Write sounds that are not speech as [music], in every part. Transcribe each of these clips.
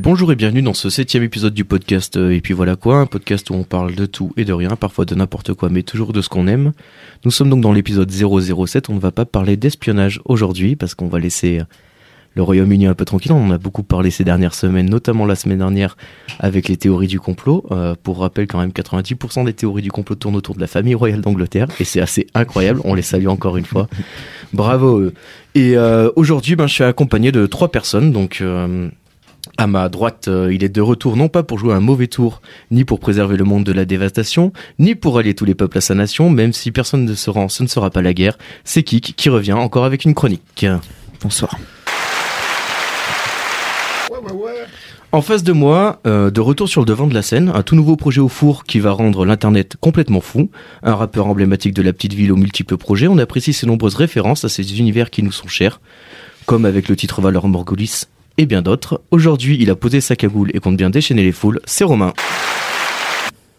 Bonjour et bienvenue dans ce septième épisode du podcast euh, Et puis voilà quoi, un podcast où on parle de tout et de rien, parfois de n'importe quoi, mais toujours de ce qu'on aime. Nous sommes donc dans l'épisode 007, on ne va pas parler d'espionnage aujourd'hui parce qu'on va laisser euh, le Royaume-Uni un peu tranquille. On en a beaucoup parlé ces dernières semaines, notamment la semaine dernière avec les théories du complot. Euh, pour rappel, quand même, 90% des théories du complot tournent autour de la famille royale d'Angleterre et c'est assez incroyable. On les salue encore une fois. Bravo à eux. Et euh, aujourd'hui, ben, je suis accompagné de trois personnes. Donc, euh, à ma droite, euh, il est de retour, non pas pour jouer un mauvais tour, ni pour préserver le monde de la dévastation, ni pour allier tous les peuples à sa nation, même si personne ne se rend, ce ne sera pas la guerre. C'est Kik qui revient encore avec une chronique. Bonsoir. En face de moi, euh, de retour sur le devant de la scène, un tout nouveau projet au four qui va rendre l'internet complètement fou. Un rappeur emblématique de la petite ville aux multiples projets, on apprécie ses nombreuses références à ces univers qui nous sont chers, comme avec le titre Valor Morgulis et bien d'autres. Aujourd'hui, il a posé sa cagoule et compte bien déchaîner les foules, c'est Romain.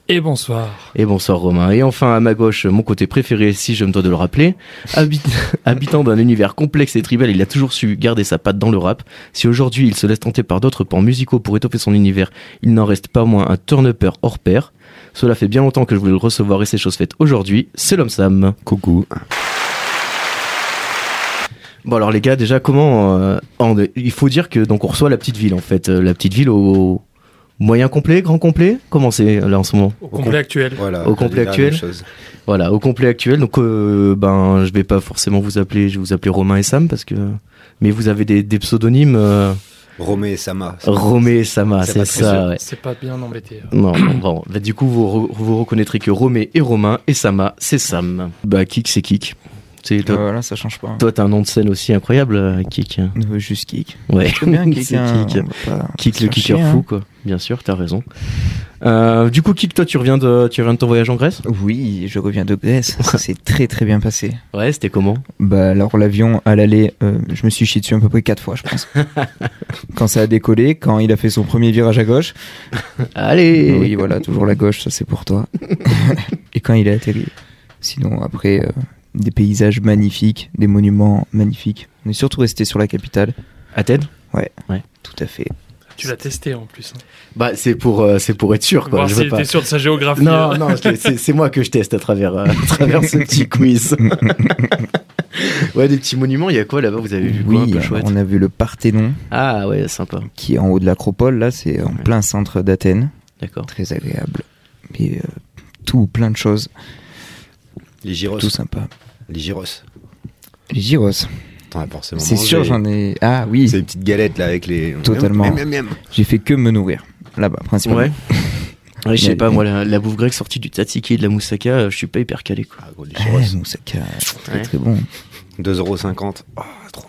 Et bonsoir. Et bonsoir Romain. Et enfin à ma gauche, mon côté préféré, si je me dois de le rappeler, Habit- [laughs] habitant d'un univers complexe et tribal, il a toujours su garder sa patte dans le rap. Si aujourd'hui il se laisse tenter par d'autres pans musicaux pour étoffer son univers, il n'en reste pas moins un turn-upper hors pair. Cela fait bien longtemps que je voulais le recevoir et c'est chose faite aujourd'hui. C'est l'homme Sam. Coucou. Bon alors les gars, déjà comment euh, en- il faut dire que donc on reçoit la petite ville en fait, Euh, la petite ville au moyen complet, grand complet, comment c'est là en ce moment Au complet actuel. Voilà. Au complet la dernière actuel. chose. Voilà, au complet actuel. Donc, euh, ben, je vais pas forcément vous appeler, je vais vous appeler Romain et Sam parce que. Mais vous avez des, des pseudonymes euh, Romé et Sama. Romé et Sama, c'est Ah, ça. ouais. C'est pas bien embêté. hein. Non, bon, bon, bah, du coup, vous, re- vous reconnaîtrez que Romé et Romain et Sama, c'est Sam. Bah, Kik, c'est Kik. C'est Euh, toi. voilà, ça change pas. Toi, t'as un nom de scène aussi incroyable, euh, Kik. Euh, juste kick. Ouais. [laughs] Très [laughs] bien, kick. C'est hein, Kik. on va pas Kik, se le faire kicker chier, fou, hein. quoi. Bien sûr, t'as raison. Euh, du coup, Kik, toi, tu reviens de, tu reviens de ton voyage en Grèce hein. Oui, je reviens de [laughs] Grèce. Ça s'est très très bien passé. Ouais, c'était comment Bah alors l'avion à l'aller, euh, je me suis chié dessus à peu près quatre fois, je [laughs] pense. quand ça a décollé, quand il a fait son premier virage à gauche. Ah Allez Oui, voilà, toujours la gauche, ça c'est pour [laughs] toi. Et quand il a atterri. Sinon après, euh, des paysages magnifiques, des monuments magnifiques. On est surtout resté sur la capitale. Athènes Tout à fait. Tu l'as testé en plus. hein. Bah, c'est pour, euh, c'est pour être sûr, quoi. Voir je s'il veux pas- était sûr de sa géographie. euh, Non, non, c'est- c'est c'est moi que je teste à travers, euh, [laughs] à travers ce petit quiz. ouais, des petits monuments, il y a quoi là-bas Vous avez vu quoi un Oui, peu chouette on a vu le Parthénon Ah ouais, sympa, qui est en haut de l'acropole. Là, c'est en plein centre d'Athènes. d'accord. très agréable. Mais euh, tout, plein de choses, Les gyros. tout sympa. Les gyros. Les gyros, T'en as forcément c'est mangé. sûr, j'en ai. Ah oui, C'est une petite galette là avec les. Totalement. Miam, miam, miam. j'ai fait que me nourrir là-bas, principalement. [laughs] Ouais. Ouais, je sais Mais- pas, moi, la, la bouffe grecque sortie du tzatziki et de la moussaka, euh, je suis pas hyper calé, quoi. Ah, gros, les Ah, gyros. moussaka, très Ouais. très bon. 2,50€. Oh, trop.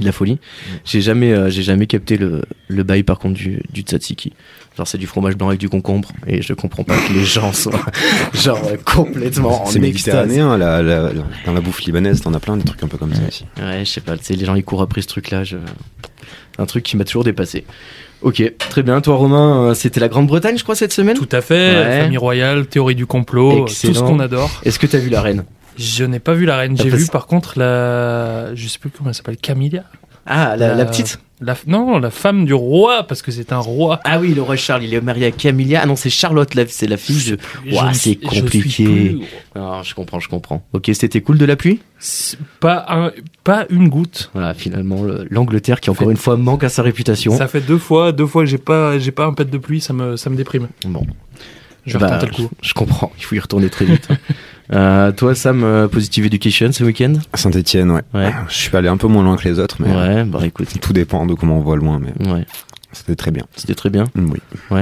De la folie. J'ai jamais, euh, j'ai jamais capté le, le bail, par contre, du, du tzatziki. Genre, c'est du fromage blanc avec du concombre, et je comprends pas que les gens [laughs] soient, genre, euh, complètement en C'est extase. méditerranéen, la, la- la- dans la bouffe libanaise, t'en as plein des trucs un peu comme ça aussi. Ouais, je sais pas, tu sais, les gens ils courent après ce truc-là. Je... Un truc qui m'a toujours dépassé. Ok, très bien. Toi, Romain, euh, c'était la Grande-Bretagne, je crois, cette semaine Tout à fait. Ouais. Famille royale, théorie du complot, euh, Excellent. tout ce qu'on adore. Est-ce que t'as vu la reine Je n'ai pas vu la reine. J'ai Après, vu c'est- par contre la. Je sais plus comment elle s'appelle. Camilla. Ah, la, Euh, la petite La... f- Non, la femme du roi parce que c'est un roi. Ah oui, le roi Charles, il est marié à Camilla. Ah non, c'est Charlotte, la- c'est la fille de. Ouah, ne- c'est je suis compliqué. plus- Non, je comprends, je comprends. Ok, c'était cool de la pluie C'est Pas un, pas une goutte. Voilà, finalement, le- l'Angleterre qui, encore une fois, manque à sa réputation. Ça fait deux fois, deux fois que j'ai pas, j'ai pas un pet de pluie, ça me, ça me déprime. Bon, Je vais bah, retenter le coup. Je comprends, il faut y retourner [laughs] très vite. Euh, toi, Sam, euh, Positive Education ce week-end Saint-Etienne, ouais. Ah, Ouais. Je suis allé un peu moins loin que les autres, mais Ouais, euh, bah écoute. tout dépend de comment on voit loin, mais Ouais, c'était très bien. c'était très bien. Mm, Oui.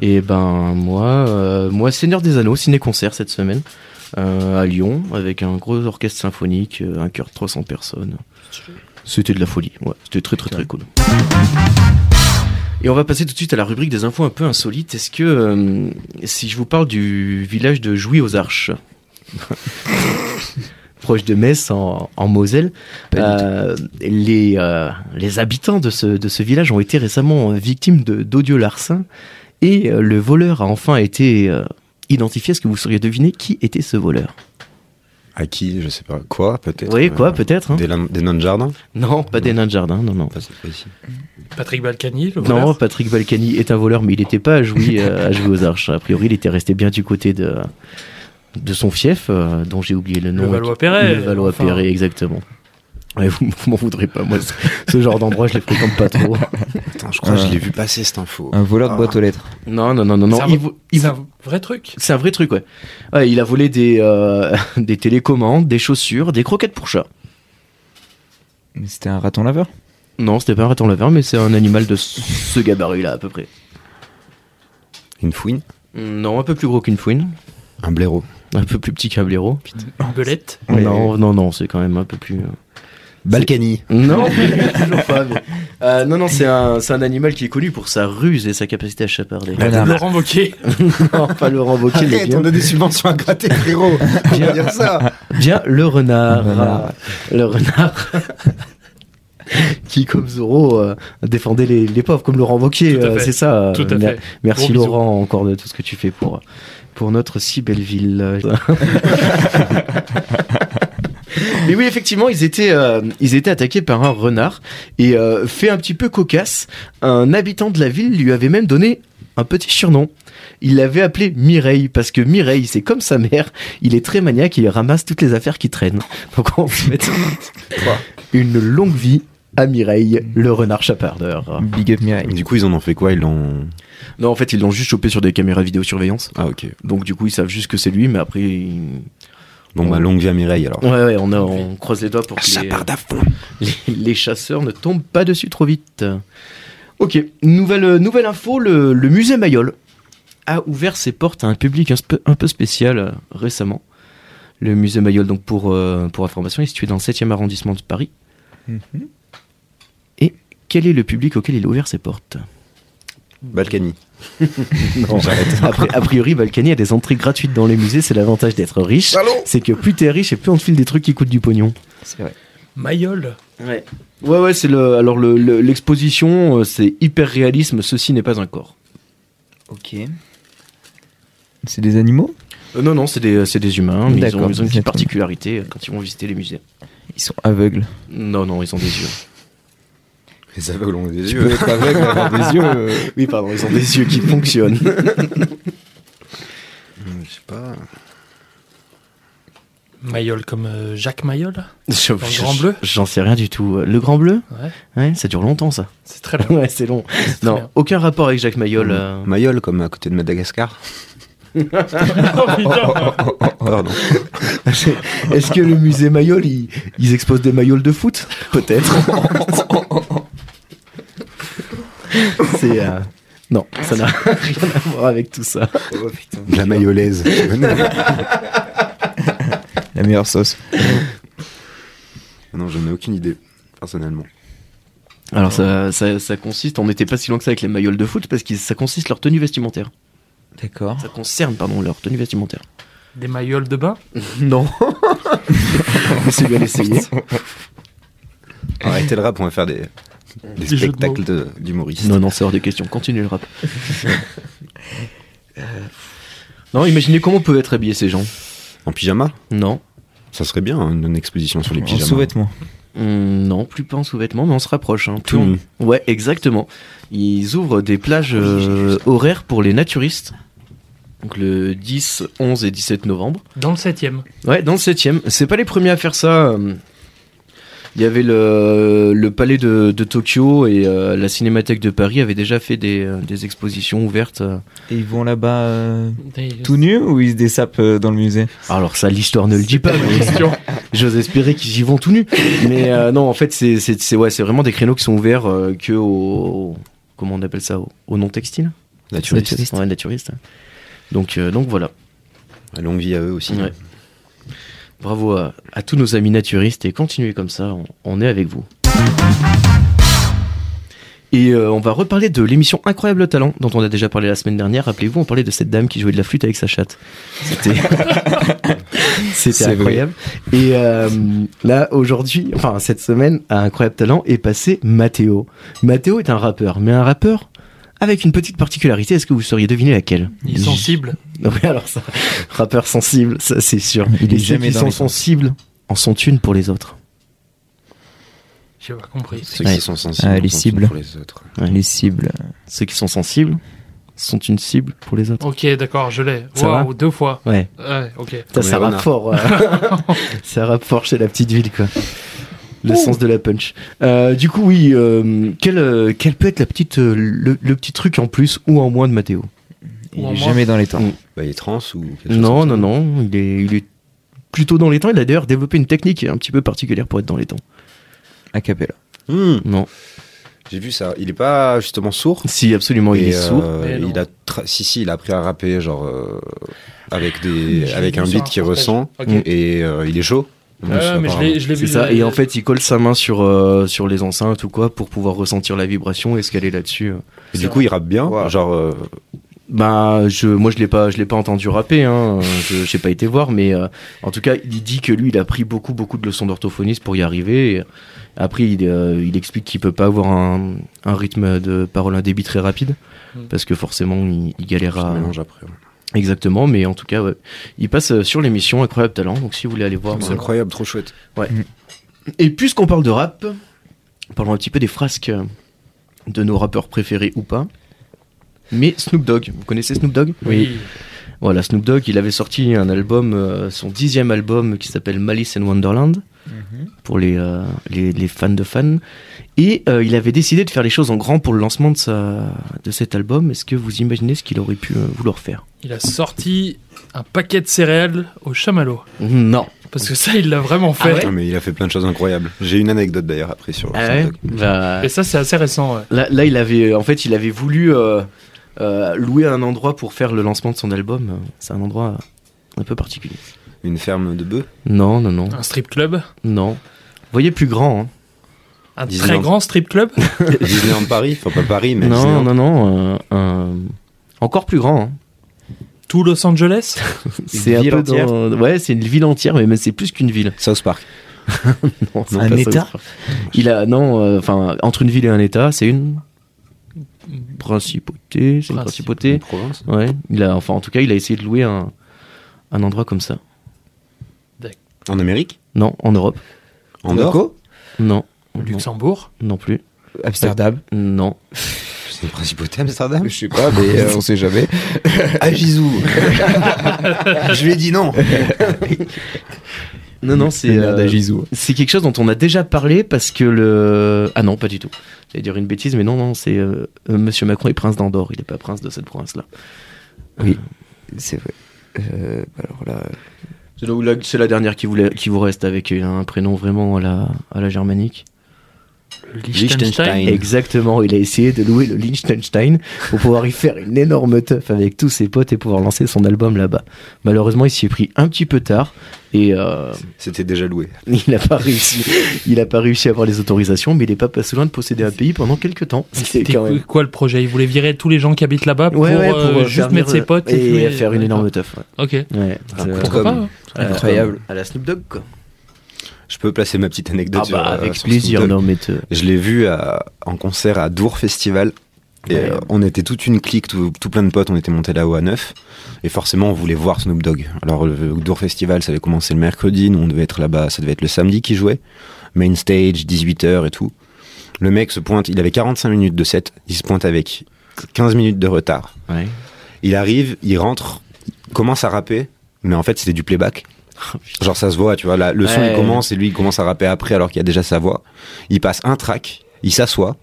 Et ben moi, euh, moi Seigneur des Anneaux, ciné-concert cette semaine euh, à Lyon avec un gros orchestre symphonique, euh, un chœur de 300 personnes. C'était de la folie, ouais, c'était très très très cool. Et on va passer tout de suite à la rubrique des infos un peu insolites. Est-ce que euh, si je vous parle du village de Jouy aux Arches, [laughs] proche de Metz en, en Moselle, Pas du euh, les, euh, les habitants de ce, de ce village ont été récemment victimes de- d'odieux larcins et euh, le voleur a enfin été euh, identifié. Est-ce que vous sauriez deviner qui était ce voleur À qui Je sais pas. Quoi, peut-être Oui, quoi, euh, peut-être. hein. Des, lam- des noms de jardin Non, pas des nains de jardin, non, non. Enfin, c'est pas ici. Patrick Balkany, le Non, voleur Patrick Balkany est un voleur, mais il n'était pas à jouer, euh, à jouer aux arches. A priori, il était resté bien du côté de, de son fief, euh, dont j'ai oublié le nom. Le Valois-Perret, Le Valois-Perret, enfin. exactement. Ouais, vous vous m'en voudrez pas, moi, ce, ce genre d'endroit, je les fréquente pas trop. Attends, je crois que Euh, je l'ai vu passer cette info. Un voleur de boîte aux lettres. Non, non, non, non, non. Ça il va- vo- il C'est vo- un vrai truc. C'est un vrai truc, ouais. Ouais, il a volé des, euh, [laughs] des télécommandes, des chaussures, des croquettes pour chat. Mais C'était un raton laveur. Non, c'était pas un raton laveur, mais c'est un animal de ce- ce gabarit-là, à peu près. Une fouine Non, un peu plus gros qu'une fouine, Un blaireau un peu plus petit qu'un blaireau. Une belette. Ouais. Non, non, non, c'est quand même un peu plus. euh, Balkany Non, toujours pas. mais- Euh, non, non, c'est un, c'est un animal qui est connu pour sa ruse et sa capacité à chaparder. Renard. Laurent Wauquiez. [laughs] non, pas le renvoquer, mais bien, des subventions à gratter, [laughs] frérot Tu vas dire ça bien le renard. Renard. Euh, Le renard. [laughs] qui, comme Zorro, euh, défendait les, les pauvres, comme Laurent Wauquiez. Tout à euh, fait. c'est ça. euh, Tout à mer- fait. Merci Gros bisous. Laurent encore de tout ce que tu fais pour, pour notre si belle ville. [laughs] Mais oui, effectivement, ils étaient, euh, ils étaient attaqués par un renard et euh, fait un petit peu cocasse. Un habitant de la ville lui avait même donné un petit surnom. Il l'avait appelé Mireille parce que Mireille, c'est comme sa mère. Il est très maniaque, il ramasse toutes les affaires qui traînent. Donc on fait [laughs] une longue vie à Mireille, le renard chapardeur. Big up Mireille. Du coup, ils en ont fait quoi Ils l'ont. Non, en fait, ils l'ont juste chopé sur des caméras de vidéosurveillance. Ah, ok. Donc du coup, ils savent juste que c'est lui, mais après, ils- Bon, bah, longue vie à Mireille alors. ouais, ouais, on, a- on croise les doigts pour que Ça les, part d'à fond. les- les chasseurs ne tombent pas dessus trop vite. Ok, nouvelle, euh, nouvelle info, le, le musée Mayol a ouvert ses portes à un public un, spe- un peu spécial euh, récemment. Le musée Mayol, donc pour, euh, pour information, est situé dans le 7e arrondissement de Paris. Mhm. Quel est le public auquel il a ouvert ses portes Balkany. Après- [laughs] A priori, Balkany a des entrées gratuites dans les musées, c'est l'avantage d'être riche. C'est que plus t'es riche et plus on te file des trucs qui coûtent du pognon. C'est vrai. Mayol. Ouais. Ouais, ouais, c'est le. Alors, le- le- l'exposition, euh, c'est hyper réalisme, ceci n'est pas un corps. Ok. C'est des animaux Euh, non, non, c'est des, c'est des humains, mais ils ont, D'accord, ils ont une c'est petite tout. particularité euh, quand ils vont visiter les musées. Ils sont [laughs] aveugles. Non, non, ils ont des yeux. Les aveugles ont des Tu peux yeux. être [laughs] aveugle, avoir des yeux. euh, [laughs] Oui, pardon, ils ont des [laughs] yeux qui fonctionnent. Je sais pas. Mayol comme euh, Jacques Mayol. Je- Dans le je- Grand Bleu J'en sais rien du tout. Euh, Le Grand Bleu Ouais. Ouais, ça dure longtemps, ça. C'est très bien. Ouais, c'est long. c'est très Non, bien. aucun rapport avec Jacques Mayol. euh. Mayol, comme à côté de Madagascar. [laughs] Oh, putain. Pardon. [laughs] Est-ce que le musée Mayol, ils, ils exposent des Mayols de foot [laughs] Peut-être. c'est. euh, Non, Ah, ça n'a rien à voir avec tout ça. De la [laughs] mayolaise. tu connais [laughs] La meilleure sauce. non, j'en ai aucune idée, personnellement. Alors ça, ça, ça consiste, on n'était pas si loin que ça avec les maillots de foot parce que ça consiste leur tenue vestimentaire. D'accord. Ça concerne, pardon, leur tenue vestimentaire. Des Mayols de bain. [laughs] Non. Mais c'est bien essayé. Arrêtez le rap, on va faire des, des Des jeux de spectacles de- d'humoristes. Non, non, c'est hors de question. Continue le rap. Euh, non, imaginez comment peuvent être habillés ces gens. En pyjama Non. Ça serait bien, hein, une exposition sur les En pyjamas. sous-vêtements. Hum, non, plus pas en sous-vêtements, mais on se rapproche. hein. Plus Tout on- nu. Ouais, exactement. Ils ouvrent des plages euh, horaires pour les naturistes. Donc le 10, 11 et 17 novembre. Dans le septième. Ouais, dans le 7ème. C'est pas les premiers à faire ça. euh, Il y avait le, le palais de, de Tokyo et euh, la cinémathèque de Paris avaient déjà fait des, euh, des expositions ouvertes. euh. Et ils vont là-bas euh, Des- tout nus ou ils se dessapent euh, dans le musée Alors, ça, l'histoire ne le dit pas. Bonne mais question. [laughs] J'ose espérer qu'ils y vont tout nus. Mais euh, non, en fait, c'est c'est- c'est- ouais, c'est vraiment des créneaux qui sont ouverts euh, que au, au- Comment on appelle ça Au, au non-textile Naturiste. Naturiste. Ouais, naturiste. Donc, euh, donc voilà. Bah, Longue vie à eux aussi. Ouais. Bravo à, à tous nos amis naturistes et continuez comme ça, on, on est avec vous. Et euh, on va reparler de l'émission Incroyable Talent dont on a déjà parlé la semaine dernière. Rappelez-vous, on parlait de cette dame qui jouait de la flûte avec sa chatte. [laughs] C'était C'était C'est vrai. incroyable. Et euh, là, aujourd'hui, enfin cette semaine, à Incroyable Talent est passé Mathéo. Mathéo est un rappeur, mais un rappeur Avec une petite particularité, est-ce que vous sauriez deviner laquelle Il est sensible. Non mais alors ça, rappeur sensible, ça c'est sûr. Il est Et ceux jamais qui dans sont les- sensibles en sont une pour les autres. J'ai pas compris. Ceux Ouais. qui sont sensibles Ah, les sont cibles. pour les autres. Les cibles. Ceux qui sont sensibles sont une cible pour les autres. Ok, d'accord, je l'ai. Ça Waouh, deux fois. Ouais, Ouais, ok. ça, Comme ça les rappe renards. fort. euh, [laughs] ça rappe fort chez la petite ville quoi. Le sens de la punch. Euh, du coup oui, euh, quel, euh, quel peut être la petite, euh, le, le petit truc en plus ou en moins de Mathéo Il Ou en est moins. jamais dans les temps. Bah, il est trans ou quelque chose Non, comme ça. non, non, il est, il est plutôt dans les temps. Il a d'ailleurs développé une technique un petit peu particulière pour être dans les temps. A cappella. Hmm, Non. J'ai vu ça. Il est pas justement sourd. Si, absolument, il Et, est euh, sourd. Mais non. il a tra- si si, il a appris à rapper genre euh, avec des Ah, J'ai avec vu un ça, beat qui un ressent reportage. Ok. et euh, il est chaud. En plus, Ouais, mais je l'ai- je l'ai C'est vu. ça, je- et en fait il colle sa main sur, euh, sur les enceintes ou quoi pour pouvoir ressentir la vibration et ce qu'elle est là-dessus. euh. Et du coup, il rappe bien. Wow. Genre, euh, Bah je, moi je l'ai pas je l'ai pas entendu rapper, hein, euh, je j'ai pas été voir, mais euh, en tout cas il dit que lui il a pris beaucoup beaucoup de leçons d'orthophoniste pour y arriver. et après il, euh, il explique qu'il peut pas avoir un, un rythme de parole à débit très rapide Mm. parce que forcément il, il je galère à mélange après. ouais. exactement, mais en tout cas ouais. il passe euh, sur l'émission Incroyable Talent, donc si vous voulez aller voir. C'est euh, incroyable, trop chouette. Et puisqu'on parle de rap, parlons un petit peu des frasques euh, de nos rappeurs préférés ou pas. Mais Snoop Dogg, vous connaissez Snoop Dogg Oui. Voilà, Snoop Dogg, il avait sorti un album, euh, son dixième album qui s'appelle Malice in Wonderland, pour les, euh, les, les fans de fans. Et euh, il avait décidé de faire les choses en grand pour le lancement de, sa, de cet album. Est-ce que vous imaginez ce qu'il aurait pu euh, vouloir faire Il a sorti un paquet de céréales au chamallow. Non. Parce que ça, il l'a vraiment fait. Ah, mais il a fait plein de choses incroyables. J'ai une anecdote d'ailleurs après sur. Ah sur ouais Doc. Bah, Et ça, c'est assez récent, ouais. Là, là, il avait, en fait, il avait voulu euh, euh, louer un endroit pour faire le lancement de son album. C'est un endroit euh, un peu particulier. Une ferme de bœufs. [laughs] Non, non, Ah. non, Un strip club. non. Voyez plus grand. hein. Un très Disneyland. grand strip club. Disneyland Paris. Enfin, pas Paris, mais. Non, Disneyland. non, non. euh, un- Encore plus grand. hein. Tout Los Angeles. [laughs] C'est un ville peu entière dans- Ouais, c'est une ville entière, mais, mais c'est plus qu'une ville. [laughs] South Park. Non, c'est Un pas ça, État c'est pas- Il a non, euh, enfin entre une ville et un État, c'est une principauté. C'est une Une principauté. province. Ouais. Il a, enfin en tout cas, il a essayé de louer un un endroit comme ça. En Amérique. Non, en Europe. En Or. Non. Non. Luxembourg. Non plus. Amsterdam. Non. C'est une principauté Amsterdam. Je sais pas, mais euh, on sait jamais. [laughs] Ah, Gisou. Je lui ai dit non. Non, non, c'est. Le nerf euh, d'Agizou. c'est quelque chose dont on a déjà parlé parce que le. Ah non, pas du tout. J'allais dire une bêtise, mais non, non, c'est. euh, euh, Monsieur Macron est prince d'Andorre, il n'est pas prince de cette province-là. C'est vrai. Euh, alors [laughs] là, C'est là où la- c'est la dernière qui vous, la- qui vous reste avec euh, un prénom vraiment à la, à la germanique. Liechtenstein. Liechtenstein. Exactement, il a essayé de louer le Liechtenstein pour pouvoir y faire une énorme teuf avec tous ses potes et pouvoir lancer son album là-bas. Malheureusement, il s'y est pris un petit peu tard et. euh, C'était déjà loué. [laughs] Il n'a pas réussi. Il n'a pas réussi à avoir les autorisations, mais il n'est pas passé loin de posséder un pays pendant quelques temps. C'est C'était quand même. quoi le projet Il voulait virer tous les gens qui habitent là-bas pour, Ouais, ouais, pour euh, euh, juste faire mettre venir- ses potes et, euh, fumer. faire une énorme teuf. ouais. Ok. Ouais. Un Euh, coup de Pourquoi com'. pas hein à la- Incroyable. À la Snoop Dogg, quoi. Je peux placer ma petite anecdote. Ah bah, sur, euh, avec sur plaisir, Snoop Dogg. non, mais te- Je l'ai vu à- en concert à Dour Festival. Et Ouais. euh, on était toute une clique, tout, tout plein de potes, on était montés là-haut à neuf. Et forcément, on voulait voir Snoop Dogg. Alors, le Dour Festival, ça avait commencé le mercredi, nous on devait être là-bas, ça devait être le samedi qui jouait. Main stage, 18h et tout. Le mec se pointe, il avait 45 minutes de set, il se pointe avec 15 minutes de retard. Ouais. Il arrive, il rentre, il commence à rapper, mais en fait, c'était [laughs] du playback. Genre ça se voit, tu vois, la- le son Oh, Ouais. il commence et lui il commence à rapper après alors qu'il y a déjà sa voix. Il passe un track, il s'assoit,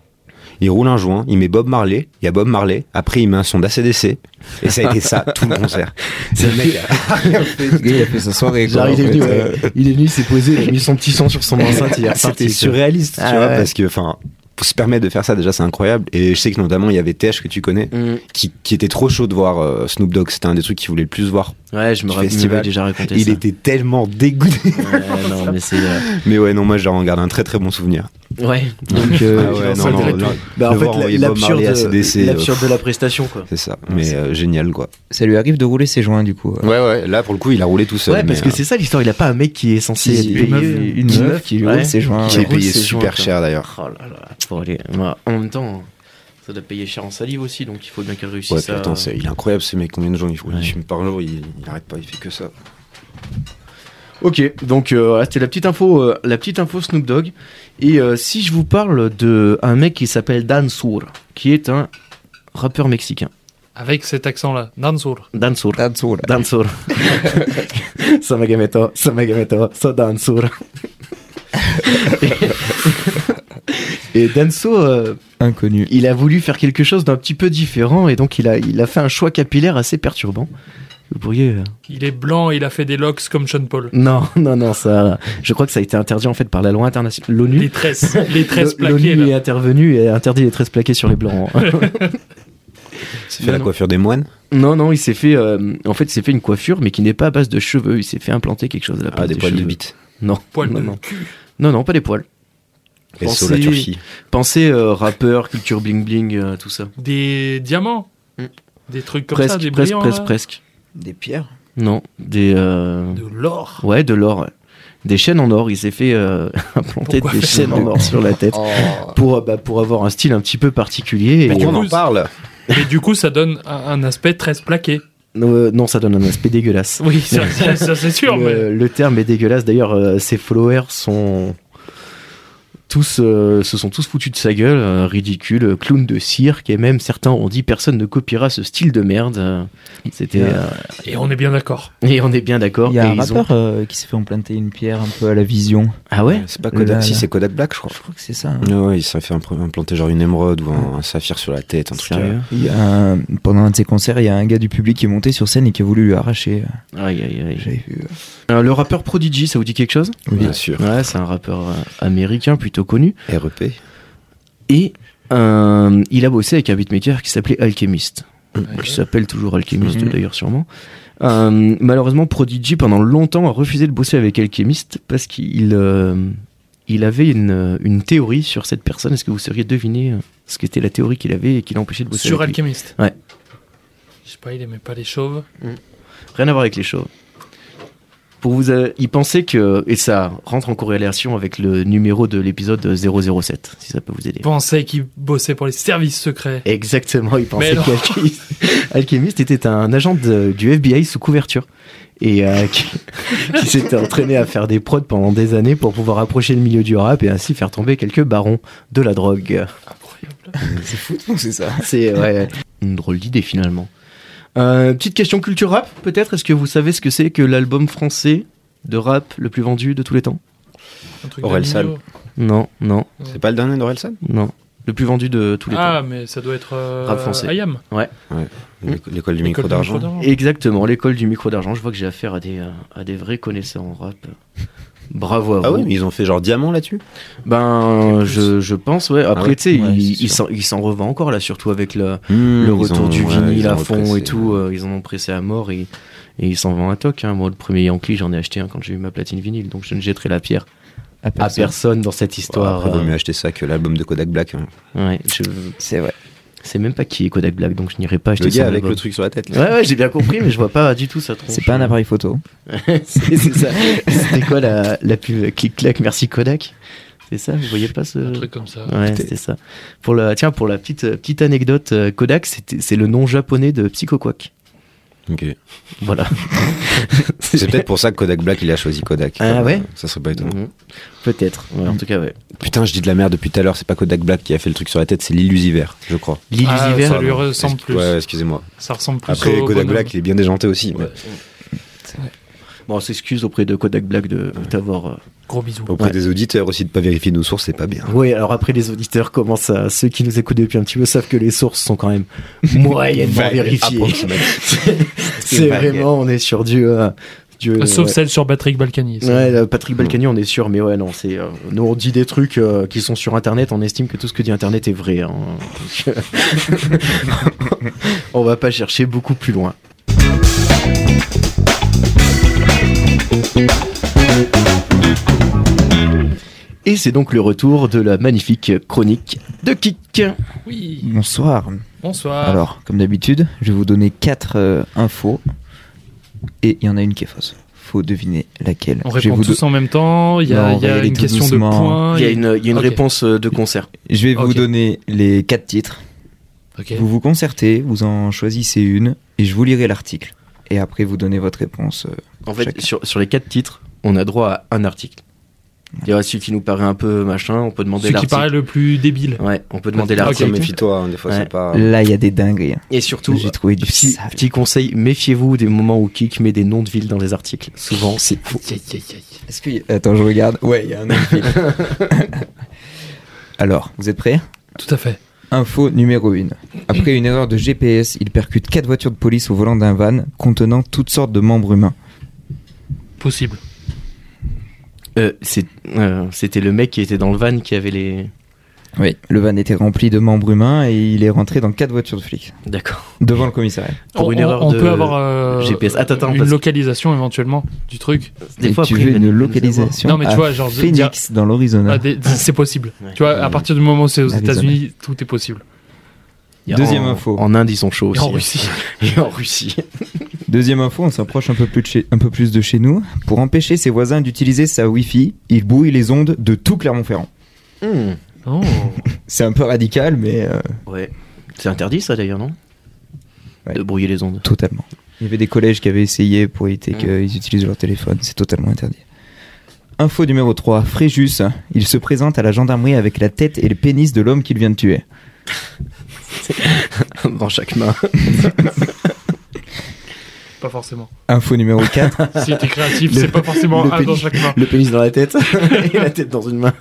il roule un joint, il met Bob Marley, il y a Bob Marley, après il met un son d'ACDC, et ça a été ça tout [laughs] le concert. C'est le [laughs] mec, le gars, il a fait sa soirée. quoi, Genre, il, est en fait. venu, Euh, ouais. il est venu, il s'est posé, il a mis son petit son sur son enceinte, il est reparti, c'était quoi. surréaliste, tu Ah vois, ouais. parce que enfin, pour se permettre de faire ça déjà c'est incroyable, et je sais que notamment il y avait Tesh que tu connais, Mm. qui, qui était trop chaud de voir euh, Snoop Dogg, c'était un des trucs qu'il voulait le plus voir. Ouais, je me Du rappelle, il festival. m'avait déjà raconté Il ça. était tellement dégoûté. Ouais, non, mais c'est. euh, Mais ouais, non, moi j'en garde un très très bon souvenir. Ouais. Donc, euh, [laughs] Ah ouais, je- non, ça non, devait être- non. Bah, Le en voir fait, envoyer la- Bob Marley à l'absurde CDC, euh, l'absurde de la prestation, quoi. C'est ça, mais euh, génial quoi. Ça lui arrive de rouler ses joints, du coup. Ouais, ouais, là pour le coup, il a roulé tout seul. Ouais, parce mais, que euh, c'est ça l'histoire. Il a pas un mec qui est censé Si, être une meuf- payé, euh, une meuf qui lui roule ses joints. euh, Qui euh, est roule payé ses super joints, cher d'ailleurs. quoi. Oh là là, pour aller. bah, en même temps, Ça doit payer cher en salive aussi, donc il faut bien qu'elle réussisse Ouais, à- putain, c'est- il est incroyable ce mec, combien de gens il, il Ouais. fume par jour, il, il arrête pas, il fait que ça. Ok, donc euh, voilà, c'était la petite info, euh, la petite info Snoop Dogg. Et euh, si je vous parle de un mec qui s'appelle Dan Sour, qui est un rappeur mexicain. Avec cet accent-là. Nansour. Dan Sour. Danzo, là. Dan [laughs] Sour. Samagameto, Samagameto, so Dan [laughs] Sour. Et Dan Sour, euh, Inconnu. il a voulu faire quelque chose d'un petit peu différent et donc il a, il a fait un choix capillaire assez perturbant. Vous pourriez. euh, Il est blanc, il a fait des locks comme Sean Paul. Non, [laughs] non, non, ça. Je crois que ça a été interdit en fait par la loi internationale, l'ONU. Les tresses. Les [laughs] tresses L- L'ONU plaquées, est là. intervenu et a interdit les tresses plaquées sur [laughs] les blancs. C'est fait Non, la non. coiffure des moines non, non, il s'est fait. euh, en fait, il s'est fait une coiffure, mais qui n'est pas à base de cheveux. Il s'est fait implanter quelque chose à la place Ah, des des poils de cheveux. bite. Non, Poil non, de non. cul. non, non, pas des poils. Et Pensez- sur la Turquie. Pensez euh, rappeur, culture bling bling, euh, tout ça. Des diamants. Mm. Des trucs comme Presque, ça, des presque, brillants. presque, là. presque. Des pierres Non, des. euh, De l'or. Ouais, de l'or. ouais. Des chaînes en or. Il s'est fait euh, [laughs] implanter Pourquoi des faire chaînes en or sur la tête. Pour, euh, bah, pour avoir un style un petit peu particulier. Oh. Mais Et- du on coup, en c'est- parle Et du coup, ça donne un, un aspect très plaqué. Euh, non, ça donne un aspect dégueulasse. Oui, ça, ça- ça, c'est sûr, mais. le, le terme est dégueulasse. D'ailleurs, euh, ses followers sont tous, euh, se sont tous foutus de sa gueule, euh, ridicule, euh, clown de cirque, et même certains ont dit personne ne copiera ce style de merde. euh, C'était Il y a- euh, Et on est bien d'accord. et on est bien d'accord. Il y a et un ils ont- rappeur euh, qui s'est fait implanter une pierre un peu à la vision. Ah ouais. C'est pas Là, Kodak, là. si c'est Kodak Black, je crois. Je crois que c'est ça. hein. Ouais, ouais, il s'est fait impr- implanter genre une émeraude ou un, un saphir sur la tête, un truc. Sérieux Il y a un- Pendant un de ses concerts, il y a un gars du public qui est monté sur scène et qui a voulu lui arracher. euh, Aïe, aïe, aïe. J'avais vu. euh, Euh, le rappeur Prodigy, ça vous dit quelque chose euh, oui. Bien sûr. Ouais, c'est un rappeur euh, américain plutôt connu. REP. Et euh, il a bossé avec un beatmaker qui s'appelait Alchemist. Ouais. qui s'appelle toujours Alchemist Mhm. d'ailleurs sûrement. Euh, malheureusement, Prodigy pendant longtemps a refusé de bosser avec Alchemist parce qu'il euh, il avait une, une théorie sur cette personne. Est-ce que vous sauriez deviner euh, ce qu'était la théorie qu'il avait et qui l'empêchait de bosser Sur avec lui Alchemist. Ouais. Je sais pas, il aimait pas les chauves. Rien à voir avec les chauves. Pour vous, euh, il pensait que, et ça rentre en corrélation avec le numéro de l'épisode euh, 007, si ça peut vous aider. Il pensait qu'il bossait pour les services secrets. Exactement, il pensait Mais non. [laughs] qu'Alchemist Alchemist était un agent de- du FBI sous couverture et euh, [laughs] qui, qui s'était entraîné à faire des prods pendant des années pour pouvoir approcher le milieu du rap et ainsi faire tomber quelques barons de la drogue. [laughs] Incroyable. C'est fou, non, [laughs] c'est ça. C'est ouais, une drôle d'idée finalement. Euh, petite question culture rap, peut-être. Est-ce que vous savez ce que c'est que l'album français de rap le plus vendu de tous les temps Un truc oh. Aurel San. d'Amino. Non, non, C'est pas le dernier d'Orelsan non. Le plus vendu de tous les Ah, mais ça doit être. euh, Rap français. IAM. Mm. L'éco- L'école du École micro du d'argent. temps. Exactement, l'école du micro d'argent. Je vois que j'ai affaire à des, euh, à des vrais connaisseurs en rap. Bravo à Ah vous. oui, mais ils ont fait genre diamant là-dessus Ben, je, je pense, ouais. Après, Ah ouais tu sais, Ouais, il- c'est il sûr. s'en- il s'en revend encore là, surtout avec le, Mmh, le ils retour ont- du ouais, vinyle ils à ont fond repressé. et tout. euh, ils en ont pressé à mort et, et ils s'en vendent à toc. hein. Moi, le premier Yankee, j'en ai acheté un quand j'ai eu ma platine vinyle, donc je ne jetterai la pierre À à personne. personne dans cette Ouais, histoire. Après, vaut euh, mieux acheter ça que l'album de Kodak Black. hein. ouais, je C'est vrai. sais même pas qui est Kodak Black, donc je n'irai pas acheter Le son gars avec album. le truc sur la tête. là. Ouais, ouais, j'ai bien compris, mais je vois pas du tout ça. C'est pas un appareil photo. c'est c'est ça. C'était quoi la, la pub Clic-clac, merci Kodak C'est ça Vous voyez pas ce. Un truc comme ça. euh, Ouais, C'était- c'était ça. Pour la, tiens, pour la petite, euh, petite anecdote, euh, Kodak, c'était- c'est le nom japonais de Psychoquack. Ok. [laughs] Voilà. C'est [laughs] peut-être pour ça que Kodak Black il a choisi Kodak. Ah ouais Ça serait pas étonnant. Mhm. Peut-être. Ouais, En tout cas, ouais. Putain, je dis de la merde depuis tout à l'heure, c'est pas Kodak Black qui a fait le truc sur la tête, c'est l'illusiver, je crois. Ah, L'illusiver. ça lui Pardon. ressemble Est-ce- plus. Ouais, excusez-moi. Ça ressemble plus Après, au Kodak bonhomme. Black il est bien déjanté aussi. mais Ouais. Bon, on s'excuse auprès de Kodak Black de euh, d'avoir. Gros bisous. Auprès Ouais. des auditeurs aussi, de pas vérifier nos sources, c'est pas bien. Oui, alors après, les auditeurs commencent à. Ceux qui nous écoutent depuis un petit peu savent que les sources sont quand même moyennement Vague, vérifiées. approximative. C'est- C'est vague. vraiment, on est sur du. euh, du euh, Sauf ouais. celle sur Patrick Balkany. ça. Ouais, là, Patrick Balkany, on est sûr, mais ouais, non, c'est. euh, nous, on dit des trucs euh, qui sont sur Internet, on estime que tout ce que dit Internet est vrai. hein. Donc, [laughs] euh, on va pas chercher beaucoup plus loin. Et c'est donc le retour de la magnifique chronique de Kik. Oui. Bonsoir. Bonsoir. Alors, comme d'habitude, je vais vous donner 4 infos. Et il y en a une qui est fausse. Faut deviner laquelle. On Je vais répond vous tous do- en même temps. Il y a, Non, on il y a va y aller une tout question doucement. de points. Il y a une, il y a une Ok. réponse euh, de concert. Je vais vous Ok. donner les 4 titres. Ok. Vous vous concertez, vous en choisissez une, et je vous lirai l'article. Et après, vous donnez votre réponse. euh, En fait, Chacun. sur, sur les quatre titres, on a droit à un article. Il y a celui qui nous paraît un peu machin, on peut demander Celui qui l'article. paraît le plus débile. Ouais, on peut demander Ok. Tiens, l'article. méfie-toi, hein, des fois Ouais. Euh. c'est pas. Là, il y a des dingueries. hein. Et surtout, euh, J'ai trouvé du petit, sale. petit conseil, méfiez-vous des moments où Kik met des noms de villes dans les articles. Souvent, c'est faux. Aïe, aïe, aïe, aïe. Est-ce qu'il y a- Attends, je regarde. Ouais, il y a un article. [laughs] Alors, vous êtes prêts Tout à fait. Info numéro 1. Après une erreur de GPS, il percute quatre voitures de police au volant d'un van contenant toutes sortes de membres humains. Possible. Euh, c'est- euh, C'était le mec qui était dans le van qui avait les. Oui. Le van était rempli de membres humains et il est rentré dans quatre voitures de flics. D'accord. Devant le commissariat. Pour on, une on- erreur on de peut avoir euh, GPS. Attends, attends, une parce que- localisation éventuellement du truc. Des Et fois, tu après, veux il va une nous- nous localisation Non, mais tu à vois, genre, de Phoenix dans l'Arizona. Ah, [laughs] des- des- c'est possible. Ouais. Tu vois, à partir du moment où c'est aux Arizona. États-Unis, tout est possible. avoir. Deuxième En- info. En Inde, ils sont chauds Et aussi. hein. en Russie. [laughs] Et en Russie. Deuxième info, on s'approche un, peu plus de chez- un peu plus de chez nous. Pour empêcher ses voisins d'utiliser sa Wi-Fi, il bouille les ondes de tout Clermont-Ferrand. Hmm. Oh. C'est un peu radical, mais euh, Ouais. C'est interdit, ça d'ailleurs, non Ouais. De brouiller les [laughs] ondes. totalement. Il y avait des collèges qui avaient essayé pour éviter Mm. qu'ils utilisent leur téléphone. C'est totalement interdit. Info numéro 3. Fréjus, il se présente à la gendarmerie avec la tête et le pénis de l'homme qu'il vient de tuer. dans chaque main. Pas forcément. Info numéro 4. Si t'es créatif, Le- c'est pas forcément le un dans pénis. chaque main. Le pénis dans la tête [laughs] et la tête dans une main.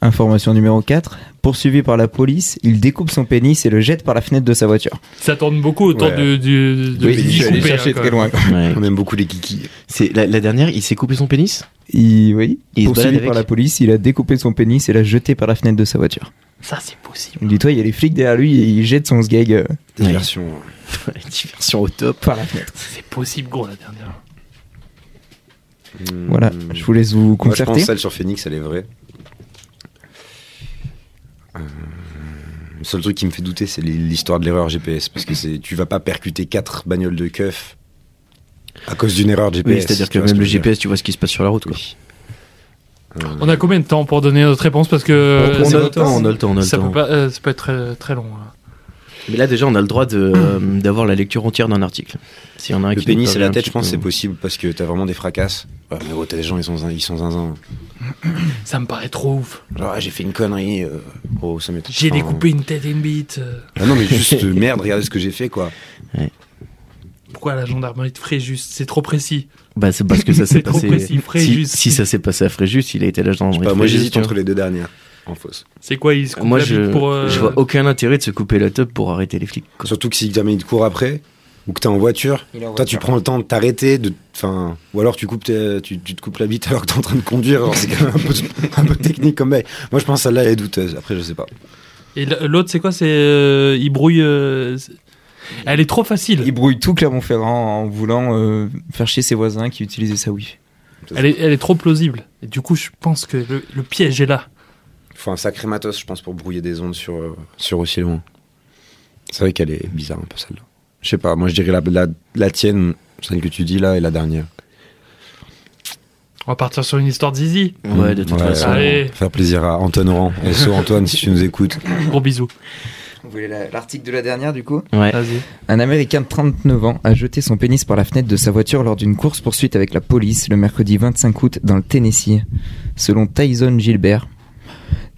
Information numéro 4. Poursuivi par la police, il découpe son pénis et le jette par la fenêtre de sa voiture. Ça tourne beaucoup autant Ouais. de, de, de Oui, de- je suis de- allé couper, hein, quand même. loin. On aime beaucoup les kikis. C'est la, la dernière, il s'est coupé son pénis Il, oui, Il se poursuivi balade par la avec. police, il a découpé son pénis et l'a jeté par la fenêtre de sa voiture. Ça, c'est possible. Il dit toi, il y a les flics derrière lui et il jette son sgeg euh, Des Ouais. versions. hein. La diversion au top. par la fenêtre. C'est possible, gros, la dernière. Hmm. Voilà, je vous laisse vous Moi, je pense concerter. celle sur Phoenix, elle est vraie. Euh, Le seul truc qui me fait douter, c'est l'histoire de l'erreur GPS. Parce que c'est, tu vas pas percuter quatre bagnoles de keuf à cause d'une erreur GPS. Oui, c'est-à-dire tu que vois ce même le je veux dire. GPS, tu vois ce qui se passe sur la route. Quoi. On a combien de temps pour donner notre réponse Parce que. euh, on, ça- a le temps, on a le temps, on a le Ça peut, temps. pas, euh, ça peut être très, très long. hein. Mais là, déjà, on a le droit de, euh, d'avoir la lecture entière d'un article. S'il y en a un Le qui nous pénis et paraît la un tête, petit je pense, peu- c'est possible parce que t'as vraiment des fracasses. Ouais, mais gros, t'as des gens, ils sont, zin- ils sont zinzins. Ça me paraît trop ouf. Genre, ouais, j'ai fait une connerie. euh, gros, ça m'étonne. J'ai Enfin, découpé une tête et une bite. euh. Ah non, mais juste, euh, merde, regardez ce que j'ai fait, quoi. Pourquoi la gendarmerie de Fréjus C'est trop précis. Bah, c'est parce que [laughs] ça s'est C'est trop passé. précis, Fréjus. si, si ça s'est passé à Fréjus, il a été là dans Je sais pas, moi, j'hésite entre les deux dernières. En fausse. C'est quoi Ils se coupent Moi, la je, bite pour. euh, je vois aucun intérêt de se couper la top pour arrêter les flics. quoi. Surtout que si jamais ils te courent après, ou que t'es en voiture, Toi, tu prends le temps de t'arrêter, de, enfin, ou alors tu coupes, tes- tu, tu te coupes la bite [laughs] alors que t'es en train de conduire. Alors, C'est quand même un peu, un peu technique comme mec. Moi, je pense que celle-là elle est douteuse. Après, je sais pas. Et l- l'autre, c'est quoi C'est euh, il brouille. euh, c'est- Elle est trop facile. Il brouille tout Clermont-Ferrand en voulant euh, faire chier ses voisins qui utilisaient sa Wi-Fi. Elle est, elle est trop plausible. Et du coup, je pense que le, le piège est là. Il faut un sacré matos, je pense, pour brouiller des ondes sur, euh, sur aussi loin. C'est vrai qu'elle est bizarre un peu celle-là. Je sais pas. Moi, je dirais la, la, la tienne, celle que tu dis là, et la dernière. On va partir sur une histoire de zizi. Ouais, de toute Ouais, façon. Allez. Faire plaisir à Anton Oran. Et so, Antoine, si tu nous écoutes. [coughs] Gros bisous. Vous voulez la- l'article de la dernière du coup Ouais. Vas-y. Un Américain de 39 ans a jeté son pénis par la fenêtre de sa voiture lors d'une course-poursuite avec la police le mercredi 25 août dans le Tennessee. Selon Tyson Gilbert,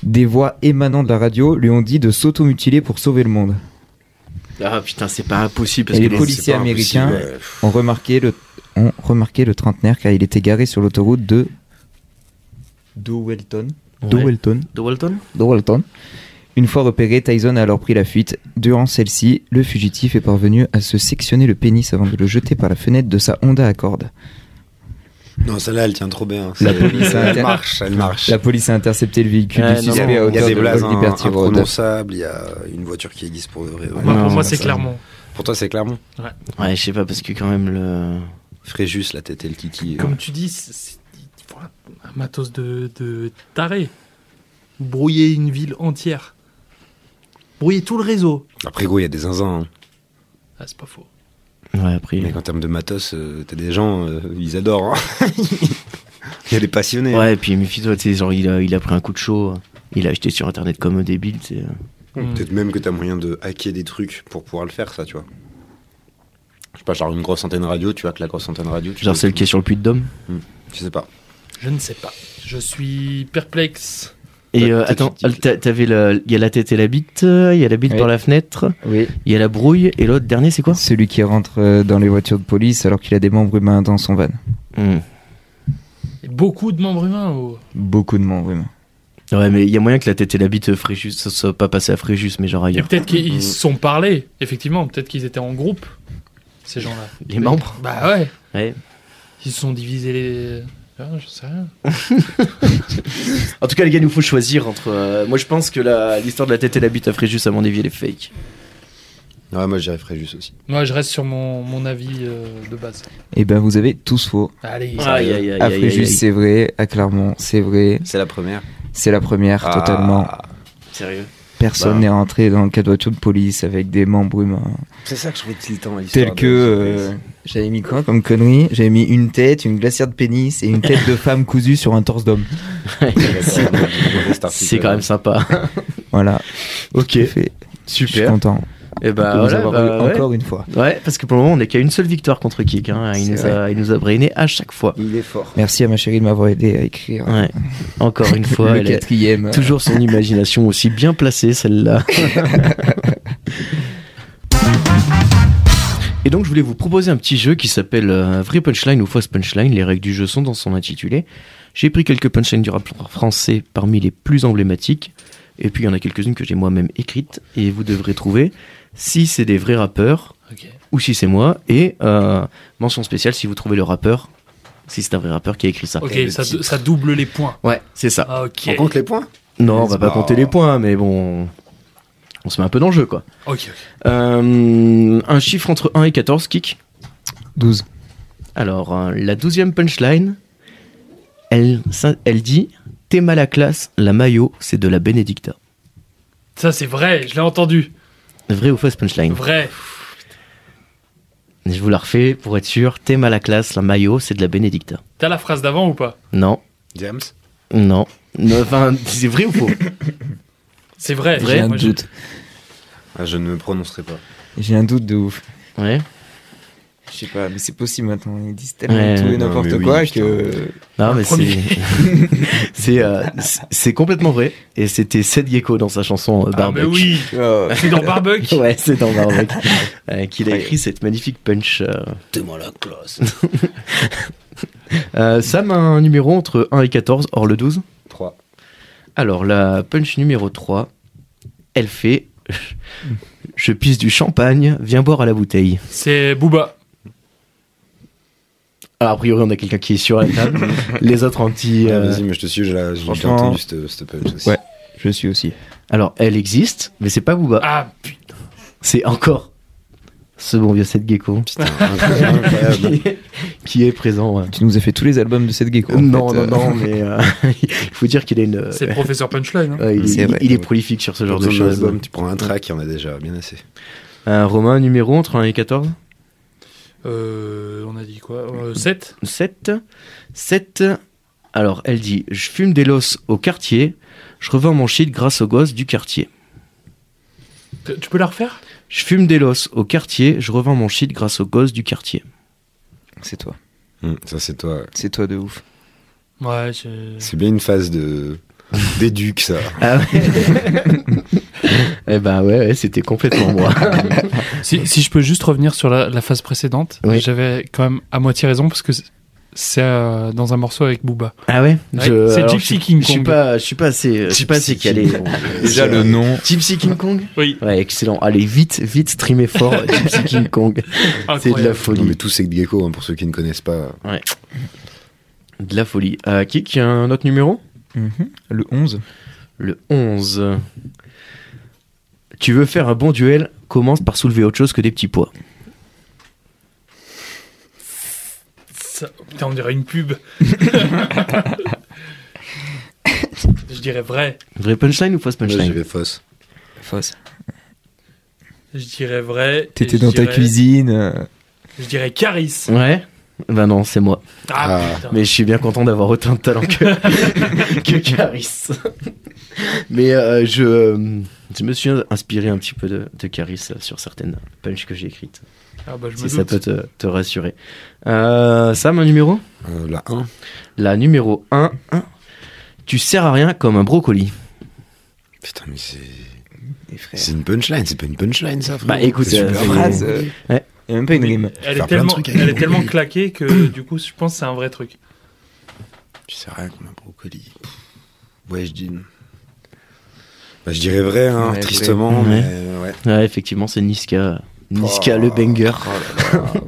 des voix émanant de la radio lui ont dit de s'automutiler pour sauver le monde. Ah putain, c'est pas impossible parce Et que les les- policiers c'est pas impossible, américains. ouais. On remarquait le, on remarquait le trentenaire car il était garé sur l'autoroute de Dowelton. Ouais. Dowelton. De Walton Dowelton. Une fois repéré, Tyson a alors pris la fuite. Durant celle-ci, le fugitif est parvenu à se sectionner le pénis avant de le jeter par la fenêtre de sa Honda Accord. Non, celle-là, elle tient trop bien. La C'est- police a elle inter- marche, elle marche. La police a intercepté le véhicule Ah, du non, non, suspect à Il y a hauteur des de blazes hein, Paul Liberty Road. imprononçables, il y a une voiture qui existe pour de vrai. Moi, Non, pour moi, ça, c'est ça- clairement. Pour toi, c'est Clermont Ouais, je sais pas parce que quand même le. Fréjus, la tête et le kiki. Comme tu dis, c'est- c'est il faut un un matos de, de taré. Brouiller une ville entière. Brouiller tout le réseau. Après, gros, il y a des zinzins. hein. Ah, c'est pas faux. Ouais, après. Mais en termes de matos, euh, t'as des gens, euh, ils adorent. [laughs] hein. Il y a des passionnés. hein. Ouais, et puis méfie-toi, tu sais, genre il a, il a pris un coup de chaud, il a acheté sur internet comme un débile, tu sais. Hmm. hein. Peut-être même que t'as moyen de hacker des trucs pour pouvoir le faire, ça, tu vois. Je sais pas, genre une grosse antenne radio, tu vois, que la grosse antenne radio. Tu Genre peux- celle qui est sur le puits de Dôme. Je sais pas. Je ne sais pas. Je suis perplexe. Et Peut-être euh, que tu attends, dis- t'a- t'avais la- il y a la tête et la bite, euh, il y a la bite Oui. par la fenêtre, Oui. il y a la brouille, et l'autre dernier, c'est quoi Celui qui rentre euh, dans les voitures de police alors qu'il a des membres humains dans son van. Hmm. Et Beaucoup de membres humains. oh. Beaucoup de membres humains. Ouais, mais il y a moyen que la tête et la bite euh, Fréjus, ça soit pas passé à Fréjus, mais genre Et ailleurs. peut-être qu'ils Hmm. se sont parlé. Effectivement, peut-être qu'ils étaient en groupe, ces [laughs] gens-là. Les membres Bah ouais. Ouais. Ils se sont divisés les. Ah, je sais rien. En tout cas, les gars, il nous faut choisir entre. euh, moi, je pense que la- l'histoire de la tête et la bite à Fréjus, à mon avis, elle est fake. Ouais, moi j'y arriverai juste aussi. Moi, je reste sur mon, mon avis euh, de base. Bah, Eh ben, vous avez tous faux. Allez, Aïe, aïe, aïe, À aïe, aïe, Fréjus, aïe. c'est vrai. À Clermont, c'est vrai. C'est la première. C'est la première, totalement. Ah, Sérieux Personne bah. n'est rentré dans le cadre de voiture de police avec des membres humains. C'est ça que je trouvais tiltant à l'histoire. Tel de- que. euh, J'avais mis quoi comme connerie J'avais mis une tête, une glacière de pénis et une tête de femme cousue sur un torse d'homme. euh, [laughs] C'est quand même sympa. Voilà. [laughs] ok, C'est fait. Je suis super. content Et bah, de vous voilà, avoir bah, eu ouais. encore une fois. Ouais, parce que pour le moment, on n'est qu'à une seule victoire contre Kik. hein. Il, C'est nous a, il nous a brainé à chaque fois. Il est fort. Merci à ma chérie de m'avoir aidé à écrire. [laughs] Ouais, encore une fois, le elle a quatrième. toujours son imagination aussi bien placée, celle-là. [laughs] Et donc, je voulais vous proposer un petit jeu qui s'appelle euh, Vrai Punchline ou Fausse Punchline. Les règles du jeu sont dans son intitulé. J'ai pris quelques punchlines du rap français parmi les plus emblématiques. Et puis, il y en a quelques-unes que j'ai moi-même écrites. Et vous devrez trouver si c'est des vrais rappeurs Ok. ou si c'est moi. Et euh, mention spéciale si vous trouvez le rappeur, si c'est un vrai rappeur qui a écrit ça. Ok, le ça, titre. ça double les points. Ouais, c'est ça. Ah, ok. On compte les points Non, on va pas Oh. compter les points, mais bon, on se met un peu dans le jeu, quoi. Ok, ok. Euh, un chiffre entre 1 et 14, kick. 12. Alors, euh, la douzième punchline, elle, ça- elle dit « T'es mal à classe, la maillot, c'est de la Benedicta Ça, c'est vrai, je l'ai entendu. ». Vrai ou fausse punchline Vrai. Je vous la refais pour être sûr. « T'es mal à classe, la maillot, c'est de la Benedicta T'as la phrase d'avant ou pas ». Non, James non. Non, Enfin, [laughs] c'est vrai ou faux C'est vrai. Vrai, J'ai un Moi, je- doute. ah, Je ne me prononcerai pas. J'ai un doute de ouf. Ouais. Je sais pas, mais c'est possible maintenant. Ils disent tellement Ouais. tout et Non, n'importe mais oui, quoi putain. que. Non, mais c'est... Premier. [laughs] c'est, euh, c'est- c'est complètement vrai. Et c'était Seth Gecko dans sa chanson euh, Ah, mais Barbec. oui, Oh. Ah. [laughs] c'est dans Barbuck. [laughs] Ouais, c'est dans [laughs] Barbuck euh, qu'il a écrit cette magnifique punch. euh. Demande la classe. Euh, Sam a un numéro entre 1 et 14, hors le 12. 3. Alors, la punch numéro 3, elle fait [laughs] Je pisse du champagne, viens boire à la bouteille. C'est Booba. Alors, a priori, on a quelqu'un qui est sur la table. [laughs] Les autres anti. euh, Vas-y, mais je te suis, j'ai la- j'ai Franchement- entendu cette cette punch aussi. Ouais. Je suis aussi. Alors, elle existe, mais c'est pas Booba. Ah, putain. C'est encore ce bon vieux Seth Gecko Putain, incroyable. [laughs] incroyable. qui est, [laughs] qui est présent. ouais. Tu nous as fait tous les albums de cette gecko. en non, fait, non, euh. non, mais euh, [laughs] il faut dire qu'il a une. c'est Professeur Punchline. hein. ouais, il, C'est vrai. il est prolifique sur ce genre de Dans un choses. album, tu prends un track, il y en a déjà bien assez. Euh, Romain, numéro entre 1 et 14 Euh, on a dit quoi euh, 7 7. 7. Alors, elle dit Je fume des los au quartier, je revends mon shit grâce aux gosses du quartier. Tu peux la refaire Je fume des los au quartier, je revends mon shit grâce aux gosses du quartier. [laughs] C'est toi. Hum, ça, c'est toi. C'est toi de ouf. Ouais, je... C'est bien une phase de. d'éduc, [laughs] ça. Ah ouais Eh ben ouais, ouais, c'était complètement moi. Si, si je peux juste revenir sur la, la phase précédente, Oui. j'avais quand même à moitié raison parce que c'est- c'est euh, dans un morceau avec Booba. Ah ouais, Ouais, Je- c'est alors, Gypsy je- King Je suis Kong. pas, je suis pas assez, je suis pas assez calé. Déjà le nom. Gypsy King Kong Oui, Ouais, excellent. Allez, vite, vite, streamer fort Gypsy King Kong. C'est de la Non, mais folie. tout c'est de Gecko, hein, pour ceux qui ne connaissent pas. De la folie. Euh, qui, qui a un autre numéro Le 11. Le 11. Tu veux faire un bon duel Commence par soulever autre chose que des petits poids. Ça- Putain, on dirait une pub. je dirais vrai. Vrai punchline ou fausse Là, punchline je vais fausse. Fausse. Je dirais vrai. et T'étais je dans ta dirais- cuisine. euh, Je dirais Caris. Ouais Bah non, c'est moi. Ah, Ah, putain. [laughs] Mais je suis bien content d'avoir autant de talent que, que Caris. Mais euh, je, euh, je me suis inspiré un petit peu de, de Caris euh, sur certaines punches que j'ai écrites, Ah bah je si me ça doute. peut te, te rassurer. Euh, Sam, un numéro Euh, la 1. La numéro 1. Tu sers à rien comme un brocoli. Putain, mais c'est. Les frères. C'est une punchline, c'est pas une punchline ça, frère. Bah, écoute, c'est euh, super c'est- drôle. Phrase, euh, Ouais. y a même pas une rime. Elle Faire est plein de tellement, trucs avec elle le est tellement claquée que du coup, je pense que c'est un vrai truc. Tu sais rien qu'on a un brocoli. Ouais, je dis. Bah, je dirais vrai, hein, Ouais, tristement, vrai. mais euh, ouais. Ouais, effectivement, c'est Niska. Niska Oh. le banger, Oh là là,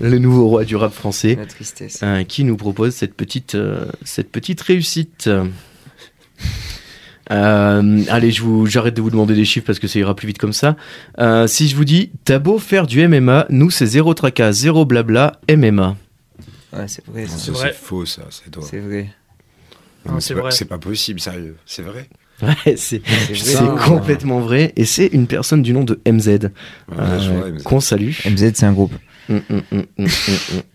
le nouveau roi du rap français, la tristesse. euh, qui nous propose cette petite, euh, cette petite réussite. Euh, allez, je vous, j'arrête de vous demander des chiffres parce que ça ira plus vite comme ça. Euh, si je vous dis, t'as beau faire du MMA, nous c'est zéro tracas, zéro blabla, MMA. Ouais, c'est vrai. Non, ça. ça, vrai. C'est faux, ça, c'est toi. C'est vrai. Non, Non, mais c'est c'est pas, vrai. c'est pas possible, sérieux. C'est vrai. [laughs] hein. Ouais, c'est, C'est c'est vrai. complètement vrai. Et c'est une personne du nom de MZ, Ouais, euh, je vois, mais- qu'on salue. MZ, c'est un groupe. Mm, mm, mm, mm, mm,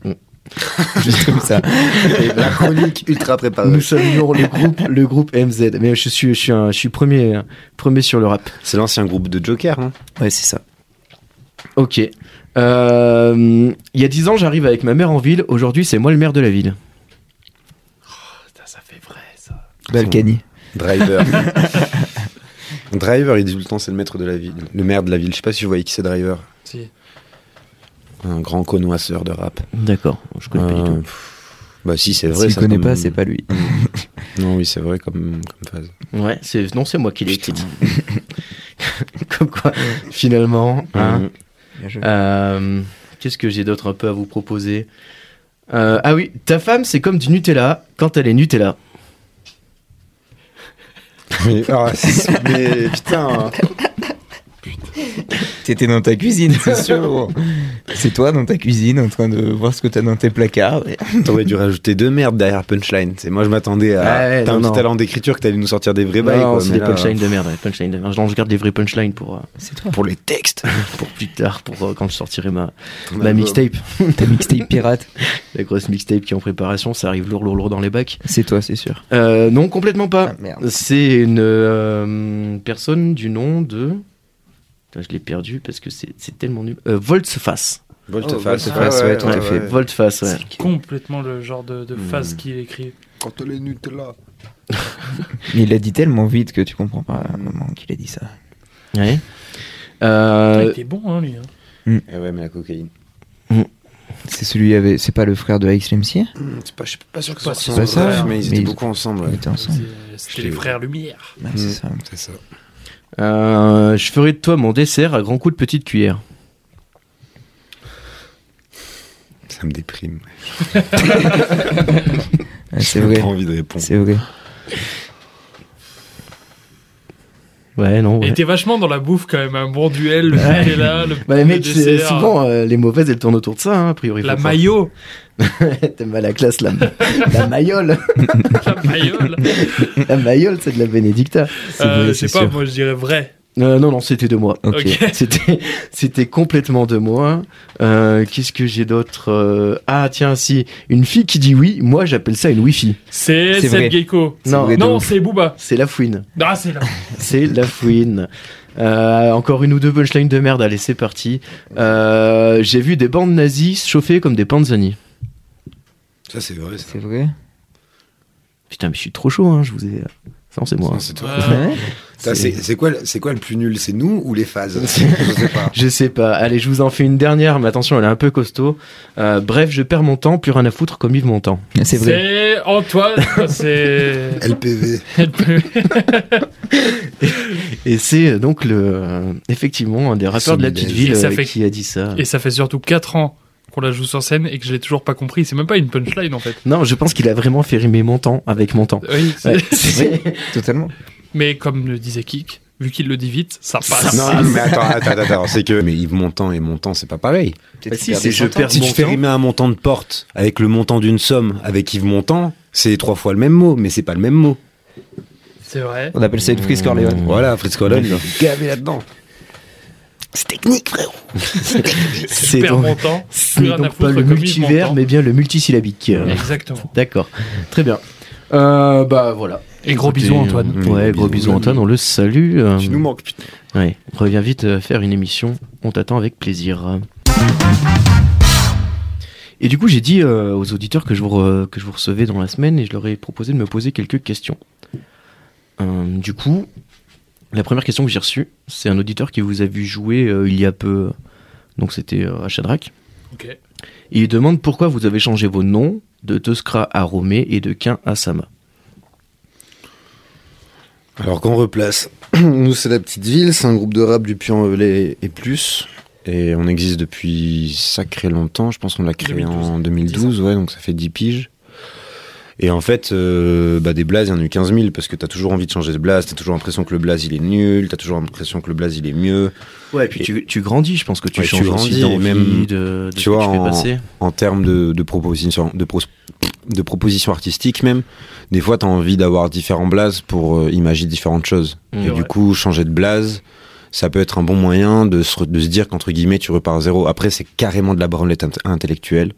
mm, mm. Juste [laughs] comme ça. La chronique ultra préparée. Nous saluons le groupe, le groupe MZ. Mais je suis, je suis, un- je suis premier, euh, premier sur le rap. C'est l'ancien groupe de Joker, hein. non Ouais, c'est ça. Ok. Euh, il y a 10 ans, j'arrive avec ma mère en ville. Aujourd'hui, c'est moi le maire de la ville. Putain, ça fait vrai ça. Balkany. Driver. Driver, il dit tout le temps, c'est le maître de la ville, le maire de la ville. Je sais pas si vous voyez qui c'est Driver. Si. Un grand connoisseur de rap. D'accord. Je connais pas du Euh, tout. pff, Bah si, c'est vrai. S'il ça, connaît comme- pas, c'est pas lui. Non, oui, c'est vrai comme, comme phase. Ouais, c'est, non, c'est moi qui l'ai écrite. [laughs] Comme quoi, finalement. hein. Mhm. Bien joué. Euh, Qu'est-ce que j'ai d'autre un peu à vous proposer Euh, Ah oui, ta femme, c'est comme du Nutella quand elle est Nutella. Mais, ah, c'est- mais putain, T'étais dans ta cuisine, c'est [laughs] sûr. c'est toi dans ta cuisine en train de voir ce que t'as dans tes placards. Et- [laughs] t'aurais dû rajouter deux merdes derrière punchline. C'est moi, je m'attendais à. Ouais, T'as non, un non. petit talent d'écriture que t'allais nous sortir des vrais bails. non, Eh ben, quoi, c'est mais des là, punchlines de merde. ouais, punchlines de merde. Non, je garde les vraies punchlines pour, euh, C'est toi. Pour les textes. pour plus tard, pour euh, quand je sortirai ma, Ton ma album. Bah, mixtape. Ta mixtape pirate. La grosse mixtape qui est en préparation, ça arrive lourd, lourd, lourd dans les bacs. C'est toi, c'est sûr. Euh, non, complètement pas. Ah, merde. C'est une euh, personne du nom de. Putain, je l'ai perdu parce que c'est c'est tellement nul. Euh, Voltface. Volteface, Ah Volteface, ouais, ouais, tout à ouais, fait. ouais. Voltface, ouais. Complètement le genre de, de phase Hmm. qu'il écrit. Quand les Nutella. Mais il l'a dit tellement vite que tu comprends pas à un moment qu'il a dit ça. Ouais. Euh, Il était bon, hein, lui. hein. Et Eh ouais, mais la cocaïne. C'est celui avec. C'est pas le frère de AXLMC Mmh, C'est pas, je suis pas sûr que Pas ce sûr. soit ensemble, Pas ça, mais ils mais étaient ils- beaucoup ensemble. On ouais. était ensemble. C'est- Je C'était les l'ai- frères Lumière. Ouais, Mm. c'est ça. C'est ça. Euh, je ferai de toi mon dessert à grands coups de petite cuillère. Ça me déprime. Ouais, Ah, c'est J'ai vrai. pas envie de répondre. C'est vrai. Ouais, non, Il ouais. était vachement dans la bouffe quand même. Un bon duel, le Nutella, le, Bah, les le mecs, c'est- dessert, souvent, euh, les mauvaises, elles tournent autour de ça, hein, a priori. La faut croire. maillot. [laughs] T'aimes à la classe, la, [laughs] la maillole. La maillole. La maillole, c'est de la Benedicta. Euh, vrai, je c'est sais pas, sûr. moi je dirais vrai. Euh, non, non, c'était de moi. Ok. Ok. [laughs] C'était, c'était complètement de moi. Euh, qu'est-ce que j'ai d'autre Euh, Ah, tiens, si. Une fille qui dit oui, moi, j'appelle ça une wifi. C'est C'est vrai. Seth Gecko. C'est Non. vrai de Non, ouf. c'est Booba. C'est la fouine. Ah, c'est là. C'est la fouine. Euh, encore une ou deux punchlines de merde. Allez, c'est parti. Euh, j'ai vu des bandes nazies se chauffer comme des panzani. Ça, c'est vrai. ça. C'est vrai. Putain, mais je suis trop chaud, hein, je vous ai. Ça, c'est moi. Non, hein. c'est toi. Ouais. Ouais. Ça, C'est- C'est c'est quoi, le- c'est quoi le plus nul C'est nous ou les phases Je sais pas. Je sais pas. Allez, je vous en fais une dernière, mais attention, elle est un peu costaud. Euh, bref, je perds mon temps, plus rien à foutre comme Yves Montand. C'est vrai. C'est Antoine. C'est. LPV. Et c'est euh, donc le, euh, effectivement, un des rappeurs de la petite ville Et ça euh, fait- qui a dit ça. Et ça fait surtout 4 ans qu'on la joue sur scène et que je l'ai toujours pas compris. C'est même pas une punchline en fait. Non, je pense qu'il a vraiment fait rimer mon temps avec mon temps. Oui, [laughs] c'est- Ouais, [laughs] c'est- Totalement. Mais comme le disait Kik, vu qu'il le dit vite, ça passe. Non, mais attends, attends, attends, attends, c'est que. Mais Yves Montand et Montand, c'est pas pareil. Bah si, c'est je perds Si mon tu fais temps. rimer un montant de porte avec le montant d'une somme avec Yves Montand, c'est trois fois le même mot, mais c'est pas le même mot. C'est vrai. On appelle ça une frise Mm. Corleone. Voilà, Fritz Colonne, il est gavé là-dedans. C'est Super donc, montant. ce Plus n'est rien à donc pas foutre le comme Yves multivers, Montand. mais bien le multisyllabique. Euh, Exactement. D'accord. Très bien. Euh, bah voilà. Et gros Écoutez, bisous, Antoine. euh, Ouais, gros bisous, Antoine, on le salue. euh, Tu nous manques, putain. ouais. Reviens vite euh, faire une émission, on t'attend avec plaisir. Et du coup, j'ai dit euh, aux auditeurs que je, vous re- que je vous recevais dans la semaine et je leur ai proposé de me poser quelques questions. Euh, du coup, la première question que j'ai reçue, c'est un auditeur qui vous a vu jouer euh, il y a peu, donc c'était euh, à Shadrach. Ok. Et il demande pourquoi vous avez changé vos noms de Toscra à Romé et de Quin à Sama. Alors qu'on replace, [clears throat] nous c'est la petite ville, c'est un groupe de rap du Puy-en-Velay et plus. Et on existe depuis sacré longtemps, je pense qu'on l'a créé en 2012, ouais, donc ça fait 10 piges. Et en fait, euh, bah, des blazes, il y en a eu 15 000 parce que t'as toujours envie de changer de blaze, t'as toujours l'impression que le blaze il est nul, t'as toujours l'impression que le blaze il est mieux. Ouais, et puis Et- tu, tu grandis, je pense que tu Ouais, tu changes aussi grandis, d'envie, et même, de, de tu ce que vois, tu fais en- passer. en termes de, de propositions de, pros- de propositions artistiques même des fois t'as envie d'avoir différents blazes pour euh, imaginer différentes choses Mmh. et C'est du vrai. coup changer de blaze ça peut être un bon moyen de se, re- de se dire qu'entre guillemets tu repars à zéro après c'est carrément de la branlette int- intellectuelle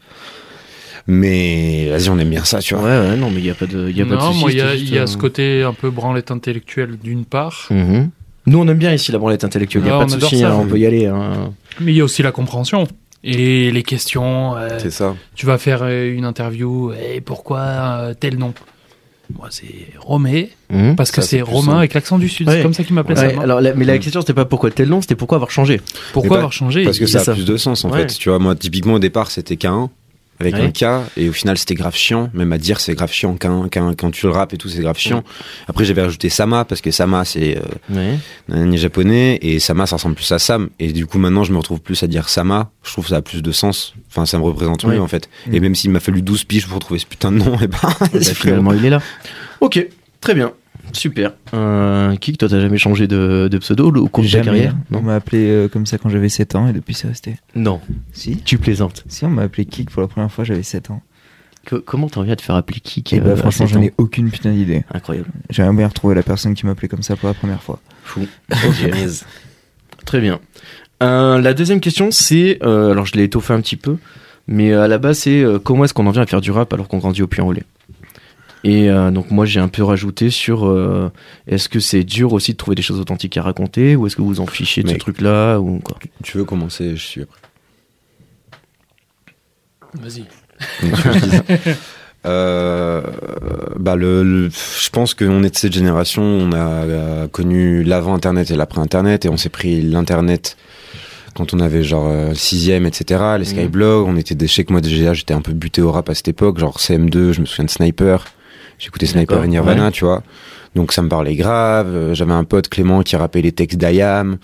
mais vas-y on aime bien ça tu Ouais, vois ouais, non, mais il n'y a pas de, y a pas de non, soucis, moi, il y a, c'est juste, il y a euh, ce côté un peu branlette intellectuelle d'une part, Mhm. Nous, on aime bien ici la branlette intellectuelle, il n'y a Ouais, pas de on adore souci, ça. hein, on peut y aller. hein. mais il y a aussi la compréhension. Et les questions, euh, c'est ça tu vas faire euh, une interview, et pourquoi euh, tel nom Moi, c'est Romé, Mhm. parce que Mmh. Ça, c'est c'est plus Romain simple. avec l'accent du Sud, Ouais. c'est comme ça qu'il m'appelait Ouais, ça. alors, la- mais la question, c'était pas pourquoi tel nom, c'était pourquoi avoir changé. Pourquoi Mais avoir changé parce que c'est ça a ça. plus de sens en Ouais. fait tu vois moi typiquement au départ c'était K1 avec Ouais. un K et au final c'était grave chiant même à dire c'est grave chiant K1 K1 quand tu le rappes et tout c'est grave chiant après j'avais rajouté Sama parce que Sama c'est euh, [laughs] Ouais. nanani japonais et Sama ça ressemble plus à Sam et du coup maintenant je me retrouve plus à dire Sama je trouve que ça a plus de sens enfin ça me représente Ouais. mieux en fait Mm. et même s'il m'a fallu 12 piges pour trouver ce putain de nom [laughs] et bah, Bah, finalement, il est là. Ok, très bien. Super. Euh, Kik, toi, t'as jamais changé de, de pseudo au cours de ta Jamais. carrière On Non. m'a appelé euh, comme ça quand j'avais 7 ans et depuis c'est resté. non, Si tu plaisantes. Si, on m'a appelé Kik pour la première fois, j'avais 7 ans. Que- comment t'en viens à te faire appeler Kik Et euh, à bah, franchement, sept j'en ans ai aucune putain d'idée. Incroyable. J'aimerais bien retrouver la personne qui m'appelait comme ça pour la première fois. Fou. [laughs] Très bien. Euh, la deuxième question, c'est. euh, alors, je l'ai étoffé un petit peu, mais euh, à la base, c'est euh, comment est-ce qu'on en vient à faire du rap alors qu'on grandit au Puy-en-Velay Et euh, donc, moi, j'ai un peu rajouté sur euh, est-ce que c'est dur aussi de trouver des choses authentiques à raconter ou est-ce que vous en fichez de Mais- ce truc-là ou quoi tu veux commencer je suis après Vas-y. [laughs] Donc, je dis ça. Euh, bah le, le- je pense qu'on est de cette génération, on a euh, connu l'avant Internet et l'après Internet, et on s'est pris l'Internet quand on avait genre euh, 6ème, etc. Les skyblogs, on était des chèques. Moi déjà, j'étais un peu buté au rap à cette époque, genre CM2, je me souviens de Sniper. J'écoutais Sniper D'accord, et Nirvana, tu vois. Donc ça me parlait grave. Euh, J'avais un pote Clément qui rappelait les textes d'IAM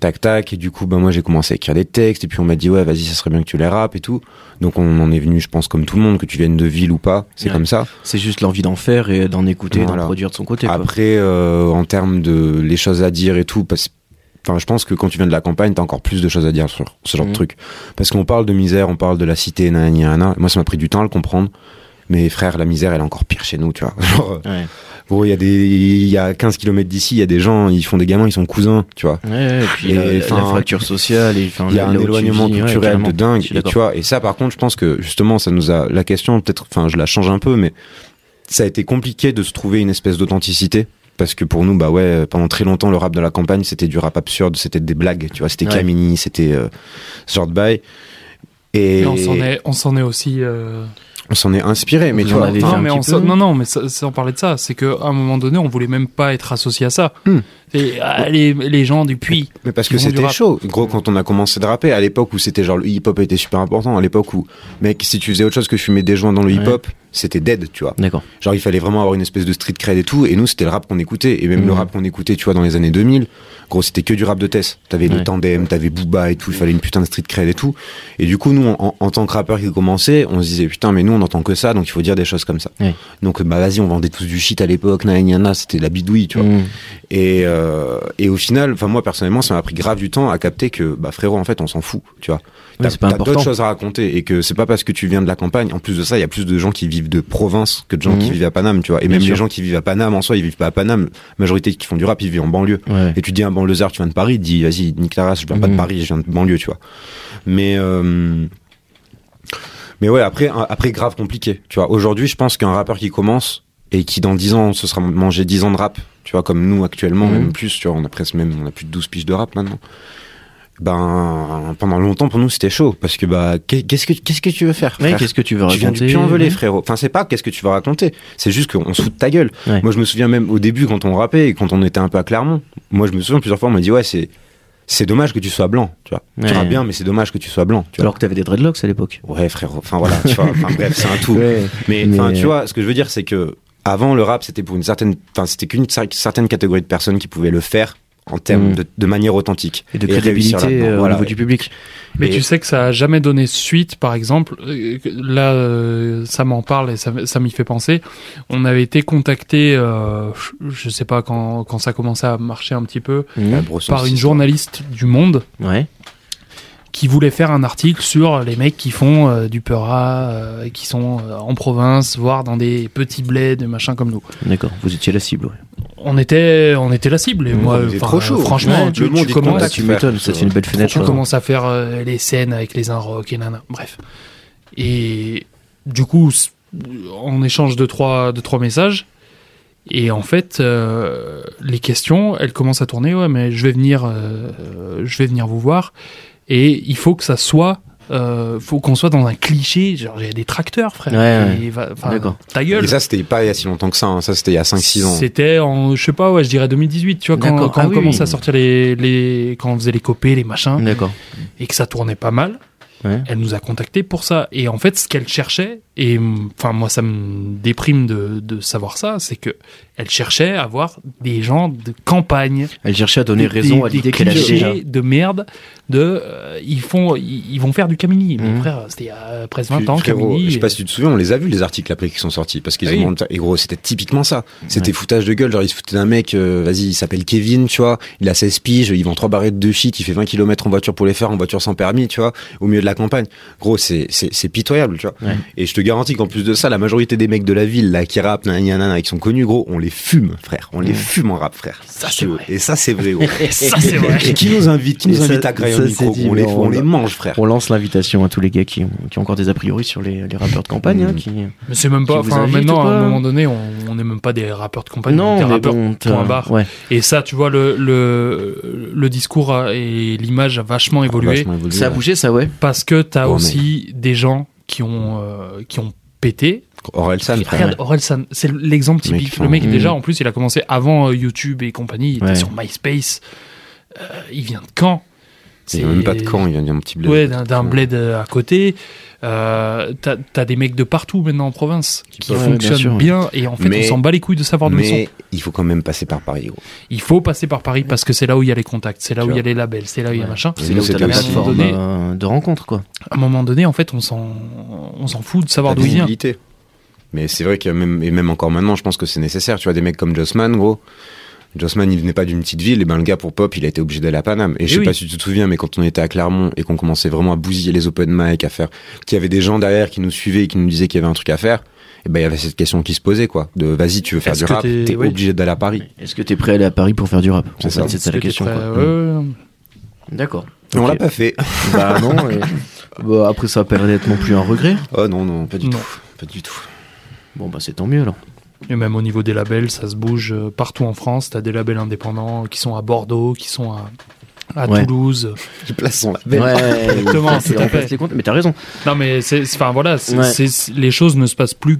tac tac et du coup bah moi j'ai commencé à écrire des textes et puis on m'a dit ouais vas-y ça serait bien que tu les rappes et tout donc on en est venu je pense comme tout le monde que tu viennes de ville ou pas c'est Ouais. comme ça C'est juste l'envie d'en faire et d'en écouter, d'en Voilà. produire de son côté. quoi. après euh, en termes de les choses à dire et tout parce enfin je pense que quand tu viens de la campagne t'as encore plus de choses à dire sur ce genre Mhm. de truc parce qu'on parle de misère on parle de la cité nanani nanana. moi ça m'a pris du temps à le comprendre mais frère la misère elle est encore pire chez nous tu vois [laughs] genre euh, Ouais. gros il y a des il y a 15 kilomètres d'ici il y a des gens ils font des gamins ils sont cousins tu vois Ouais, ouais, et puis Et, la, la- la enfin, fracture sociale. et, enfin, il y a là un où tu éloignement vis, ouais, culturel carrément. de dingue Je suis et d'accord. tu vois et ça par contre je pense que justement ça nous a la question peut-être enfin je la change un peu mais ça a été compliqué de se trouver une espèce d'authenticité parce que pour nous bah ouais pendant très longtemps le rap de la campagne c'était du rap absurde c'était des blagues tu vois c'était Ouais. Camini c'était euh, ce genre de bail et, Mais on s'en est, on s'en est aussi. euh, on s'en est inspiré mais Vous tu en vois avez fait enfin, Non, un mais petit on s'en- peu. non, non, mais ça- sans parler de ça, c'est qu'à un moment donné, on voulait même pas être associé à ça. Hmm. Et, ah, les, les gens du puits. Mais parce qui que font du c'était rap. chaud. Gros, quand on a commencé de rapper, à l'époque où c'était genre le hip-hop était super important, à l'époque où, mec, si tu faisais autre chose que fumer des joints dans le Ouais. hip-hop, c'était dead, tu vois. D'accord. Genre, il fallait vraiment avoir une espèce de street cred et tout. Et nous, c'était le rap qu'on écoutait. Et même Mhm. le rap qu'on écoutait, tu vois, dans les années 2000. Gros, c'était que du rap de Tess. T'avais Ouais. le tandem, t'avais Booba et tout. Il fallait une putain de street cred et tout. Et du coup, nous, en, en tant que rappeurs qui commençaient, on se disait, putain, mais nous, on n'entend que ça. Donc, il faut dire des choses comme ça. Ouais. Donc, bah, vas-y, on vendait tous du shit à l'époque. na, na, na, c'était de la bidouille, tu vois. Mm. Et, euh, et au final, enfin, moi, personnellement, ça m'a pris grave du temps à capter que, bah, frérot, en fait, on s'en fout, tu vois. Ouais, T'as c'est pas t'as important. d'autres choses à raconter et que c'est pas parce que tu viens de la campagne. En plus de ça, il y a plus de gens qui vivent de province que de gens Mhm. qui vivent à Paname, tu vois. Et Bien même sûr. les gens qui vivent à Paname en soi, ils vivent pas à Paname. La majorité qui font du rap, ils vivent en banlieue. Ouais. Et tu dis à un banlieusard, tu viens de Paris, il te dit, vas-y, nique la race, je viens pas Mhm. de Paris, je viens de banlieue, tu vois. Mais, euh, mais ouais, après, un- après, grave compliqué, tu vois. Aujourd'hui, je pense qu'un rappeur qui commence, et qui dans 10 ans se sera mangé 10 ans de rap, tu vois, comme nous actuellement, Mhm. même plus, tu vois, on a presque même on a plus de 12 piges de rap maintenant. Ben pendant longtemps pour nous c'était chaud parce que bah qu'est- qu'est-ce que qu'est-ce que tu veux faire Ouais, frère qu'est-ce que tu veux tu raconter viens du Puy-en-Velay, ouais. frérot. Enfin, c'est pas qu'est-ce que tu vas raconter. C'est juste qu'on se fout de ta gueule. Ouais. Moi, je me souviens même au début, quand on rappait et quand on était un peu à Clermont, moi, je me souviens plusieurs fois, on m'a dit, ouais, c'est, c'est dommage que tu sois blanc, tu vois. Ouais. Tu rappes bien, mais c'est dommage que tu sois blanc, tu vois. Alors que t'avais des dreadlocks à l'époque. Ouais, frérot. Enfin, voilà, tu vois. Enfin, bref, c'est un [laughs] tout. Mais, Mais- enfin, tu vois, ce que je veux dire, c'est que avant, le rap, c'était pour une certaine, enfin, c'était qu'une cer- certaine catégorie de personnes qui pouvaient le faire en termes Mm. de, de manière authentique. Et de Et réussir crédibilité là-dedans, euh, voilà, au niveau ouais. du public. Et- Mais tu sais que ça a jamais donné suite, par exemple. euh, que- Là, euh, ça m'en parle et ça, ça m'y fait penser. On avait été contacté, euh, je- je sais pas quand, quand ça commençait à marcher un petit peu, La brosse par en une six, journaliste du Monde Mmh. Ouais. qui voulait faire un article sur les mecs qui font euh, du peura, euh, et qui sont euh, en province, voire dans des petits bleds, des machins comme nous. D'accord. Vous étiez la cible. ouais. On était, on était la cible. Et Mmh, moi, vous êtes enfin, trop chaud. franchement, Ouais, tu, le tu monde, il commences, Ah, contacte. tu m'étonnes. Ça, c'est une belle fenêtre. tu ça. commences à faire euh, les scènes avec les Inrocks et nana. Bref. Et du coup, s- on échange deux trois, deux, trois messages. Et en fait, euh, les questions, elles commencent à tourner. Ouais, mais je vais venir, euh, euh, je vais venir vous voir. Et il faut que ça soit, euh, faut qu'on soit dans un cliché. Genre, j'ai des tracteurs, frère. Ouais, Et va- enfin, D'accord. ta quoi. gueule. Et ça, c'était pas il y a si longtemps que ça. hein. Ça, c'était il y a 5-6 ans. C'était en, je sais pas, ouais, je dirais 2018, tu vois, quand, D'accord. quand Ah on oui, commençait oui. Mm. à sortir les, les, quand on faisait les copés, les machins, D'accord. et que ça tournait pas mal. Ouais. Elle nous a contacté pour ça. Et en fait, ce qu'elle cherchait, et enfin, moi, ça me déprime de, de savoir ça, c'est que elle cherchait à avoir des gens de campagne. Elle cherchait à donner des- raison des- à l'idée des qu'elle avait clichés déjà. de merde, de, euh, ils font, ils, ils vont faire du Camini. Mon Mhm. frère, c'était il y a presque Puis, 20 ans, frérot, Camini. Je sais pas si tu te souviens, on les a vus les articles après qui sont sortis parce qu'ils Ah oui. ont monté- et gros c'était typiquement ça. C'était foutage de gueule, genre ils se foutaient d'un mec, euh, vas-y, il s'appelle Kevin, tu vois, il a 16 piges, il vend trois barrettes de shit, il fait 20 km en voiture pour les faire, en voiture sans permis, tu vois, au milieu de la campagne. Gros, c'est c'est c'est pitoyable, tu vois. Ouais. Et je te garantis qu'en plus de ça, la majorité des mecs de la ville là qui rappent, nan, nan, nan, qui sont connus, gros, on les fume, frère, on les fume en rap, frère. Ça, Si c'est tu veux. vrai. Et ça c'est vrai. Gros. Et [laughs] ça, [laughs] c'est vrai. Et qui nous invite, qui Et nous ça- invite à grailler ça, au c'est micro, dit, on les, mais on on- les mange, frère. On lance l'invitation à tous les gars qui ont, qui ont encore des a priori sur les, les rappeurs de campagne. hein, Mhm. qui... Mais c'est même pas, Qui vous enfin, invite maintenant, ou à pas un moment donné, on on n'est même pas des rappeurs de campagne. on est des mais rappeurs bon, t'as- point barre. Ouais. Et ça, tu vois, le, le, le discours a- et l'image a vachement évolué Vachement évolué, Ça a ouais. bougé, ça, ouais. parce que t'as Oh, aussi des gens qui ont, euh, qui ont pété. Orelsan, frère. Regarde, Orelsan, c'est l'exemple Le mec, typique. enfin, Le mec, hmm. déjà, en plus, il a commencé avant euh, YouTube et compagnie. Il Ouais. était sur MySpace. Euh, il vient de Caen. Il C'est vient même pas de camp, il vient d'un petit bled. Ouais, d'un- d'un bled euh, à côté. Euh, t'as t'as des mecs de partout maintenant en province qui, peuvent- ouais, bien fonctionnent sûr. bien, et en fait Mais- on s'en bat les couilles de savoir d'où ils sont. Mais il faut quand même passer par Paris, gros. Il faut passer par Paris parce que c'est là où il y a les contacts, c'est là Tu où il y a vois. les labels, c'est là où il y a Ouais. machin. Et C'est nous, là où t'as c'était la aussi- plateforme Donné- euh, de rencontre, quoi. À un moment donné, en fait, on s'en on s'en fout de savoir La d'où il vient. visibilité. Mais c'est vrai que même, et même encore maintenant, je pense que c'est nécessaire. Tu vois, des mecs comme Jossman, gros. Jossman, il venait pas d'une petite ville, et ben le gars pour pop, il a été obligé d'aller à Paname. Et, je Eh sais oui. pas si tu te souviens, mais quand on était à Clermont et qu'on commençait vraiment à bousiller les open mic, à faire, qu'il y avait des gens derrière qui nous suivaient et qui nous disaient qu'il y avait un truc à faire, et ben il y avait cette question qui se posait, quoi. De vas-y, tu veux faire Est-ce du que rap, t'es- t'es oui. obligé d'aller à Paris. Est-ce que t'es prêt à aller à Paris pour faire du rap En C'est fait, ça. c'est ça la Est-ce que question, t'es prêt quoi. Mmh. Mm. Ouais, ouais, ouais. D'accord. Et on Ok. l'a pas [laughs] fait. [laughs] Bah non. et- bah, après, ça a pas l'air d'être non plus un regret. Oh non, non, pas du Non. tout. Pas du tout. Bon, bah c'est tant mieux, alors. Et même au niveau des labels, ça se bouge euh, partout en France. T'as des labels indépendants qui sont à Bordeaux, qui sont à, à Ouais. Toulouse. Ils placent son [laughs] label. Ouais, Exactement, c'est- tout à on place fait. les comptes, mais t'as raison. Non, mais c'est, c'est- enfin voilà, c'est- Ouais. c'est- c'est- les choses ne se passent plus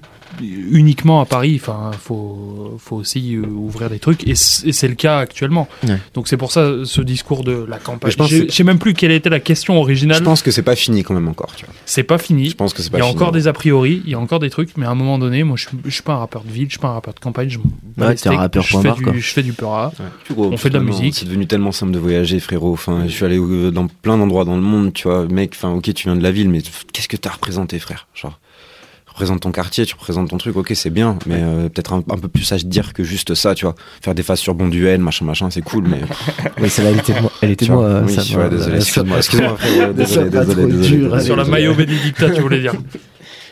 uniquement à Paris. Enfin, faut, faut aussi euh, ouvrir des trucs, et c'est, et c'est le cas actuellement. Ouais. Donc c'est pour ça ce discours de la campagne. Mais je pense Je que- sais même plus quelle était la question Je originale. pense que c'est pas fini quand même encore, tu vois. C'est pas fini. Je pense que c'est pas Il y a Bah, fini. encore des a priori, il y a encore des trucs, mais à un moment donné, moi je suis, je suis pas un rappeur de ville, je suis pas un rappeur de campagne, je, m'en bats Ouais, les t'es un steaks, rappeur je, point fais barre, quoi. du, je fais du peura. On fait de la musique. C'est devenu tellement simple de voyager, frérot. Enfin, je suis allé au- dans plein d'endroits dans le monde, tu vois. Mec, enfin, ok, tu viens de la ville, mais qu'est-ce que t'as représenté, frère Genre, représente ton quartier, tu représentes ton truc, ok, c'est bien, mais euh, peut-être un, un peu plus à se dire que juste ça, tu vois. Faire des faces sur bon duel, machin, machin, c'est cool, mais. Mais celle-là, elle était de moi. Elle était tu de moi. vois, euh, oui, ça tu va, vois, désolé, euh, [laughs] excuse-moi, excuse-moi, frérot, Ça va pas désolé, désolé, trop désolé, dur, désolé, hein, Sur la désolé. maillot bénédicta, tu voulais dire.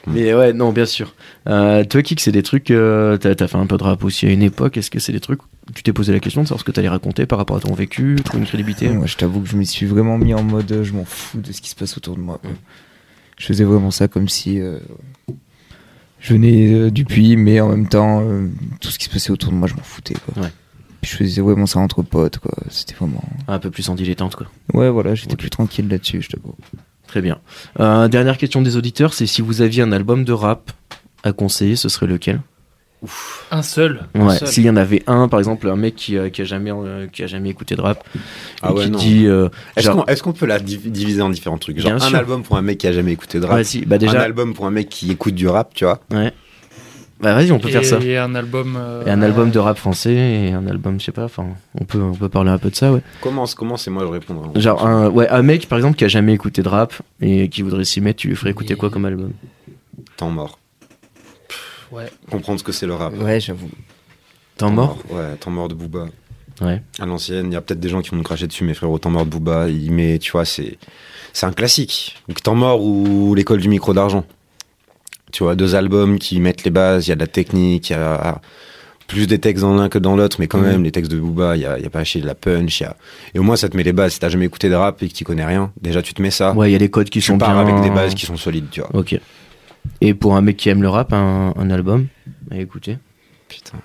Mais ouais, non, bien sûr. Euh, toi, Kik, c'est des trucs. euh, t'as, t'as fait un peu de rap aussi à une époque. Est-ce que c'est des trucs. où Tu t'es posé la question de savoir ce que t'allais raconter par rapport à ton vécu, trouver une crédibilité Moi, je t'avoue que je m'y suis vraiment mis en mode euh, je m'en fous de ce qui se passe autour de moi. quoi. Je faisais vraiment ça comme si euh, je venais euh, du puits, mais en même temps, euh, tout ce qui se passait autour de moi, je m'en foutais. Quoi. Ouais. Puis je faisais ouais, bon, ça entre potes, quoi. C'était vraiment. Un peu plus en dilettante, quoi. Ouais, voilà, j'étais Ok. plus tranquille là-dessus, je t'avoue. Très bien. Euh, dernière question des auditeurs, c'est si vous aviez un album de rap à conseiller, ce serait lequel Un seul. Ouais. S'il y en avait un, par exemple, un mec qui, euh, qui a jamais euh, qui a jamais écouté de rap, Ah et ouais, qui non. dit, euh, Est-ce genre- qu'on est-ce qu'on peut la div- diviser en différents trucs Genre Bien un sûr. album pour un mec qui a jamais écouté de rap, ouais, si, bah un déjà, album pour un mec qui écoute du rap, tu vois. ouais. Bah vas-y, [laughs] on peut et, faire ça. et un album. euh, Et un album de rap français et un album, je sais pas, enfin, on peut, on peut parler un peu de ça, ouais. Commence, commence et moi je répondrai. Genre, un, ouais, un mec, par exemple, qui a jamais écouté de rap et qui voudrait s'y mettre, tu lui ferais écouter quoi comme album Temps mort. ouais. Comprendre ce que c'est le Ah, rap. Ouais, j'avoue. Temps mort Ouais, temps mort de Booba. Ouais. À l'ancienne, il y a peut-être des gens qui vont me cracher dessus, mais frérot, temps mort de Booba, il met, tu vois, c'est, c'est un classique. Donc, temps mort ou l'école du micro d'argent. Tu vois, deux albums qui mettent les bases, il y a de la technique, il y a plus des textes dans l'un que dans l'autre, mais quand Mhm. même, les textes de Booba, il y a, il y a pas à chier de la punch, il y a... et au moins ça te met les bases. Si t'as jamais écouté de rap et que tu connais rien, déjà tu te mets ça. Ouais, il y a les codes qui Ah. tu sont pars bien... avec des bases qui sont solides, tu vois. Ok. Et pour un mec qui aime le rap, un, un album à écouter Putain.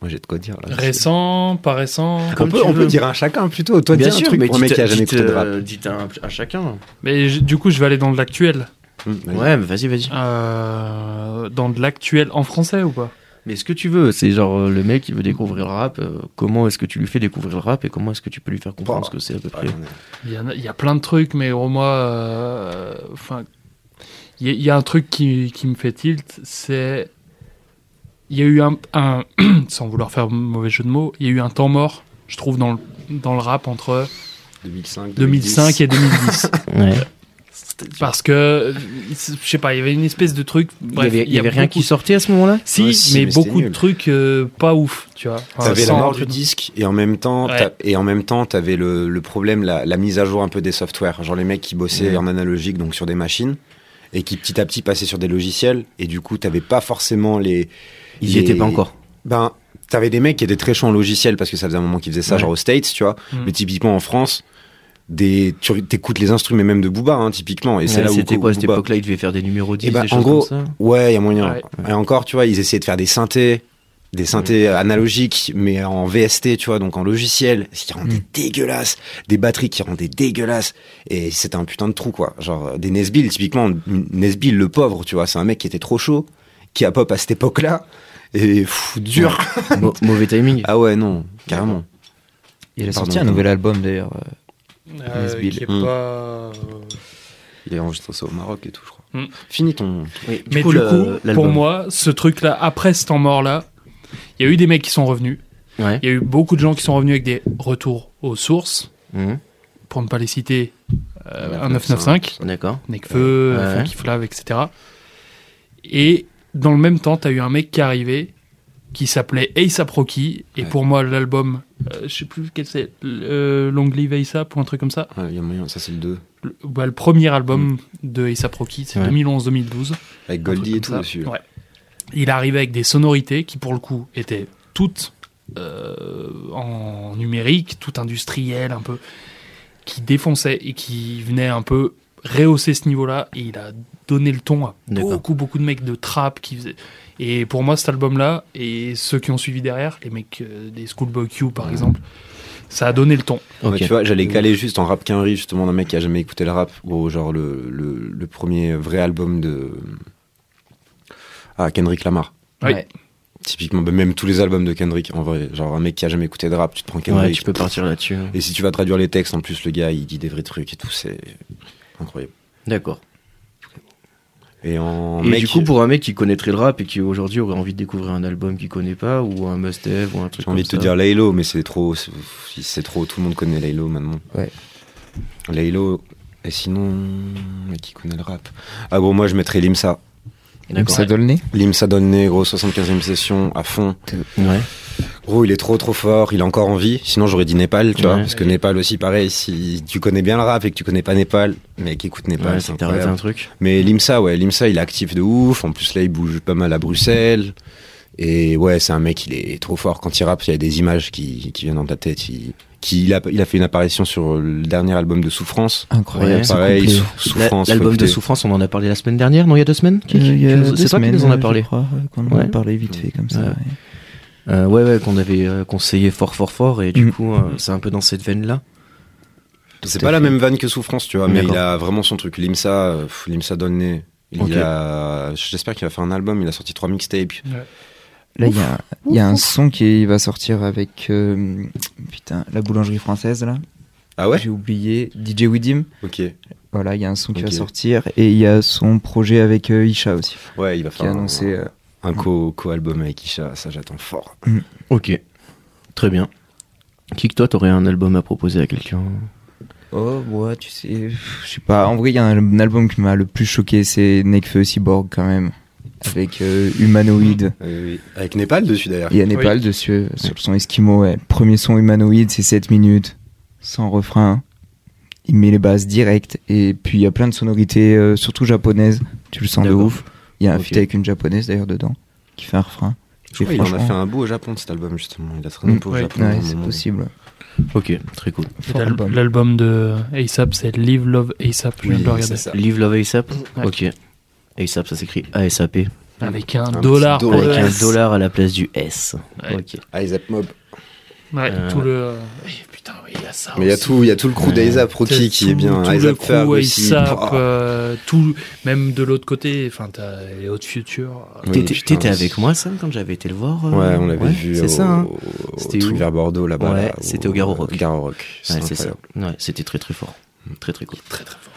Moi j'ai de quoi dire là. Récent, pas récent. Comme on peut, tu on veux. peut dire un chacun plutôt. Toi, dis un truc pour un mec qui a jamais écouté de rap. Dites un, à chacun. Mais j- du coup, je vais aller dans de l'actuel. Hum, vas-y. Ouais, mais vas-y, vas-y. Euh, dans de l'actuel en français ou pas Mais ce que tu veux, c'est genre euh, le mec qui veut découvrir le rap, euh, comment est-ce que tu lui fais découvrir le rap et comment est-ce que tu peux lui faire comprendre Bah, ce que c'est à peu Ouais, près j'en ai- Il y, en a- il y a plein de trucs, mais au moins, euh, enfin, il y, a- il y a un truc qui, qui me fait tilt, c'est il y a eu un, un- [clears throat] sans vouloir faire mauvais jeu de mots, il y a eu un temps mort, je trouve, dans le, dans le rap entre 2005, 2005 [laughs] et 2010, Ouais. parce que euh, je sais pas, il y avait une espèce de truc, Il y bref, avait, il y a avait rien beaucoup- qui sortait à ce moment-là Si, Ouais, si, mais, mais c'était beaucoup de nul. trucs euh, pas ouf, tu vois. Enfin, T'avais la sans- mort du disque et en même temps, Ouais. t'as- et en même temps, t'avais le, le problème, la, la mise à jour un peu des softwares. Genre les mecs qui bossaient Ouais. en analogique, donc sur des machines, et qui petit à petit passaient sur des logiciels. Et du coup, t'avais pas forcément les. Ils y les- étaient pas encore. Ben, t'avais des mecs qui étaient très chauds en logiciel parce que ça faisait un moment qu'ils faisaient ça, Ouais. genre aux States, tu vois. Mm. Mais typiquement en France, des, tu écoutes les instruments, même de Booba, hein, typiquement. Et c'est Ouais, là où. C'était où quoi à cette Booba- époque-là Ils devaient faire des numéros 10, bah, des en choses gros, comme ça [laughs] Ouais, il y a moyen. Ouais. Et encore, tu vois, ils essayaient de faire des synthés, des synthés Mm. euh, analogiques, mais en VST, tu vois, donc en logiciel, ce qui rendait Mm. dégueulasse, des batteries qui rendaient dégueulasse, et c'était un putain de trou, quoi. Genre, euh, des Nesbill, typiquement, Nesbill, le pauvre, tu vois, c'est un mec qui était trop chaud, qui a pop à cette époque-là, et pff, dur. Mau- Mauvais timing. Ah ouais, non, carrément. Il a Pardon, sorti un pardon. nouvel album d'ailleurs. Euh, Nesbill. qui est Hmm. Mm. pas, euh, Il a enregistré ça au Maroc et tout, je crois. Mm. Fini ton. Oui, du Mais coup, du le- coup, l'album. pour moi, ce truc-là, après ce temps mort-là, il y a eu des mecs qui sont revenus. Ouais. Il y a eu beaucoup de gens qui sont revenus avec des retours aux sources, Mhm. pour ne pas les citer, euh, un 995, 995, D'accord. Nekfeu, Ouais. Funky Flav, etc. Et dans le même temps, tu as eu un mec qui est arrivé, qui s'appelait ASAP Rocky, et Ouais. pour moi, l'album, euh, je sais plus quel c'est, euh, Long Live ASAP ou un truc comme ça. Ouais, ah, il y a moyen, ça c'est le 2. Le, bah, le premier album de ASAP Rocky, c'est Mm. Ouais. 2011-2012. Avec Un Goldie et truc tout comme ça. dessus. Ouais. Il arrivait avec des sonorités qui, pour le coup, étaient toutes euh, en numérique, toutes industrielles, un peu, qui défonçaient et qui venaient un peu rehausser ce niveau-là. Et il a donné le ton à D'accord. beaucoup, beaucoup de mecs de trap qui faisaient. Et pour moi, cet album-là, et ceux qui ont suivi derrière, les mecs euh, des Schoolboy Q par exemple, ça a donné le ton. Ok. Ouais, Ah, bah, tu vois, j'allais caler juste en rap qu'un riz, justement, d'un mec qui a jamais écouté le rap, ou genre le, le, le premier vrai album de. Ah, Kendrick Lamar. Oui. Ouais. Typiquement, bah, même tous les albums de Kendrick, en vrai. Genre un mec qui a jamais écouté de rap, tu te prends Ouais, Kendrick. tu peux partir là-dessus. hein. Et si tu vas traduire les textes, en plus, le gars, il dit des vrais trucs et tout, c'est incroyable. D'accord. Et en Et mec. du coup, pour un mec qui connaîtrait le rap et qui aujourd'hui aurait envie de découvrir un album qu'il connaît pas ou un must-have ou un truc J'ai envie de te comme ça. dire Laylo, mais c'est trop, c'est- c'est trop, tout le monde connaît Laylo maintenant. Ouais. Laylo, et sinon, mais qui connaît le rap Ah bon, moi je mettrais Limsa. Donc D'accord. ça donne le nez Limsa donne nez, gros 75e session à fond. Ouais. Gros, il est trop trop fort, il a encore envie. Sinon, j'aurais dit Népal, tu vois, Ouais. parce que Népal aussi, pareil. Si tu connais bien le rap et que tu connais pas Népal, mec, écoute Népal, Ouais, c'est c'est t'arrêtes un incroyable. truc. Mais Limsa, ouais, Limsa, il est actif de ouf. En plus, là, il bouge pas mal à Bruxelles. Et ouais, c'est un mec, il est trop fort. Quand il rappe, il y a des images qui, qui viennent dans ta tête. Il, qui il a, il a fait une apparition sur le dernier album de Souffrance. Ouais, Incroyable. c'est Pareil, complet. Sou- Souffrance. faut L'album de écouter. Souffrance, on en a parlé la semaine dernière, non Il y a deux semaines Kik Euh, il y a Tu nous- deux C'est toi qui semaines, nous en euh, as je parlé. crois, euh, qu'on en Ouais. a parlé vite fait comme ça. Ouais. ouais. Euh, ouais, ouais, qu'on avait euh, conseillé fort, fort, fort, et du Mm. coup, euh, c'est un peu dans cette veine-là. C'est Tout à pas la fait. même vanne que Souffrance, tu vois, mais D'accord. il a vraiment son truc. L'IMSA, euh, pff, l'IMSA donne le nez. Il Ok. a, j'espère qu'il va faire un album. Il a sorti trois mixtapes. Là, il y a, il y a un son qui va sortir avec euh, putain, la boulangerie française, là. Ah ouais J'ai oublié. DJ Widim. Ok. Voilà, il y a un son qui Ok. va sortir. Et il y a son projet avec euh, Isha aussi, Ouais, il va qui faire a un- annoncé. euh, un, co- co-album avec Isha. Ça, j'attends fort. Ok. Très bien. Kik, toi, t'aurais un album à proposer à quelqu'un Oh, ouais, tu sais, pff, je sais pas. En vrai, il y a un, un album qui m'a le plus choqué, c'est Nekfeu Cyborg, quand même. Avec euh, Humanoid. Avec Népal dessus d'ailleurs. Il y a Népal dessus, euh, sur le son Eskimo, ouais. Premier son humanoïde, c'est 7 minutes, sans refrain. Il met les bases directes, et puis il y a plein de sonorités, euh, surtout japonaises, tu le sens de D'accord. ouf. Il y a un Ok. feat avec une japonaise d'ailleurs dedans, qui fait un refrain. Je crois Et qu'il en a franchement- fait un beau au Japon de cet album justement. Il a traîné un Mm. peu au Ouais. Japon. à un Ouais, c'est moment. possible. Ok, très cool. Et Fort l'al- album. L'album de ASAP, c'est Live Love ASAP. Je viens de le Oui, c'est regarder. ça. Bah. Live Love ASAP Ouais. Ok. ASAP, ça s'écrit ASAP. Avec un, petit dollar. dollar. pour le Avec un S. dollar à la place du S. Ouais. Ok. Aesop Ah, Mob. Ouais, Euh, tout le. Eh, putain, oui, il y a ça. Mais il y a aussi. tout, il y a tout le crew Ouais. d'Aesop T'as Rocky qui est tout- bien. Tout le Aesop crew, Ferg aussi. A$AP, Oh. euh, tout, même de l'autre côté, enfin, t'as les Hot Future. euh. Oui, T'étais putain, t'étais c'est- avec moi, Sam, quand j'avais été le voir euh, Ouais, on l'avait vu. C'est au- ça, hein. au- au C'était truc où vers Bordeaux là-bas. Ouais, là, c'était au Garo Rock. Garo Rock. Ouais, incroyable. c'est ça. Ouais, c'était très très fort. Très très cool. Très, très fort.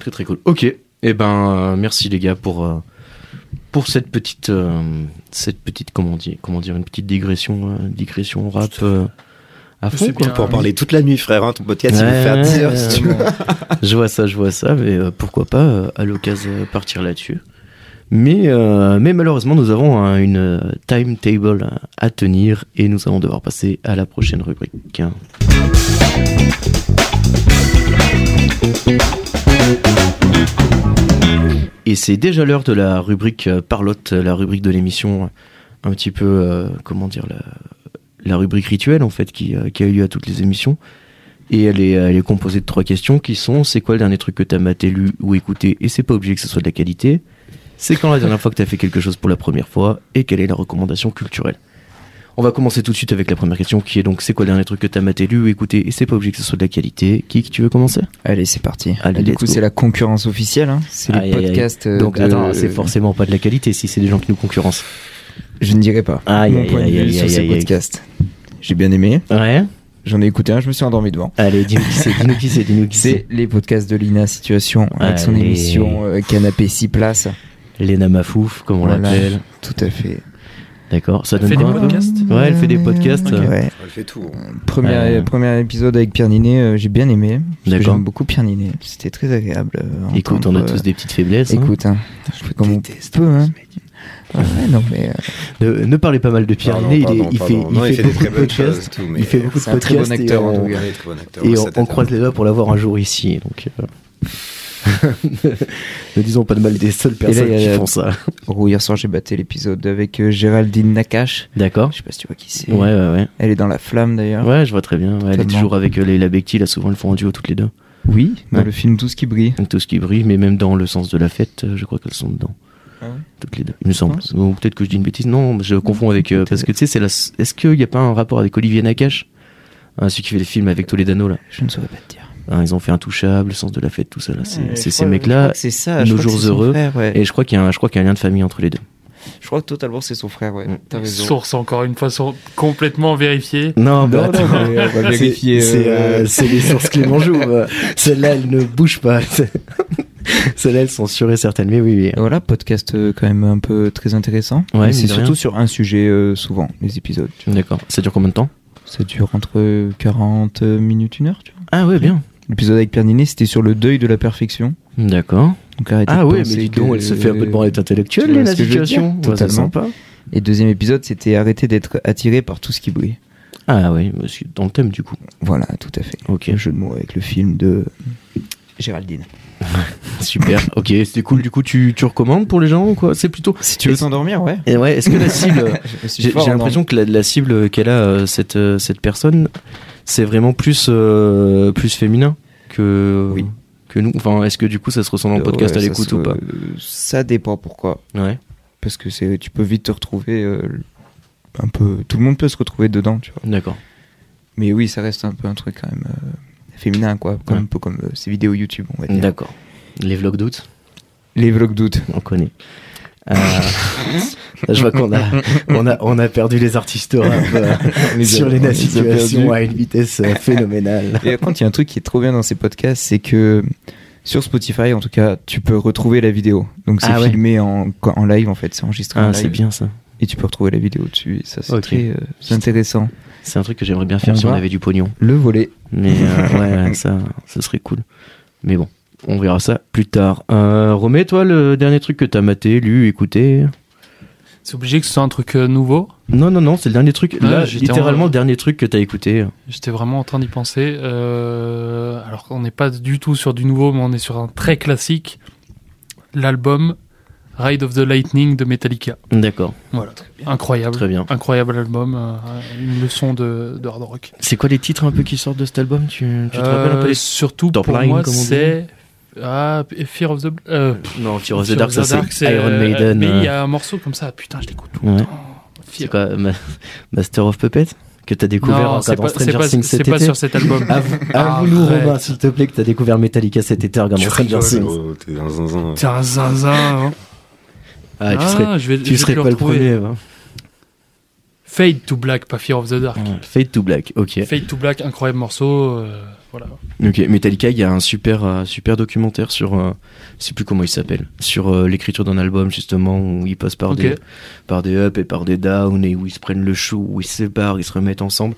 Très très cool. Ok. Eh ben, euh, merci les gars pour euh, pour cette petite euh, cette petite comment dire comment dire une petite digression euh, digression rap euh, à fond C'est quoi. bien. Pour en parler toute la nuit, frère, hein, ton podcast, il Ouais, va faire ouais, 10 heures ouais, si tu veux. ouais. [laughs] Je vois ça, je vois ça, mais euh, pourquoi pas euh, à l'occasion euh, partir là-dessus. Mais euh, mais malheureusement, nous avons un- une euh, timetable euh, à, à tenir et nous allons devoir passer à la prochaine rubrique. Et c'est déjà l'heure de la rubrique euh, Parlotte, la rubrique de l'émission, un petit peu, euh, comment dire, la, la rubrique rituelle en fait, qui, euh, qui a eu lieu à toutes les émissions. Et elle est, elle est composée de trois questions qui sont c'est quoi le dernier truc que t'as maté, lu ou écouté Et c'est pas obligé que ce soit de la qualité. C'est quand la dernière fois que t'as fait quelque chose pour la première fois Et quelle est la recommandation culturelle On va commencer tout de suite avec la première question qui est donc c'est quoi le dernier truc que t'as maté, lu ou écouté Et c'est pas obligé que ce soit de la qualité. Qui que tu veux commencer Allez, c'est parti. Allez, du let's coup, go. c'est la concurrence officielle, hein. c'est Aïe, les aïe, aïe. podcasts. euh, Donc de- attends, c'est forcément pas de la qualité si c'est des gens qui nous concurrencent. Je ne dirais pas Aïe, mon aïe, point de aïe, vue aïe, sur aïe, ces aïe, aïe. podcasts. J'ai bien aimé, Ouais j'en ai écouté un, je me suis endormi devant. Allez, dis-nous qui c'est, dis-nous qui c'est, dis-nous qui c'est. C'est les podcasts de Lina Situation avec son Allez. émission euh, Canapé 6 places. Léna Mafouf, comme on Voilà, l'appelle. Tout à fait. D'accord, ça Elle fait donne des quoi podcasts Ouais, elle fait des podcasts. Ok. Ouais. Elle fait tout. Premier, Euh. premier épisode avec Pierre Ninet, euh, j'ai bien aimé. Parce que D'accord. J'aime beaucoup Pierre Ninet. C'était très agréable. euh, à Écoute, on entendre, a tous euh, des petites faiblesses. hein. Écoute, hein, je fais comme on peut. Hein. Ouais, non, mais, euh, Ne, ne parlez pas mal de Pierre Pardon, Ninet, il, pardon, est- il fait, pardon. Non, il fait des beaucoup très de bonnes podcasts. choses, tout, mais il fait beaucoup de c'est un très bon podcasts et acteur, en on- tout cas. Ouais, très bon acteur, Et ça on, on t'éteint. croise les doigts pour l'avoir un jour ici. Donc, euh, ne disons pas de mal des seules personnes il y a qui la- font ça. oh, hier soir, j'ai battu l'épisode avec euh, Géraldine Nakache. D'accord. Je sais pas si tu vois qui c'est. Ouais, ouais, ouais. Elle est dans la flamme d'ailleurs. Ouais, je vois très bien. Ouais, elle est Totalement. toujours avec euh, Leila Bekti. Là, souvent, elles font en duo toutes les deux. Oui, dans Ouais. le film Tout ce qui brille. Donc, Tout ce qui brille, mais même dans le sens de la fête, euh, je crois qu'elles sont dedans. Ah ouais Ah Toutes les deux, il me semble. penses Ou peut-être que je dis une bêtise. Non, je confonds avec. euh, parce que tu sais, c'est la. s- Est-ce qu'il n'y a pas un rapport avec Olivier Nakache Ah, Celui qui fait les films avec Toledano, là. Je ne saurais pas te dire. Hein, ils ont fait Intouchable, le sens de la fête, tout ça. là. C'est Ouais, c'est ces je crois- je mecs-là. crois que C'est ça. je Nos crois que jours c'est son heureux. frère, ouais. Et je crois qu'il y, a un- je crois qu'il y a un lien de famille entre les deux. Je crois que totalement c'est son frère, ouais. Mm. T'as raison. Source, encore une fois, sont complètement vérifiée. Non, bah, Ah, Non, non, mais on va [laughs] vérifier. C'est euh, euh, c'est les sources Clément Jouve. euh. Celles-là, elles ne bougent pas. [laughs] Celles-là, elles sont sûres et certaines. Mais oui, oui. Et Voilà, podcast euh, quand même un peu très intéressant. Ouais, Mais mine c'est de rien. surtout sur un sujet euh, souvent, les épisodes. tu vois. D'accord. Ça dure combien de temps Ça dure entre 40 minutes, une heure, tu vois. Ah ouais, bien. L'épisode avec Pierre Ninet, c'était sur le deuil de la perfection. D'accord. Donc arrêtez Ah de oui, penser mais dis que- donc, elle se fait un peu de branlette intellectuelle, tu vois la ce que je veux situation. dire Ouais, c'est Totalement. sympa. Et deuxième épisode, c'était arrêter d'être attiré par tout ce qui brille. Ah oui, mais c'est dans le thème du coup. Voilà, tout à fait. Ok, [laughs] Un jeu de mots avec le film de Géraldine. super. Ok, c'était cool. Du coup, tu, tu recommandes pour les gens ou quoi C'est plutôt. Si tu veux [laughs] t'endormir, ouais. Et ouais, est-ce que la cible. Je me suis J'ai fort hein, j'ai l'impression que la, la cible qu'elle a, euh, cette, euh, cette personne, c'est vraiment plus, euh, plus féminin que, Oui. Euh, que nous. Enfin, est-ce que du coup ça se ressent dans le podcast Ouais, à ça l'écoute se- ou pas Ça dépend pourquoi. Ouais. Parce que c'est, tu peux vite te retrouver euh, un peu. Tout le monde peut se retrouver dedans, tu vois. D'accord. Mais oui, ça reste un peu un truc quand même euh, féminin, quoi. Comme, Ouais. Un peu comme euh, ces vidéos YouTube, on va dire. D'accord. Les vlogs d'août, Les vlogs d'août. on connaît. [laughs] Euh, je vois qu'on a, on a, on a perdu les artistes [laughs] rap, euh, sur les on les a situations perdus. à une vitesse euh, phénoménale. Et quand il y a un truc qui est trop bien dans ces podcasts, c'est que sur Spotify, en tout cas, tu peux retrouver la vidéo. Donc c'est Ah ouais. filmé en, en live, en fait, c'est enregistré en Ah, live. c'est bien ça. Et tu peux retrouver la vidéo dessus. Et Ça, c'est Ok. très euh, c'est intéressant. C'est un truc que j'aimerais bien faire On si on va. avait du pognon. Le volet. Mais [laughs] euh, ouais, ça, ce serait cool. Mais bon, on verra ça plus tard. Euh, Romé, toi, le dernier truc que t'as maté, lu, écouté C'est obligé que ce soit un truc euh, nouveau. Non, non, non, c'est le dernier truc. Ouais, là, j'étais littéralement, en- le dernier truc que t'as écouté. J'étais vraiment en train d'y penser. Euh, alors, on n'est pas du tout sur du nouveau, mais on est sur un très classique. L'album Ride of the Lightning de Metallica. D'accord, Voilà. Incroyable. très bien. Incroyable album. euh, une leçon de, de hard rock. C'est quoi les titres un peu qui sortent de cet album Tu, tu te Euh, rappelles un peu les... Surtout Top pour Line, moi, comme on dit c'est. Ah, Fear of the. euh, Non, Fear of the Fear Dark, ça c'est Iron euh, Maiden. Mais il y euh, a un morceau comme ça, putain, je l'écoute tout le Ouais. temps. C'est Fear. quoi Ma- Master of Puppets Que t'as découvert en Non, c'est regardant pas, c'est Stranger pas, Things c'est cet pas été Ah, sur [laughs] cet album. Ah, Avoue- Avoue-nous, Arrête. Romain, s'il te plaît, que t'as découvert Metallica cet été en regardant Tu Stranger rigoles. Things. Oh, t'es un zinzin. C'est un zinzin. hein. Ah, tu serais, je vais, je tu vais serais te le pas le retrouver. premier. hein. Fade to Black, pas Fear of the Dark. Fade to Black, ok. Fade to Black, incroyable morceau. euh, voilà. Ok, Metallica, il y a un super, euh, super documentaire sur, euh, je sais plus comment il s'appelle, sur euh, l'écriture d'un album justement où ils passent par Ok. des, par des ups et par des downs et où ils se prennent le chou, où ils se séparent, ils se remettent ensemble.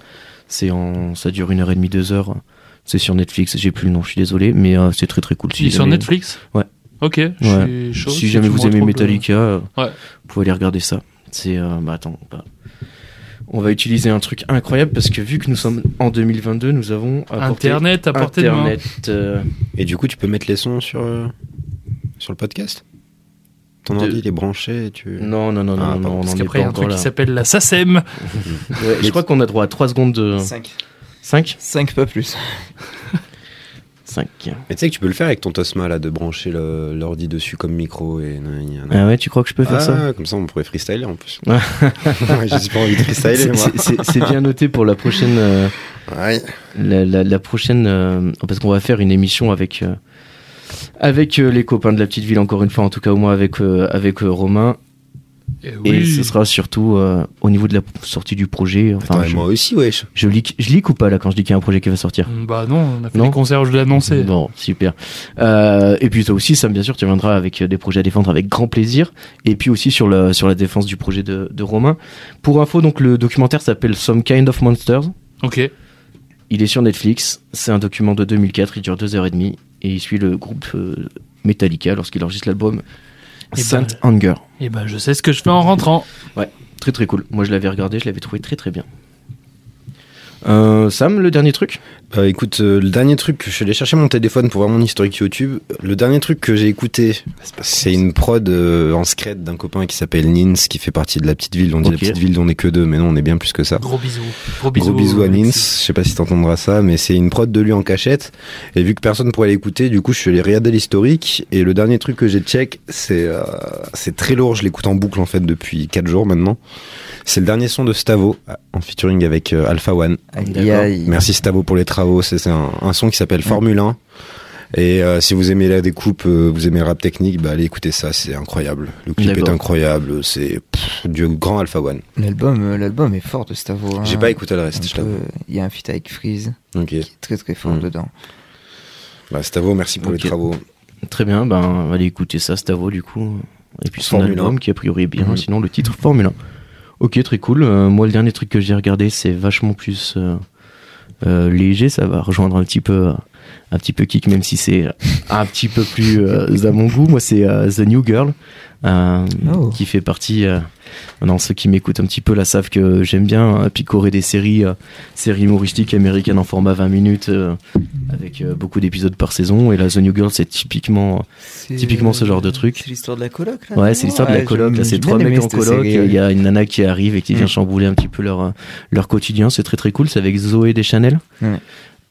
C'est en, ça dure une heure et demie, deux heures. C'est sur Netflix, j'ai plus le nom, je suis désolé, mais euh, c'est très très cool. Il est sur jamais- Netflix Ouais. Ok, je suis chaud. Si tu jamais me vous aimez retrouves, Metallica, euh, Ouais. vous pouvez aller regarder ça. C'est, euh, bah attends, bah, on va utiliser un truc incroyable parce que vu que nous sommes en 2022, nous avons euh, apporté Internet à portée Internet. euh, Et du coup, tu peux mettre les sons sur, euh, sur le podcast Ton De- ordi, il est branché. et Tu... Non, non, non, non, Ah, pardon, non, de main. on Parce en est qu'après, pas il y a un encore truc là. qui s'appelle la SACEM. Ouais, je crois qu'on a droit à 3 secondes de... 5. 5 5, pas plus. 5. Mais tu sais que tu peux le faire avec ton Tosma, là, de brancher le- l'ordi dessus comme micro. et Ah ouais, tu crois que je peux faire Ah, ça Comme ça, on pourrait freestyler [laughs] en plus. Ah. J'ai pas envie de freestyler, C'est- moi. c'est- C'est c'est bien noté pour la prochaine... euh, Ouais. la, la- la prochaine euh, parce qu'on va faire une émission avec euh, avec euh, les copains de la petite ville encore une fois en tout cas au moins avec euh, avec euh, Romain Et et Eh oui. ce sera surtout euh, au niveau de la sortie du projet enfin Attends, et je, moi aussi, wesh. je leak je leak ou pas là quand je dis qu'il y a un projet qui va sortir Mm, Bah non, on a fait Non. des concerts, je l'ai annoncé. Bon, super. Euh, et puis toi aussi, Sam, bien sûr, tu viendras avec euh, des projets à défendre avec grand plaisir. Et puis aussi sur la, sur la défense du projet de, de Romain. Pour info, donc le documentaire s'appelle Some Kind of Monsters. Ok, Il est sur Netflix. C'est un document de 2004. Il dure deux heures et demie. Et il suit le groupe euh, Metallica lorsqu'il enregistre l'album Et Saint ben- Anger. et ben je sais ce que je fais en rentrant. Très très cool. Moi, je l'avais regardé. Je l'avais trouvé très très bien. Euh, Sam, le dernier truc Bah, écoute, euh, le dernier truc, je suis allé chercher mon téléphone pour voir mon historique YouTube. Le dernier truc que j'ai écouté, c'est une prod euh, en scred d'un copain qui s'appelle Nins, qui fait partie de la petite ville. On dit Ok. la petite ville, on est que deux, mais non, on est bien plus que ça. Gros bisous. Gros bisous, Gros bisous à Nins, je Alexis. sais pas si t'entendras ça, mais c'est une prod de lui en cachette. Et vu que personne pourrait l'écouter, du coup, je suis allé regarder l'historique. Et le dernier truc que j'ai check, c'est euh, c'est très lourd, je l'écoute en boucle en fait depuis 4 jours maintenant. C'est le dernier son de Stavo, euh, en featuring avec euh, Alpha One. D'accord. Aïe, aïe. Merci Stabo pour les travaux. C'est c'est un, un son qui s'appelle Formule 1. Et euh, si vous aimez la découpe, euh, vous aimez le rap technique, bah allez écouter ça, c'est incroyable. Le clip est D'accord. incroyable, c'est pff, du grand Alpha One. L'album, euh, l'album est fort de Stavo. hein. J'ai pas écouté le Un reste, je peu, t'avoue. euh, Il y a un feat avec Freeze Ok. qui est très très fort Mm. dedans. Bah, Stavo, merci pour Ok. les travaux. Très bien, ben allez écouter ça, Stavo, du coup. Et puis son Formule album 1. qui a priori est bien, Mhm. sinon le titre Formule 1. Ok, très cool. Euh, moi, le dernier truc que j'ai regardé, c'est vachement plus euh, euh, léger. Ça va rejoindre un petit peu euh, un petit peu kick, même si c'est un petit peu plus euh, à mon goût. Moi, c'est euh, The New Girl, euh, Oh. qui fait partie. euh, non, ceux qui m'écoutent un petit peu là savent que j'aime bien euh, picorer des séries, euh, séries humoristiques américaines en format 20 minutes, euh, avec euh, beaucoup d'épisodes par saison. Et là, The New Girl, c'est typiquement Typiquement ce genre de truc. euh, Ah, C'est l'histoire de la coloc, là Ouais, c'est l'histoire de la coloc. Là, c'est trois mecs en coloc. et Il y a une nana qui arrive et qui vient Mm. chambouler un petit peu leur, euh, leur quotidien. C'est très très cool. C'est avec Zoé Deschanel. Ouais.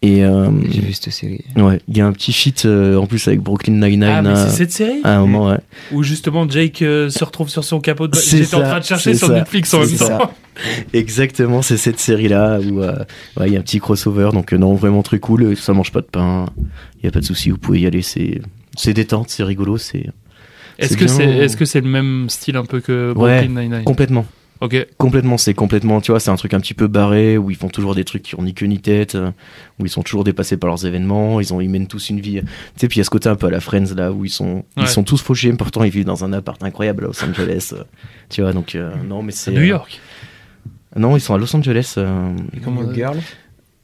Et euh, J'ai vu cette série. ouais, il y a un petit feat euh, en plus avec Brooklyn Nine-Nine Ah, mais à, c'est cette série à un moment. Ouais. où justement Jake euh, se retrouve sur son capot de ba- C'est J'étais en ça, train de chercher c'est sur ça, Netflix en c'est même temps. ça. Exactement, c'est cette série là où euh, ouais, il y a un petit crossover. Donc euh, non, vraiment très cool. Ça mange pas de pain. Il y a pas de souci. Vous pouvez y aller. C'est c'est détente, c'est rigolo, c'est [laughs] Est-ce C'est que bien. c'est est -ce c'est le même style un peu que Ouais. Brooklyn Nine-Nine complètement. Ok. Complètement, c'est complètement, tu vois, c'est un truc un petit peu barré où ils font toujours des trucs qui ont ni queue ni tête, euh, où ils sont toujours dépassés par leurs événements, ils ont, ils mènent tous une vie. Tu sais, puis il y a ce côté un peu à la Friends là où ils sont, Ouais. ils sont tous fauchés, mais pourtant ils vivent dans un appart incroyable à Los Angeles. euh, tu vois, donc euh, non, mais c'est New euh, York. non, ils sont à Los Angeles. euh, Comment- New Girl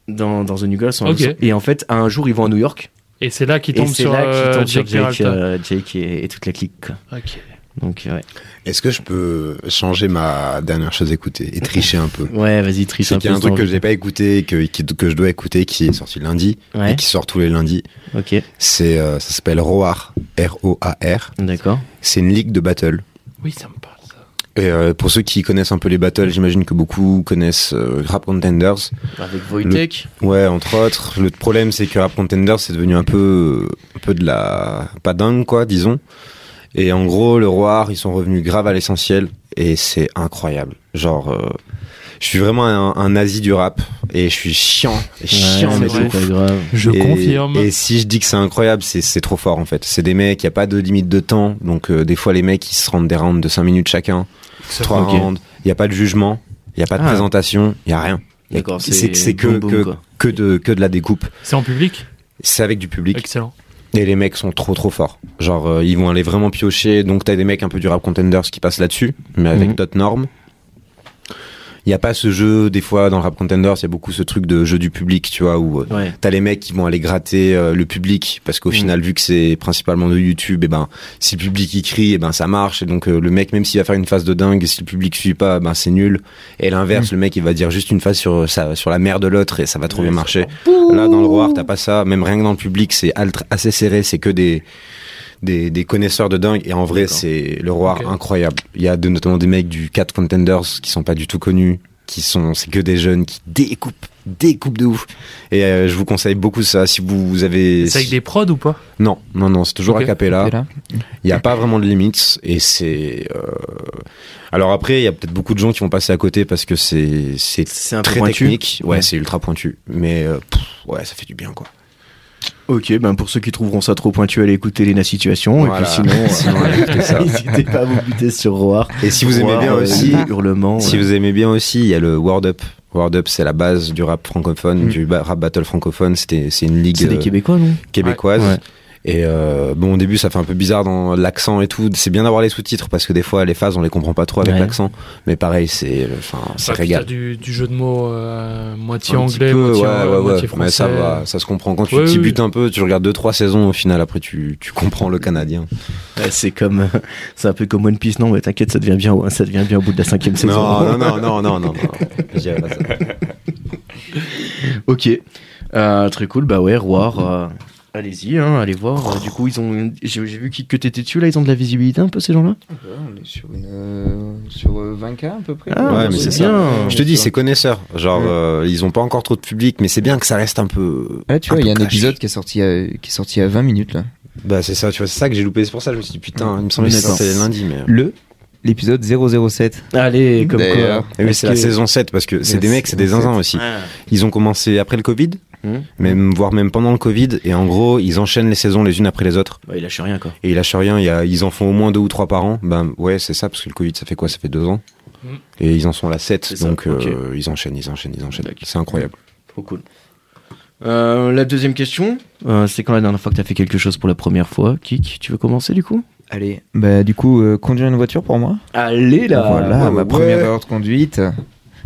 dans, dans The New Girl, ils sont à Ok. Los- et en fait, un jour, ils vont à New York, Et c'est là qu'il et tombe c'est sur là euh, qu'ils tombent sur Jake Jake, Peralta. euh, Jake et, et toute la clique. quoi. Ok. Donc euh, ouais, Est-ce que je peux changer ma dernière chose à écouter et tricher un peu ouais, vas-y, triche C'est un qu'il peu. y a un ce truc que temps. j'ai pas écouté et que, qui- que je dois écouter qui est sorti lundi et Ouais, qui sort tous les lundis. ok, C'est euh, ça s'appelle Roar, R-O-A-R. d'accord. C'est une ligue de battle. Oui, ça me parle. ça. Et euh, pour ceux qui connaissent un peu les battles, j'imagine que beaucoup connaissent euh, Rap Contenders. Avec Wojtek. Ouais, entre autres. Le problème, c'est que Rap Contenders, c'est devenu un peu, un peu de la pas dingue, quoi, disons. Et en gros, le Roar, ils sont revenus grave à l'essentiel. Et c'est incroyable. Genre, euh, je suis vraiment un, un nazi du rap. Et je suis chiant. Et chiant, Ouais, mais mais de c'est ouf. pas grave. Je et, confirme. Et si je dis que c'est incroyable, c'est- c'est trop fort en fait. C'est des mecs, il n'y a pas de limite de temps. Donc euh, des fois, les mecs, ils se rendent des rounds de 5 minutes chacun. 3 Ok. rounds. Il n'y a pas de jugement. Il n'y a pas de Ah. présentation. Il n'y a rien. Y a- D'accord, c'est c'est que, boum, boum, que, quoi. que, de, que de la découpe. C'est en public C'est avec du public. Excellent. Et les mecs sont trop trop forts. Genre, euh, ils vont aller vraiment piocher. Donc, t'as des mecs un peu du rap contenders qui passent là-dessus, mais avec Mhm. d'autres normes. Il n'y a pas ce jeu, des fois, dans le rap contenders, il y a beaucoup ce truc de jeu du public, tu vois, où euh, Ouais, T'as les mecs qui vont aller gratter euh, le public parce qu'au Mm. final vu que c'est principalement de YouTube et ben si le public il crie et ben ça marche et donc euh, le mec même s'il va faire une phase de dingue et si le public suit pas ben c'est nul et l'inverse le mec il va dire juste une phase sur euh, sa- sur la mère de l'autre et ça va trop Mhm. Ouais, bien ça marcher. Là dans le Roar t'as pas ça même rien que dans le public c'est alt- assez serré c'est que des des, des connaisseurs de dingue et en vrai D'accord. c'est le Roar Ok. incroyable. Il y a de, notamment des mecs du 4 Contenders qui sont pas du tout connus qui sont c'est que des jeunes qui découpent découpent de ouf et euh, je vous conseille beaucoup ça si vous, vous avez C'est avec des prods ou pas non non non c'est toujours Ok. à capella T'es là il n'y a pas vraiment de limites et c'est euh, alors après il y a peut-être beaucoup de gens qui vont passer à côté parce que c'est c'est c'est un peu très pointu. technique ouais, Ouais. c'est ultra pointu mais euh, pff, ouais ça fait du bien quoi Ok, ben pour ceux qui trouveront ça trop pointu, allez écouter Lena Situation. Voilà. Et puis sinon, euh, [laughs] Sinon, allez écouter [laughs] ça. n'hésitez pas à vous buter sur Roar. et si vous aimez Roar, bien euh, aussi Hurlement. si ouais. vous aimez bien aussi il y a le World Up World Up c'est la base du rap francophone Mm. du ba- rap battle francophone c'était c'est une ligue C'est des euh, Québécois, non québécoise. Ouais. Et euh, bon, au début, ça fait un peu bizarre dans l'accent et tout. C'est bien d'avoir les sous-titres parce que des fois, les phases, on les comprend pas trop avec Ouais. l'accent. Mais pareil, c'est, euh, enfin, ça Ah, putain, régale. Du, du jeu de mots euh, moitié Un petit anglais, peu, moitié, euh, ouais, ouais, ouais. moitié français. Euh, Mais ça va, ça se comprend. Quand tu Ouais, t'y oui. butes un peu, tu regardes deux trois saisons, au final, après, tu, tu comprends [laughs] le canadien. Ouais, c'est comme, euh, c'est un peu comme One Piece. Non, mais t'inquiète, ça devient bien. ouais, Ça devient bien au bout de la cinquième saison. Non, non, non, non, non, non. non. Je dirais pas ça. [laughs] Ok, Euh, très cool. Bah ouais, Roar. euh, Allez-y, hein, allez voir. Euh, Du coup, ils ont. une- J'ai j'ai vu qui- que t'étais dessus là. Ils ont de la visibilité un peu ces gens-là. Ouais, On est sur une. euh, Sur euh, 20K à peu près Ah, Ouais, mais c'est ça. bien. Je te dis, c'est connaisseur. Genre, euh, ils ont pas encore trop de public, mais c'est bien que ça reste un peu. Ah, tu vois, il y a un peu clash. épisode qui est sorti à, qui est sorti à 20 minutes là. Bah, c'est ça, tu vois, c'est ça que j'ai loupé. C'est pour ça que je me suis dit, putain, il me semblait que D'accord. c'était lundi, mais. Le l'épisode 007. Allez, comme D'ailleurs. quoi. Et eh oui, Est-ce c'est la que- saison 7 parce que c'est La des mecs, c'est des saison zinzins aussi. Ah. Ils ont commencé après le Covid, Hmm. même, voire même pendant le Covid, et en gros, ils enchaînent les saisons les unes après les autres, Bah, il lâche rien quoi. et ils lâchent rien, il y a- ils en font au moins deux ou trois par an. Ben ouais, c'est ça, parce que le Covid, ça fait quoi Ça fait deux ans Hmm. Et ils en sont à la 7, C'est ça, donc euh, ok. ils enchaînent, ils enchaînent, ils enchaînent. D'accord. C'est incroyable. Trop cool. Euh, la deuxième question, euh, c'est quand la dernière fois que t'as fait quelque chose pour la première fois Kik, tu veux commencer du coup Allez, bah du coup, euh, conduire une voiture pour moi Allez Voilà, ma première erreur de conduite.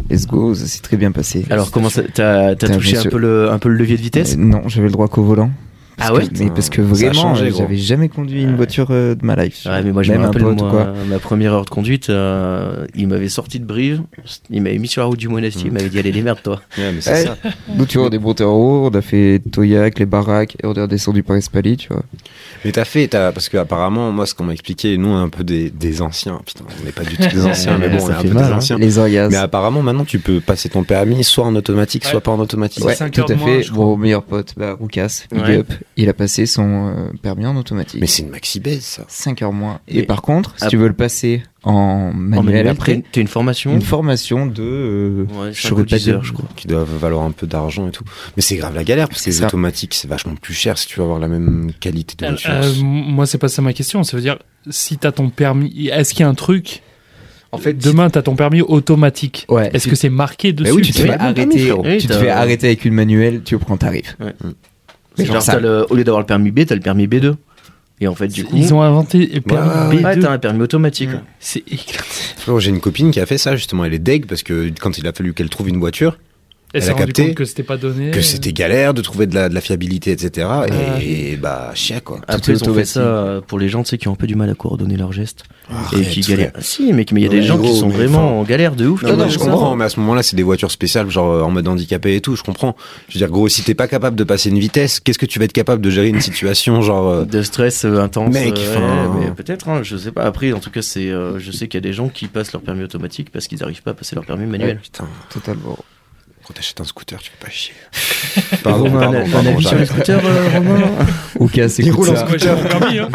Let's go, ça s'est très bien passé. Alors, comment ça- t'as t'as Putain, touché je me un suis- peu, le, un peu le levier de vitesse Euh, Non, j'avais le droit qu'au volant. Parce Ah ouais que- Mais parce que Ça a vraiment, changé, euh, gros. j'avais jamais conduit une Ouais. voiture euh, de ma life. Ouais, mais moi, je Même me un rappelle, pote, moi, euh, quoi. ma première heure de conduite, euh, il m'avait sorti de Brive, il m'avait mis sur la route du Mmh. Monastir, il m'avait dit, allez, les merdes, toi. Ouais, mais Ouais. c'est ça. Nous, tu vois, on est monté en haut, on a fait Toyac, les baraques, et on est redescendu par Espali, tu vois. Mais t'as fait, t'as- parce que apparemment, moi, ce qu'on m'a expliqué, nous, on est un peu des, des anciens. Putain, on n'est pas du tout [laughs] des anciens, mais bon, Ça on est un fait peu mal, des hein. anciens. Les orgasmes. Mais apparemment, maintenant, tu peux passer ton permis soit en automatique, Ouais. soit pas en automatique. Ouais, cinq tout heures de à moins, fait. je Mon meilleur pote, bah, Roukas, big Ouais. up, il a passé son euh, permis en automatique. Mais c'est une maxi baise, ça. 5 heures moins. Et- Et, par contre, si Ah. tu veux le passer en manuel, En manuel, après, t'as- t'as une formation une formation de. euh, Ouais, je cinq saurais ou pas dix dire. heures, je crois. Qui doivent valoir un peu d'argent et tout. Mais c'est grave la galère, parce que C'est les ça. automatiques, c'est vachement plus cher si tu veux avoir la même qualité de Euh, voiture. euh, moi, c'est pas ça ma question. Ça veut dire, si t'as ton permis, est-ce qu'il y a un truc en fait, Oh, Demain, t'as ton permis automatique. Ouais. Est-ce que c'est marqué dessus Mais Bah oui, tu te c'est fais pas mon permis, arrêter, frérot. Oui, tu te t'as- fais arrêter avec une manuelle, tu prends ta rive. Ouais. Mm. Mais C'est genre, genre ça. t'as le- au lieu d'avoir le permis B, t'as le permis B2. Et en fait, du coup, Ils ont inventé le permis ouais, B2. ouais, t'as un permis automatique. Mmh. Ouais. C'est éclaté. Frérot, J'ai une copine qui a fait ça justement. Elle est deg parce que quand il a fallu qu'elle trouve une voiture, Elle a s'est rendue capté compte que c'était pas donné. que c'était galère de trouver de la, de la fiabilité, etc. Ouais. Et, et bah, chien quoi. Après, est ils ont fait automatique. ça euh, pour les gens tu sais, qui ont un peu du mal à coordonner leurs gestes. et Arrête, qui frère. galèrent. Ah, Si, mais mais il y a Ouais, des gens qui gros, sont mais vraiment enfin- en galère de ouf. Non, tu mais vois, je ça. comprends, mais à ce moment-là, c'est des voitures spéciales, genre euh, en mode handicapé et tout, je comprends. Je veux dire, gros, si t'es pas capable de passer une vitesse, qu'est-ce que tu vas être capable de gérer une situation, genre. euh, De stress euh, intense. Mec, euh, enfin- ouais, mais peut-être, hein, je sais pas. Après, en tout cas, c'est, euh, je sais qu'il y a des gens qui passent leur permis automatique parce qu'ils n'arrivent pas à passer leur permis manuel. Putain, Totalement. quand t'achètes un scooter, tu fais pas chier. Et Romain, un- un avis sur les j'arrête. scooters, euh, Romain Roukas, écoute roule en ça. Moi, j'ai mon [laughs] permis. hein.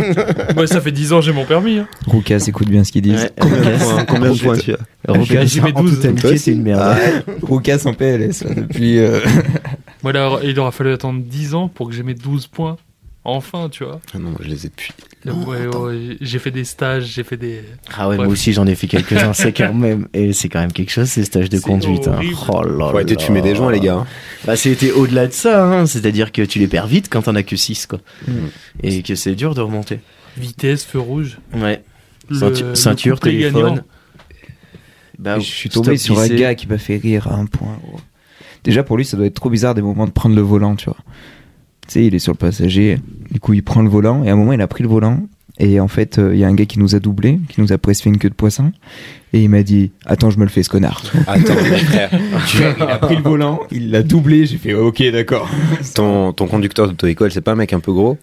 Moi, ça fait 10 ans, j'ai mon permis. hein. Roukas, écoute bien ce qu'ils disent. Ouais. Combien de points- combien de points tu as Romain, J'ai mes en 12. toute amitié, Toi t'es une merde. Ah, Roukas en PLS, là, depuis. euh, Moi, là, il aura fallu attendre 10 ans pour que j'ai mes 12 points. Enfin, tu vois. Ah Non, moi, je les ai depuis. Ouais, ouais, j'ai fait des stages, j'ai fait des. Ah ouais, Bref. moi aussi j'en ai fait quelques-uns, c'est quand même, et c'est quand même quelque chose ces stages de C'est conduite. hein. horrible. Oh là Faut arrêter de là. fumer des joints, les gars. hein. Bah c'était au-delà de ça, hein. c'est-à-dire que tu les perds vite quand t'en as que 6 quoi. Mm. Et que c'est dur de remonter. Vitesse, feu rouge. Ouais. le- Ceintu- le ceinture, couplet téléphone. gagnant. Bah, je suis tombé stop sur un lycée. gars qui m'a fait rire à un point. gros. Déjà pour lui, ça doit être trop bizarre des moments de prendre le volant, tu vois. Tu sais, il est sur le passager, du coup il prend le volant, et à un moment il a pris le volant, et en fait euh, il y a un gars qui nous a doublé, qui nous a presque fait une queue de poisson, et il m'a dit Attends, je me le fais ce connard. [laughs] Attends, mais frère, il a pris le volant, il l'a doublé, j'ai fait Ok, d'accord. ton, ton conducteur d'auto-école, c'est pas un mec un peu gros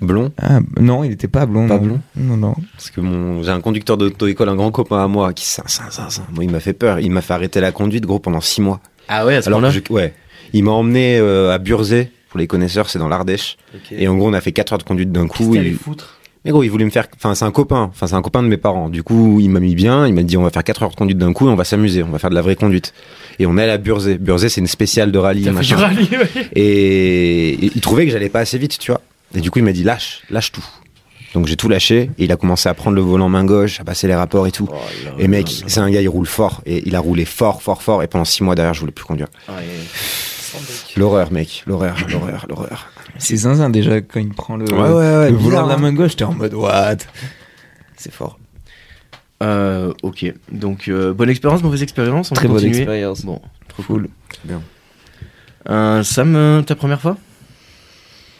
Blond Ah, non, il était pas blond. Pas non. blond Non, non. Parce que mon, j'ai un conducteur d'auto-école, un grand copain à moi, qui, ça, ça, ça, ça. Moi, il m'a fait peur. Il m'a fait arrêter la conduite, gros, pendant six mois. Ah ouais, à ce Alors, moment-là. que je- ouais. Il m'a emmené euh, à Burzé, pour les connaisseurs, c'est dans l'Ardèche. Et en gros, on a fait 4 heures de conduite d'un Qu'est-ce que coup. t'allais Il- foutre Mais gros, il voulait me faire. Enfin, c'est un copain. Enfin, c'est un copain de mes parents. Du coup, il m'a mis bien. Il m'a dit, on va faire 4 heures de conduite d'un coup et on va s'amuser. On va faire de la vraie conduite. Et on est allé à Burzé. Burzé, c'est une spéciale de rallye. T'as fait du machin. rallye, ouais. Et et il trouvait que j'allais pas assez vite, tu vois. Et du coup, il m'a dit, lâche, lâche tout. Donc, j'ai tout lâché. Et il a commencé à prendre le volant main gauche, à passer les rapports et tout. Oh là Et mec, là là. c'est un gars, il roule fort. Et il a roulé fort, fort, fort. Et pendant 6 mois derrière, je voulais plus conduire. Ah ouais. L'horreur, mec. L'horreur, l'horreur, l'horreur. C'est zinzin déjà quand il prend le, ouais, hein. le volant de la main gauche, t'es en mode What C'est fort. Euh, ok, donc euh, bonne expérience, mauvaise expérience. on Très peut bonne continuer expérience. Bon, trop cool. Cool. Euh, Sam, euh, ta première fois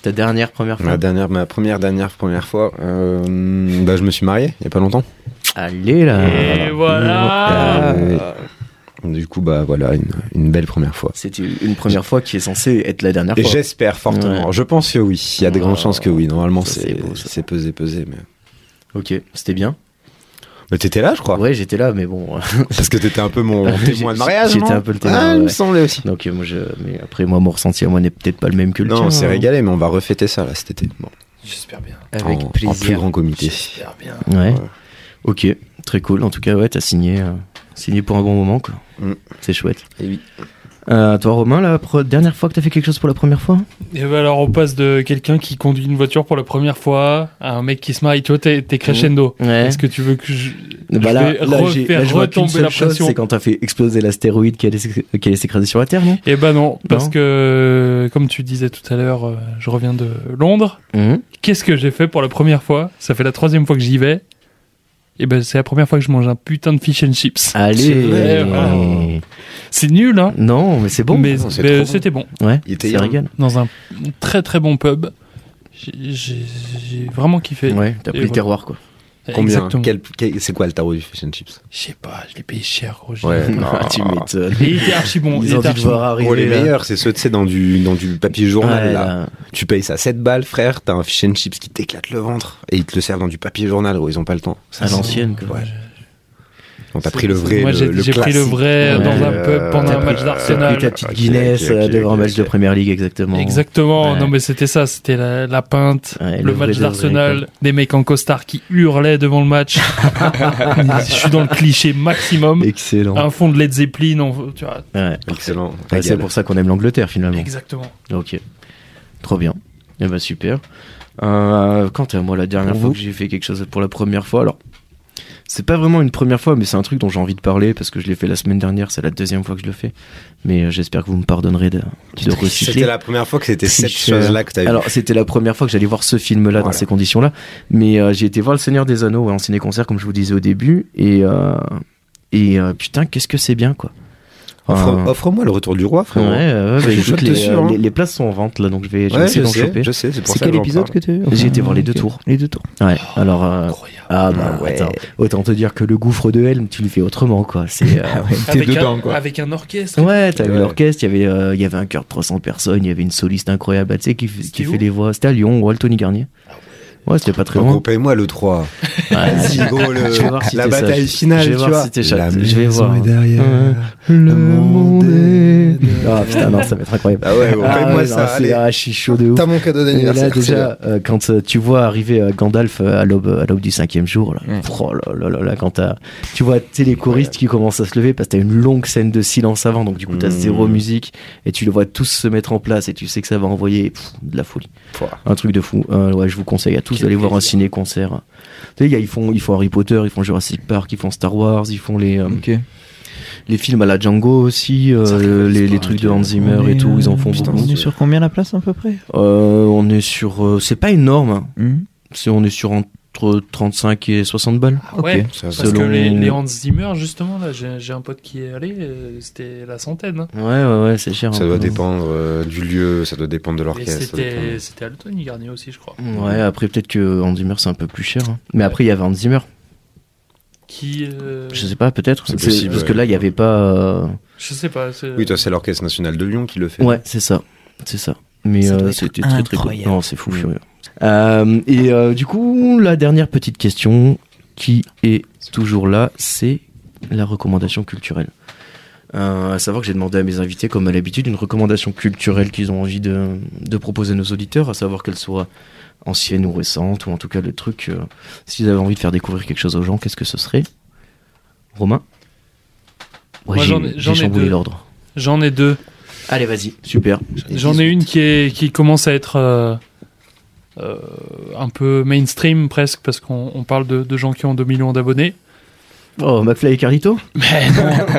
Ta dernière première fois Ma dernière, ma première, dernière, première fois, euh, bah, je me suis marié il y a pas longtemps. Allez là Et Ah, Ah. voilà. Euh, du coup, bah voilà, une, une belle première fois. C'était une première fois qui est censée être la dernière Et fois. j'espère fortement. Ouais. Je pense que oui. Il y a de grandes Ah, chances que oui. Normalement, ça, c'est c'est beau, ça. c'est pesé, pesé. Mais, Ok, c'était bien. mais t'étais là, je crois. Ouais, j'étais là, mais bon. [laughs] euh, Parce que t'étais un peu [laughs] mon J'ai- témoin de mariage. j'étais non un peu le témoin, Ah, il me ouais. semblait aussi. [laughs] Donc euh, moi, je... mais après moi, mon ressenti à moi n'est peut-être pas le même que le Non, tien. on s'est hein. régalé, mais on va refêter ça là cet été. Bon, J'espère bien. Avec en, en plus plaisir. grand comité. J'espère bien. Ouais. Ouais. Ok, très cool. En tout cas, ouais, t'as signé, euh, signé pour un bon moment, quoi. Mm. C'est chouette. Et oui. Euh, toi, Romain, la pre- dernière fois que t'as fait quelque chose pour la première fois Et ben alors, on passe de quelqu'un qui conduit une voiture pour la première fois à un mec qui se marie. Tu vois, t'es t'es crescendo. Ouais. Est-ce que tu veux que je, Bah je là, vais là, j'ai- refaire là, je vois qu'une retomber seule la chose, pression c'est quand t'as fait exploser l'astéroïde qui allait s'éc- qui allait s'écraser sur la Terre, non Eh ben non, parce Non. que comme tu disais tout à l'heure, euh, je reviens Mhm. de Londres. Qu'est-ce que j'ai fait pour la première fois Ça fait la troisième fois que j'y vais. Et ben c'est la première fois que je mange un putain de fish and chips. Allez Euh, vrai, ouais. C'est nul, hein Non, mais c'est bon. mais c'est mais trop bon. c'était bon. Ouais, Il était c'est hein. hier. régal. Dans un très très bon pub. J'ai- J'ai j'ai vraiment kiffé. Ouais, t'as pris Et le terroir, [laughs] quoi. Combien Exactement. quel- quel- C'est quoi le tarot du fish and chips Je sais pas, je l'ai payé cher, gros. [laughs] j'ai- Ouais, Ah, non. [laughs] tu m'étonnes. Et il était archi bon. il Ils ont était dû archi devoir arriver. Oh, les là. meilleurs, c'est ceux, tu sais, dans du, dans du papier journal, Ouais, là. là. Tu payes ça 7 balles, frère, t'as un fish and chips qui t'éclate le ventre, et ils te le servent dans du papier journal, gros, ils ont pas le temps. À c'est- l'ancienne, quoi. Ouais. Donc t'as C'est- pris le vrai, Moi, le- j'ai le j'ai pris le classique. vrai Ouais, dans un euh, pub pendant un match euh, T'as pris d'Arsenal. ta petite Ok, Guinness ok, ok, euh, devant un ok, match de ok. Première League, exactement. Exactement, Ouais. non mais c'était ça, c'était la, la pinte, Ouais, le, le vrai de match vrai, d'Arsenal, des mecs en costard qui hurlaient devant [laughs] le match. Je suis dans le cliché maximum. Excellent. Un fond de Led Zeppelin, on- tu vois. Ouais. Excellent. Ouais, Ah. c'est Régal. pour ça qu'on aime l'Angleterre, finalement. Exactement. Ok. Trop bien. Eh ben super. Euh, quant à moi, la dernière fois que j'ai fait quelque chose pour la première fois, alors c'est pas vraiment une première fois, mais c'est un truc dont j'ai envie de parler parce que je l'ai fait la semaine dernière. C'est la deuxième fois que je le fais, mais euh, j'espère que vous me pardonnerez de, de recycler. C'était la première fois que c'était cette Tricheur. chose-là que t'as vu. Alors c'était la première fois que j'allais voir ce film-là dans Voilà. ces conditions-là, mais euh, j'ai été voir Le Seigneur des Anneaux ouais, en ciné-concert comme je vous disais au début et euh, et euh, putain qu'est-ce que c'est bien quoi. Offre- Euh, Offre-moi le retour du roi, ouais, frérot. ouais, Je bah, suis écoute, chaud les, dessus, euh, hein. les- les places sont en vente là donc je vais, je vais Ouais, essayer je d'en sais, choper. je sais, c'est pour C'est ça que quel j'en épisode parle. que tu J'ai été voir les deux tours. Les deux tours. Ouais, alors. euh, Incroyable. ah bah Ah ouais. ouais. attends, autant te dire que le gouffre de Helm, tu le fais autrement quoi. [laughs] C'est. euh, T'es Avec, dedans, un, quoi. avec un orchestre. ouais, t'avais Ouais. l'orchestre, il y avait, euh, il y avait un chœur de 300 personnes, il y avait une soliste incroyable, ah, tu sais, qui, f- qui C'était fait où les voix. C'était à Lyon, ouais, le Tony Garnier. Ah Ouais, c'était pas très En gros, loin. paye-moi le 3. [laughs] Ouais, Vas-y, [laughs] gros, le- Ah, Je vais voir si la t'es sage. bataille finale, Je vais tu voir vois. si t'es chatte. La Je vais voir. derrière. Le monde est- Ah putain, non, ça va être incroyable. Ah ouais, bon, Ah paye-moi ouais, non, ça, c'est allez. ah, je suis chaud de ouf. T'as mon cadeau Et là d'anniversaire. c'est déjà, euh, quand euh, tu vois arriver euh, Gandalf euh, à l'aube, à l'aube du cinquième jour, là, Ouais. oh là là là là, quand t'as- tu vois t'es les choristes qui commencent à se lever parce que t'as une longue scène de silence avant, donc du coup t'as Mmh. zéro musique et tu les vois tous se mettre en place et tu sais que ça va envoyer pff, de la folie, Pouah. un truc de fou. Euh, ouais, je vous conseille à tous d'aller voir un ciné-concert. Tu sais, y a- ils font, ils font Harry Potter, ils font Jurassic Park, ils font Star Wars, ils font les euh, Ok. les films à la Django aussi, euh, les, les trucs de Hans Zimmer et tout, ils en font euh, putain, beaucoup. On est sur combien la place à peu près Euh, on est sur, euh, c'est pas énorme. hein. Hmm. Si on est sur entre 35 et 60 balles. Ah ouais, Ok. Ça, parce selon- que les, les Hans Zimmer, justement, là, j'ai j'ai un pote qui est allé, euh, c'était la centaine. hein. Ouais, ouais, ouais, c'est cher. ça hein. doit dépendre euh, du lieu, ça doit dépendre de Et l'orchestre. ça doit c'était dépendre. c'était à l'automne Garnier aussi, je crois. Ouais, après peut-être que Hans Zimmer c'est un peu plus cher. hein. Mais après il y avait Hans Zimmer. Qui. euh, Je sais pas, peut-être. C'est C'est- possible, Parce ouais. que là il y avait pas. euh, je sais pas. c'est- Oui, toi, c'est l'Orchestre National de Lyon qui le fait. Ouais, c'est ça. C'est ça. Mais Ça euh, doit être c'était très très cool. incroyable. Non, c'est fou furieux. Euh, et euh, du coup, la dernière petite question qui est toujours là, c'est la recommandation culturelle. Euh, à savoir que j'ai demandé à mes invités, comme à l'habitude, une recommandation culturelle qu'ils ont envie de, de proposer à nos auditeurs, à savoir qu'elle soit ancienne ou récente, ou en tout cas le truc. euh, S'ils avaient envie de faire découvrir quelque chose aux gens, qu'est-ce que ce serait Romain Ouais, Moi, j'ai- j'en ai- j'en J'ai ai chamboulé deux. l'ordre. J'en ai deux. Allez, vas-y. Super. J'en ai une qui, est, qui commence à être euh, euh, un peu mainstream presque, parce qu'on on parle de, de gens qui ont 2 millions d'abonnés. Oh, McFly et Carlito Mais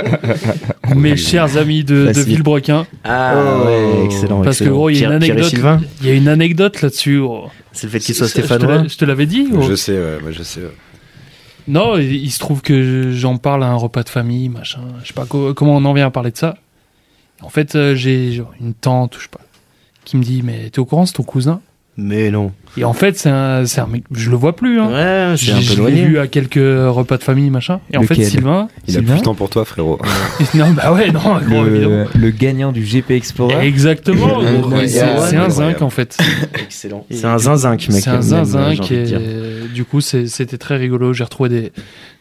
non. Mes chers amis de, de Ah Facile. Villebrequin, Ah ouais, excellent. parce que excellent. gros, il y Pierre- a une Pierre et anecdote, Sylvain, il y a une anecdote là-dessus. gros. c'est le fait qu'il soit Je- je te stéphanois. l'ai- Je te l'avais dit. gros. Je sais, ouais, moi, je sais. ouais. Non, il, il se trouve que j'en parle à un repas de famille, machin. Je sais pas co- comment on en vient à parler de ça. En fait, euh, j'ai genre une tante, ou je sais pas, qui me dit mais t'es au courant, c'est ton cousin. Mais non. Et en fait, c'est un, c'est un mec, je le vois plus. Hein. Ouais, c'est Je, un peu je l'ai éloigné. vu à quelques repas de famille, machin. Et en fait, Lequel Sylvain. [laughs] Il a plus Sylvain le temps pour toi, [laughs] frérot. non, bah ouais, Oh, non, gros, évidemment. Le, le gagnant du GP Explorer. Exactement, Euh, gros, ouais, c'est c'est un ouais. zinc en fait. Excellent. C'est un zinzinc, mec. C'est un même, zinzin euh, j'ai qui envie de dire. est... Du coup, c'est- c'était très rigolo. J'ai retrouvé des,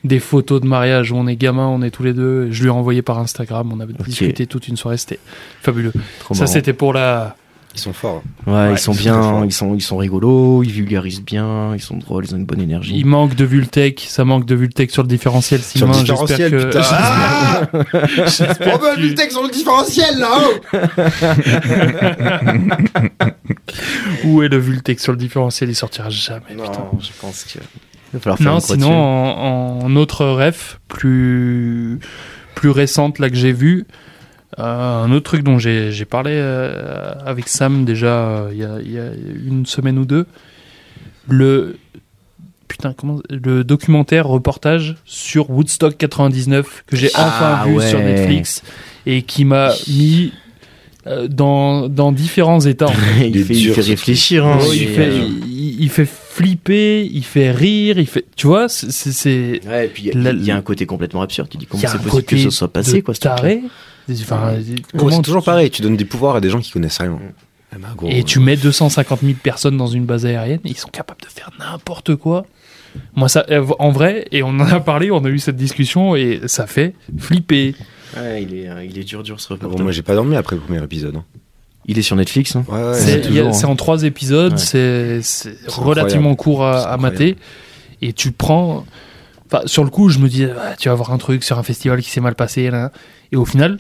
des photos de mariage où on est gamin, on est tous les deux. Je lui ai envoyé par Instagram. On avait Ok. discuté toute une soirée. C'était fabuleux. Trop Ça, marrant. c'était pour la. Ils sont forts. Ouais, ils Ouais, sont c'est très bien, fort. ils sont, ils sont rigolos, ils vulgarisent bien, ils sont drôles, ils ont une bonne énergie. Il manque de Vultec. Ça manque de Vultec sur le différentiel. Sur Sylvain, le j'espère différentiel, que- [laughs] putain. [laughs] Ah Oh, bah, j'espère Oh, On veut bah, que- le texte sur le différentiel, là-haut Où est le Vultec sur le différentiel Il sortira jamais. putain. je pense que. Il va falloir faire Non, une croix sinon, en, en autre ref, plus, plus récente, là, que j'ai vue, euh, un autre truc dont j'ai j'ai parlé euh, avec Sam déjà euh, il y a- il y, a une semaine ou deux, le... putain, comment le documentaire reportage sur Woodstock 99 que j'ai enfin Ah vu ouais. sur Netflix et qui m'a mis euh, dans dans différents états. en [laughs] fait. il, est fait, il dur, fait ce réfléchir. hein, Oh, il, et, fait, euh, il, il fait flipper, il fait rire, il fait. Tu vois, c'est- c'est- c'est. Ouais, et puis il y, La- a- il y a un côté complètement absurde. Tu dis comment Il y a Bah, c'est un possible que côté ce soit passé, de quoi. ce truc-là. taré. Enfin, Gros, comment c'est tu- toujours pareil, tu donnes des pouvoirs à des gens qui connaissent rien. Ah bah, gros, Et tu mets 250 000 personnes dans une base aérienne, ils sont capables de faire n'importe quoi. Moi, ça, euh, en vrai, et on en a parlé, on a eu cette discussion, et ça fait flipper. Ouais, il est, euh, il est dur, dur ce Ah reportage. bon, moi j'ai pas dormi après le premier épisode. hein. Il est sur Netflix. hein. Ouais, ouais, C'est c'est il y a- toujours, c'est hein. en trois épisodes, Ouais. c'est c'est C'est relativement court C'est à, à incroyable. mater. Et tu prends. Enfin, sur le coup, je me dis, Ah, tu vas voir un truc sur un festival qui s'est mal passé. là, là. Et au final,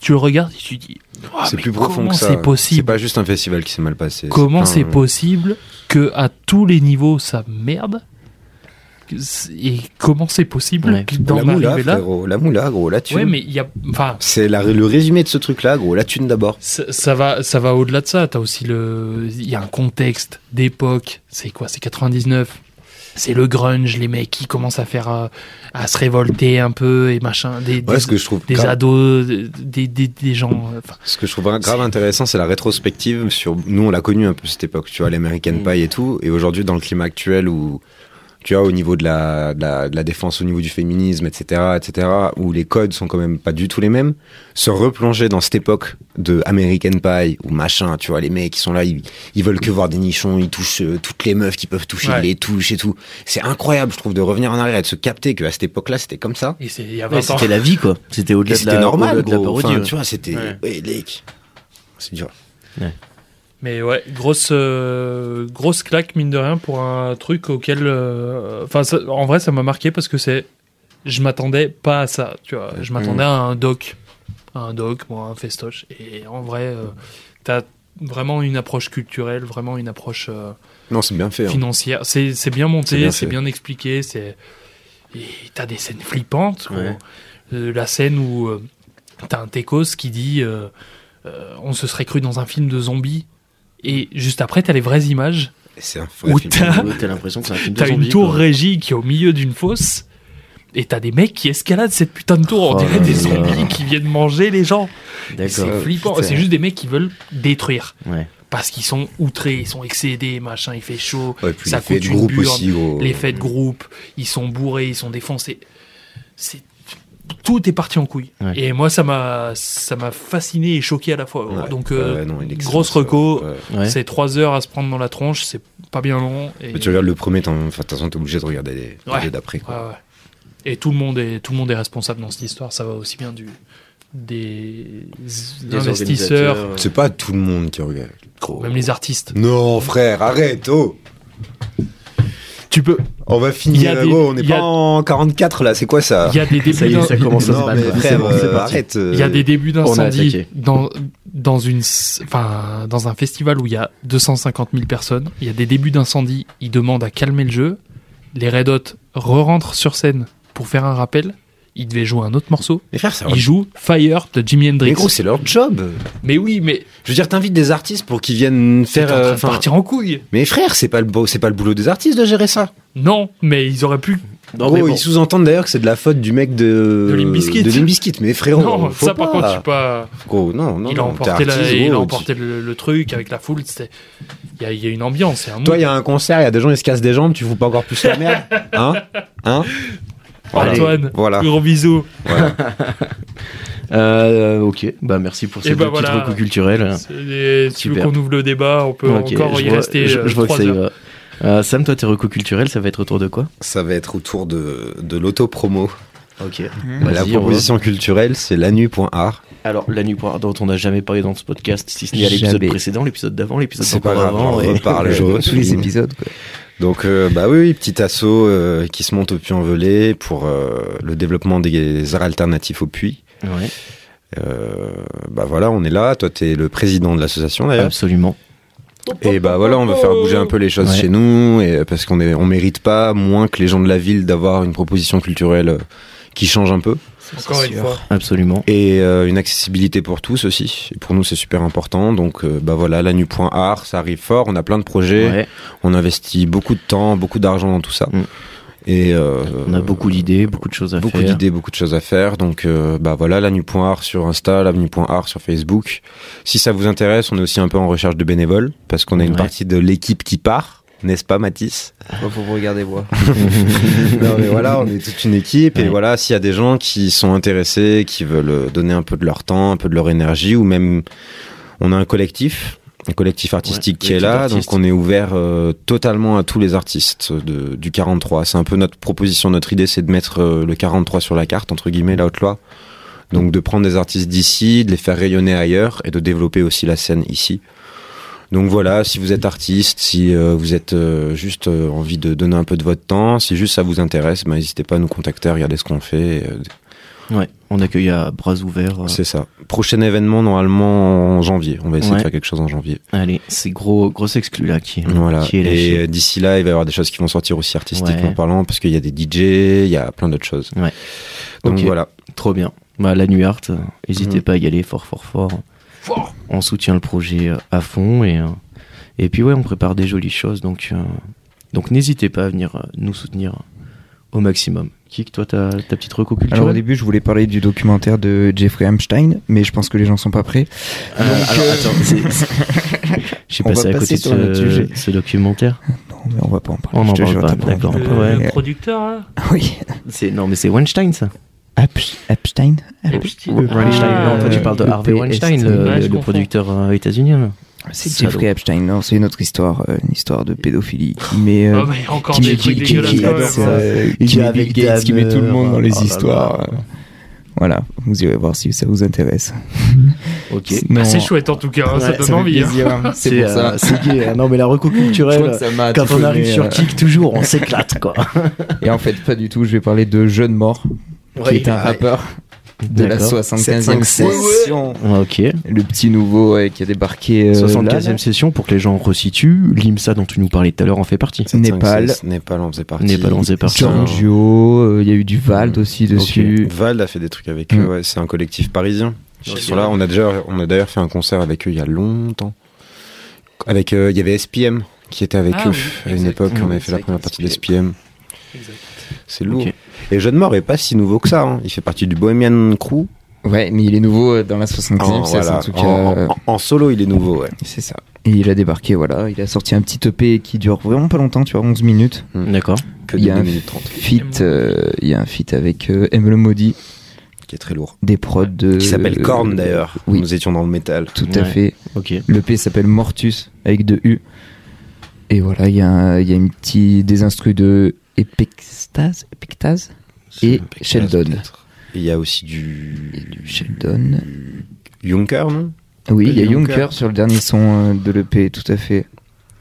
tu le regardes et tu dis, Ah, C'est mais plus profond comment que ça. C'est C'est possible. pas juste un festival qui s'est mal passé. Comment plein- c'est possible que à tous les niveaux ça merde Que c'est- Et comment c'est possible Ouais. que d'en La moula, arriver là frérot, la moula, gros, la thune. Ouais, mais il y a, enfin, C'est la- le résumé de ce truc-là, gros, la thune d'abord. ça, ça va, ça va au-delà de ça. T'as aussi le, il y a un contexte d'époque. C'est quoi C'est 99. C'est le grunge, les mecs qui commencent à faire, euh, à se révolter un peu et machin. Des, Ouais, des- ce que je trouve des grave- ados, des, des, des gens. euh, enfin, Ce que je trouve gra- grave C'est- intéressant, c'est la rétrospective sur nous. On l'a connu un peu cette époque, tu vois, l'American Mm. Pie et tout. Et aujourd'hui, dans le climat actuel où tu vois, au niveau de la, de la, de la défense, au niveau du féminisme, etc., etc., où les codes sont quand même pas du tout les mêmes, se replonger dans cette époque de American Pie ou machin, tu vois, les mecs qui sont là, ils, ils veulent que voir des nichons, ils touchent euh, toutes les meufs qui peuvent toucher, Ouais. ils les touchent et tout. C'est incroyable, je trouve, de revenir en arrière et de se capter qu'à cette époque-là, c'était comme ça. et c'est, il y a Ouais, 20 ans. c'était la vie, quoi. C'était Et au-delà de c'était la, normal, au-delà de la gros. parodie, hein. [laughs] Enfin, ouais. tu vois, c'était. Ouais. ouais, les- C'est dur. Mais ouais, grosse, euh, grosse claque, mine de rien, pour un truc auquel. euh, Enfin, ça- en vrai, ça m'a marqué parce que c'est. Je m'attendais pas à ça, tu vois. Je m'attendais à un doc. À un doc, bon, un festoche. Et en vrai, euh, t'as vraiment une approche culturelle, vraiment une approche euh, Non, c'est bien fait. hein. financière. C'est c'est bien C'est monté, bien c'est fait. bien, expliqué, c'est. Et t'as des scènes flippantes. gros. Ouais. Euh, la scène où euh, t'as un Tekos qui dit euh, euh, on se serait cru dans un film de zombies. Et juste après, t'as les vraies images. C'est un Ou vrai film. t'as- Ouais, T'as l'impression que c'est un film de T'as une zombie, tour quoi. régie qui est au milieu d'une fosse. Et t'as des mecs qui escaladent cette putain de tour. On Oh dirait là des là. zombies qui viennent manger les gens. Et D'accord. C'est flippant. putain. C'est juste des mecs qui veulent détruire. Ouais. Parce qu'ils sont outrés, ils sont excédés, machin, il fait chaud. Ouais, puis Ça l'effet coûte de une groupe burne, aussi, gros. Les fêtes groupe, ils sont bourrés, ils sont défoncés. C'est. Tout est parti en couille. Ouais. Et moi, ça m'a, ça m'a fasciné et choqué à la fois. Ouais. Donc, Ouais, euh, ouais, non, il est excellent, grosse ça. reco, Ouais. Ouais. c'est trois heures à se prendre dans la tronche, c'est pas bien long. Et, Mais tu regardes le premier, t'en- enfin, de toute façon, t'es obligé de regarder les Ouais. les deux d'après. quoi. Ouais, ouais. Et tout le monde est tout le monde est responsable dans cette histoire. Ça va aussi bien du des, investisseurs, organisateurs. C'est pas tout le monde qui regarde. même les artistes. Non, frère, arrête, oh Tu peux. On va Il y a finir, des- gros, on est il y a- pas en 44 là, c'est quoi Ah. ça Il y a des Ça y débuts. est, d'in- ça commence à se Non, mais battre. frère, c'est euh, parti. arrête. euh, Il y a des débuts on a d'incendie attaqué. dans, dans, une, s- enfin, dans un festival où il y a 250 000 personnes. Il y a des débuts d'incendie. Ils demandent à calmer le jeu. Les Red Hot re-rentrent sur scène pour faire un rappel. Ils devaient jouer un autre morceau. Mais frère, ça Ils jouent Fire de Jimi Ah Mais Hendrix. gros, c'est leur job. Mais oui, mais Je veux dire, t'invites des artistes pour qu'ils viennent c'est en faire. train euh, de enfin, partir en couille. Mais frère, c'est pas le beau- c'est pas le boulot des artistes de gérer ça. Non, mais ils auraient pu Non, Gros, Oh, mais bon. ils sous-entendent d'ailleurs que c'est de la faute du mec de. De Limp Bizkit. De Limp Bizkit, mais frérot. Non, faut ça par pas. contre, je suis pas. Gros, non, non, il a non, t'es emporté, la- artiste, il a gros, emporté le, le truc avec la foule. c'était- Il y, a- il y a une ambiance, c'est un Toi, il mood. y a un concert, il y a des gens qui se cassent des jambes, tu fous pas encore plus la merde Hein Hein Voilà. Antoine, Voilà. gros bisous. Euh, ok, bah merci pour Eh cette ben petite voilà. reco culturelle. C'est des- Si tu veux Ah. Super. qu'on ouvre le débat, on peut Ok, encore je y vois, rester. je, euh, je vois que trois ça y heures. va. Euh, Sam, toi, tes recos culturels, ça va être autour de quoi Ça va être autour de, de l'auto-promo. Ok. Bah, La proposition culturelle, c'est lanu.art. Alors, la nuit poire dont on n'a jamais parlé dans ce podcast, si ce n'est à l'épisode Jamais. précédent, l'épisode d'avant, l'épisode C'est pas d'encore grave, avant. on et- reparle. [laughs] Je euh, Tous les ressouligne. épisodes, quoi. Donc, euh, bah oui, oui, petit assaut euh, qui se monte au Puy-en-Velay pour euh, le développement des arts alternatifs au Puy. Ouais, Euh, bah voilà, on est là. Toi, t'es le président de l'association d'ailleurs. absolument. Et bah voilà, on va faire bouger un peu les choses Ah. Ouais. chez nous, et parce qu'on est, on mérite pas moins que les gens de la ville d'avoir une proposition culturelle euh, qui change un peu. Encore une fois. Absolument. Et euh, une accessibilité pour tous aussi. Et pour nous, c'est super important. Donc, euh, bah voilà, la nu.art, ça arrive fort. On a plein de projets. Ouais. On investit beaucoup de temps, beaucoup d'argent dans tout ça. Mm. Et euh, On a beaucoup d'idées, beaucoup de choses à beaucoup faire. d'idées, beaucoup de choses à faire. Donc, euh, bah voilà, la nu.art sur Insta, la nu.art sur Facebook. Si ça vous intéresse, on est aussi un peu en recherche de bénévoles parce qu'on a une Ouais. partie de l'équipe qui part. N'est-ce pas, Mathis Faut vous regarder moi. [laughs] non mais voilà, on est toute une équipe Ouais. et voilà, s'il y a des gens qui sont intéressés, qui veulent euh, donner un peu de leur temps, un peu de leur énergie ou même on a un collectif, un collectif artistique Ouais, qui est collectif là, d'artistes. donc on est ouvert euh, totalement à tous les artistes de, du 43. C'est un peu notre proposition, notre idée, c'est de mettre euh, le 43 sur la carte entre guillemets, la haute loi. Donc de prendre des artistes d'ici, de les faire rayonner ailleurs et de développer aussi la scène ici. Donc voilà, si vous êtes artiste, si euh, vous êtes euh, juste euh, envie de donner un peu de votre temps, si juste ça vous intéresse, bah, n'hésitez pas à nous contacter, regardez ce qu'on fait. euh, Ouais, on accueille à bras ouverts. euh, C'est ça. Prochain événement normalement en janvier. On va essayer Ouais. de faire quelque chose en janvier. Allez, c'est gros, grosse exclu là qui, Voilà. qui est Et lâchée. euh, d'ici là, il va y avoir des choses qui vont sortir aussi artistiquement Ouais. parlant, parce qu'il y a des DJ, il y a plein d'autres choses. Ouais. Donc Ok. voilà. Trop bien. Bah, la nuit art, euh, n'hésitez Mhm. pas à y aller fort, fort, fort. On soutient le projet euh, à fond et, euh, et puis ouais, on prépare des jolies choses. Donc, euh, donc n'hésitez pas à venir euh, nous soutenir euh, au maximum. Kik, toi, ta, ta petite reco Alors au culturelle début, je voulais parler du documentaire de Jeffrey Amstein, mais je pense que les gens sont pas prêts. Euh, alors, attends, [laughs] c'est- c'est- je suis On passé va à côté passer de sur notre ce, sujet. ce documentaire. Non, mais on va pas en parler. On je en te parle jure, pas, t'as d'accord. en parler. Ah ouais. Le producteur, hein. là Oui, C'est non, mais c'est Weinstein ça. Epst- Epstein. Oh, Epstein. Euh, Weinstein. Non, Ah, toi, tu euh, parles de le Harvey PS, Weinstein, oui. le, Ouais, je le confonds. producteur euh, états-unien. C'est Salaud. Jeffrey Epstein. Non, c'est une autre histoire, euh, une histoire de pédophilie qui met. euh, Ah, mais encore qui des met- trucs qui- qui- dégueulasses. qui- quand même. hein. adore qui- euh, Il qui met met Bill Big Gates, qui met tout le monde dans Hammer, les oh là histoires. là. euh. Voilà, vous irez voir si ça vous intéresse. Ok. Bah, Non, C'est chouette en tout cas, hein, ça Ouais, donne ça fait envie. hein. plaisir, hein, C'est pour ça. euh, c'est gay. hein. Non, mais la reco Je crois que culturelle. ça m'a Quand on tout arrive donné, sur euh, Kik, toujours, on s'éclate quoi. Et en fait, pas du tout. Je vais parler de Jeune Mort, qui est un rappeur [laughs] de la D'accord. 75e 7-5-6. session. Ok. Euh, Le petit nouveau ouais, qui a débarqué. euh, 75 là, e là. session pour que les gens resituent. L'IMSA dont tu nous parlais tout à l'heure en fait partie. 7, 5, Népal. 6, Népal, on faisait partie. Népal, on faisait partie. Putain, Giorgio, euh, il y a eu du Vald aussi dessus. Vald a fait des trucs avec Mm. eux. ouais, c'est un collectif parisien. Génial. Ils sont là. On a déjà, on a d'ailleurs fait un concert avec eux il y a longtemps. Avec, euh, il y avait SPM qui était avec Ah eux oui, à une exact. époque. Mm, on avait fait la exact, première partie d'SPM. Exact. C'est lourd. Ok. Et Jeune Mort est pas si nouveau que ça. hein. Il fait partie du Bohemian Crew. Ouais, mais il est nouveau euh, dans la 75e En, session, Ah, voilà, en tout cas. en- euh, en- en solo, il est nouveau. Ouais. C'est ça. Et il a débarqué, voilà. Il a sorti un petit EP qui dure vraiment pas longtemps, tu vois, 11 minutes. D'accord. Que Il y de a 2 un minutes 30, feat, euh, il y a un feat avec euh, M. Le Maudit, qui est très lourd. des prods de. euh, Qui s'appelle Euh, Korn d'ailleurs. oui. Nous étions dans le métal. Tout à Ouais. fait. Ok. Le P s'appelle Mortus, avec deux U. Et voilà, il y a, un- il y a une petite, des instrus de Epictase, Epictase et Impeccable, Sheldon. peut-être. Et Il y a aussi du, Et du Sheldon. Junker, non Oui, il y a Junker. Junker sur le dernier son euh, de l'EP, tout à fait.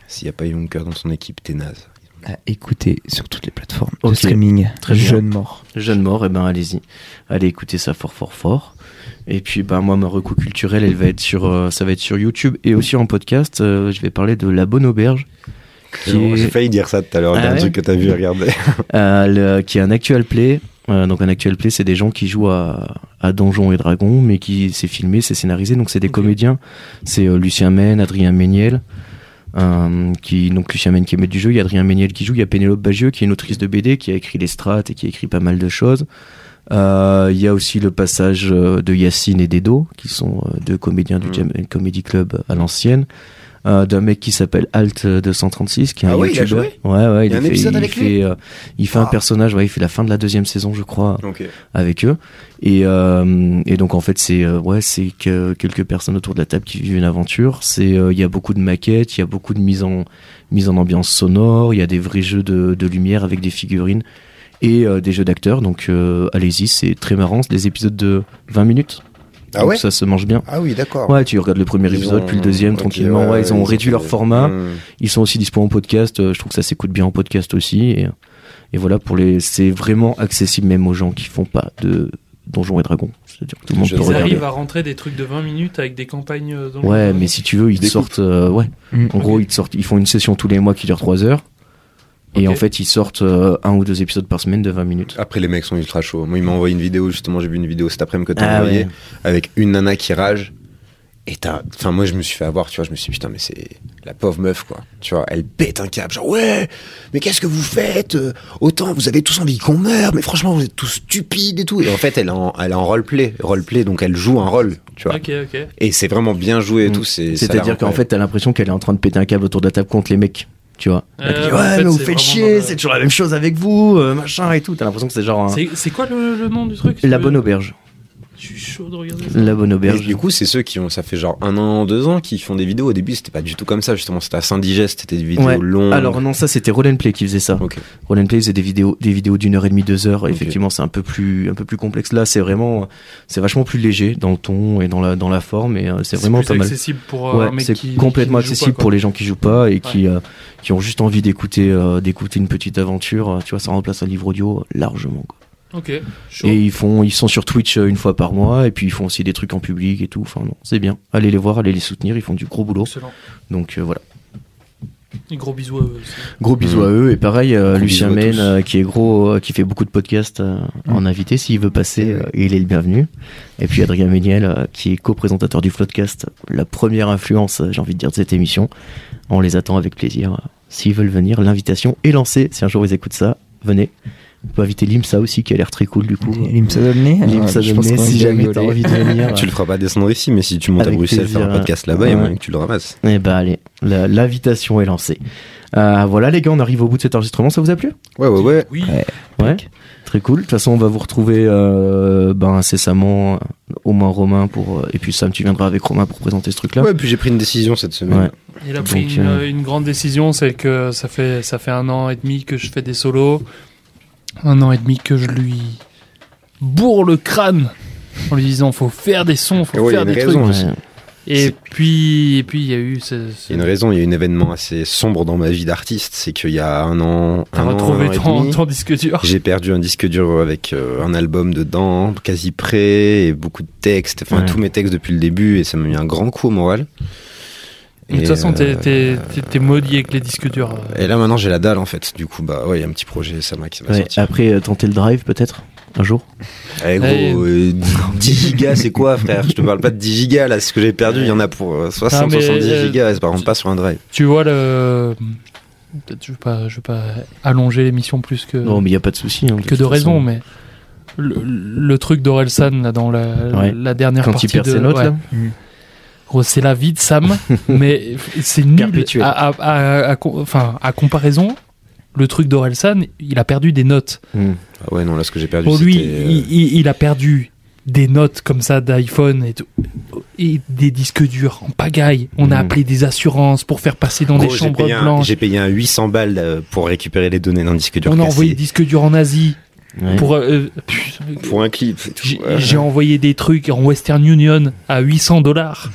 S'il n'y a pas Junker dans son équipe, t'es naze. À écouter sur toutes les plateformes Ok, de streaming. très bien. Jeune mort. Jeune mort, et ben allez-y. Allez écouter ça fort fort fort. Et puis ben moi ma reco culturelle, elle va être sur euh, ça va être sur YouTube et aussi en podcast, Euh, je vais parler de La Bonne Auberge qui Oh, est- J'ai failli dire ça tout à l'heure, Ah il y a un ouais truc que t'as vu, regardez. Euh, le- qui est un actual play. Euh, donc un actual play, c'est des gens qui jouent à, à Donjons et Dragons, mais qui c'est filmé, c'est scénarisé. Donc c'est des comédiens. C'est euh, Lucien Mène, Adrien Méniel. euh, qui, donc Lucien Mène qui est maître du jeu, il y a Adrien Méniel qui joue, il y a Pénélope Bagieux qui est une autrice de BD qui a écrit les strates et qui a écrit pas mal de choses. Euh, Il y a aussi le passage euh, de Yacine et Dedo qui sont euh, deux comédiens du Mhm. Jam Comedy Club à l'ancienne. Euh, d'un mec qui s'appelle Alt 236 qui est un Ah ouais, il a youtubeur. joué ouais ouais il, y a un fait, épisode il avec lui fait, euh, il fait un Ah. personnage, ouais, il fait la fin de la deuxième saison, je crois, Ok. avec eux. Et, euh, et donc en fait, c'est euh, ouais, c'est que quelques personnes autour de la table qui vivent une aventure. C'est euh, il y a beaucoup de maquettes, il y a beaucoup de mise en mise en ambiance sonore, il y a des vrais jeux de, de lumière avec des figurines et euh, des jeux d'acteurs. Donc euh, allez-y, c'est très marrant. C'est des épisodes de 20 minutes. Ah Donc ouais ça se mange bien. Ah oui, d'accord. Ouais, tu regardes le premier Ils épisode, ont- puis le deuxième ok, tranquillement. Ouais, ils ont réduit fait leur des- format. Hmm. Ils sont aussi dispo en podcast. euh, Je trouve que ça s'écoute bien en podcast aussi. Et, et voilà, pour les, c'est vraiment accessible même aux gens qui font pas de Donjons et Dragons. C'est-à-dire que tout le monde Je peut sais. Ils regarder. arrivent à rentrer des trucs de 20 minutes avec des campagnes euh, dans le Ouais, jeu. mais si tu veux, ils te Des sortent. euh, ouais, en Mm. gros, ils te sortent. Ils font une session tous les mois qui dure 3 heures. Et Ok. en fait, ils sortent euh, un ou deux épisodes par semaine de 20 minutes. Après, les mecs sont ultra chauds. Moi, il m'a envoyé une vidéo, justement, j'ai vu une vidéo cet après-midi que t'as Ah envoyé, ouais. avec une nana qui rage. Et t'as. Enfin, moi, je me suis fait avoir, tu vois, je me suis dit, putain, mais c'est la pauvre meuf, quoi. Tu vois, elle pète un câble, genre, ouais, mais qu'est-ce que vous faites Euh, Autant, vous avez tous envie qu'on meure, mais franchement, vous êtes tous stupides et tout. Et en fait, elle est en, elle est en roleplay, roleplay, donc elle joue un rôle, tu vois. Ok, ok. Et c'est vraiment bien joué et tout. c'est- ça a Mm. l'air C'est-à-dire qu'en fait, t'as l'impression qu'elle est en train de péter un câble autour de la table contre les mecs. Tu vois Euh, Elle dit, en Ouais, fait, mais vous c'est faites vraiment chier, dans le- c'est toujours la même chose avec vous, euh, machin et tout. T'as l'impression que c'est genre un- C'est- C'est quoi le, le nom du truc La bonne auberge. Je suis chaud de regarder ça. La bonne Et auberge. du coup, c'est ceux qui ont, ça fait genre un an, deux ans, qui font des vidéos. Au début, c'était pas du tout comme ça, justement. C'était à Saint-Digeste, c'était des vidéos Ouais. Euh. longues. Alors non, ça c'était Roll and Play qui faisait ça. Ok. Roll and Play faisait des vidéos, des vidéos d'une heure et demie, deux heures. Effectivement, c'est un peu plus, un peu plus complexe. Là, c'est vraiment, c'est vachement plus léger dans le ton et dans la, dans la forme. Et euh, c'est vraiment plus pas mal. accessible pour euh, Ouais, un mec c'est qui- complètement qui ne joue accessible pas, pour quoi. les gens qui jouent pas et qui, euh, qui ont juste envie d'écouter, euh, d'écouter une petite aventure. Euh, Tu vois, ça remplace un livre audio euh, largement. quoi. Ok, chaud. Et ils font, ils sont sur Twitch euh, une fois par mois et puis ils font aussi des trucs en public et tout. Enfin non, c'est bien. Allez les voir, allez les soutenir. Ils font du gros boulot. Excellent. Donc euh, voilà. Et gros bisous à eux aussi. Gros bisous Mhm. à eux et pareil euh, Gros Lucien bisous à Maine tous. Mm. euh, qui est gros euh, qui fait beaucoup de podcasts euh, en invité s'il veut passer euh, il est le bienvenu et puis Adrien Méniel euh, qui est co-présentateur du Floodcast la première influence euh, j'ai envie de dire de cette émission on les attend avec plaisir euh, s'ils veulent venir l'invitation est lancée si un jour ils écoutent ça venez on peut inviter Limsa aussi qui a l'air très cool du coup Limsa Dolné Limsa Dolné, si jamais t'as envie de venir [laughs] Tu le feras pas descendre ici, mais si tu montes Avec à Bruxelles plaisir, faire un ouais. podcast là-bas, il y a Ouais. moyen que tu le ramasses. et bah allez la- l'invitation est lancée Euh, voilà les gars on arrive au bout de cet enregistrement ça vous a plu Ouais, ouais, ouais. Oui, Ouais. Ouais. Tac. Très cool. De toute façon, on va vous retrouver euh, ben, incessamment, euh, au moins Romain, pour, euh, et puis Sam, tu viendras avec Romain pour présenter ce truc-là. Ouais, puis j'ai pris une décision cette semaine. Ouais. il a pris Donc, une, euh, une grande décision, c'est que ça fait, ça fait un an et demi que je fais des solos, un an et demi que je lui bourre le crâne en lui disant faut faire des sons, faut Ouais, il y a faire une des raison. trucs. Ouais. Et C'est- puis, et puis il y a eu ce, ce- Il y a une raison, il y a un événement assez sombre dans ma vie d'artiste, c'est qu'il y a un an, t'as un an, retrouvé un an et ton, demi, ton disque dur. j'ai perdu un disque dur avec euh, un album dedans, quasi prêt, et beaucoup de textes, enfin Ouais. tous mes textes depuis le début, et ça m'a mis un grand coup au moral. De toute Et, façon, euh, t'es- t'es t'es- t'es maudit avec les disques durs. Et là maintenant j'ai la dalle en fait, du coup bah ouais il y a un petit projet ça m'a qui va Ouais, sortir. Après, euh, tenter le drive, peut-être, un jour. Eh, gros, euh, [laughs] 10 gigas c'est quoi frère Je te parle pas de 10 gigas là, ce que j'ai perdu il y en a pour euh, 60, Non, mais, 70 euh, gigas, ça par contre pas sur un drive. Tu vois le. Peut-être Je veux pas, je veux pas allonger l'émission plus que. Non, mais il n'y a pas de souci. hein, que de toute raison, façon. mais le, le truc d'Orelsan là dans la, Ouais. la dernière Quand partie il perd de, ses notes, ouais. là. Gros, c'est la vie [laughs] de Sam, mais c'est nul. Perpétuel. À, à, à- à co- enfin, à comparaison, le truc d'Orelsan, il a perdu des notes. Mm. Ah Ouais non là ce que j'ai perdu Pour c'était... lui, euh, il, il- il a perdu des notes comme ça d'iPhone et tout, et des disques durs en pagaille. On a Mm. appelé des assurances pour faire passer dans gros, des j'ai chambres payé un- blanches. J'ai payé un 800 balles euh, pour récupérer les données d'un disque dur On a cassé. envoyé des disques durs en Asie Ouais. pour. euh, putain, pour un clip. J'ai j'ai envoyé des trucs en Western Union à 800 [laughs] dollars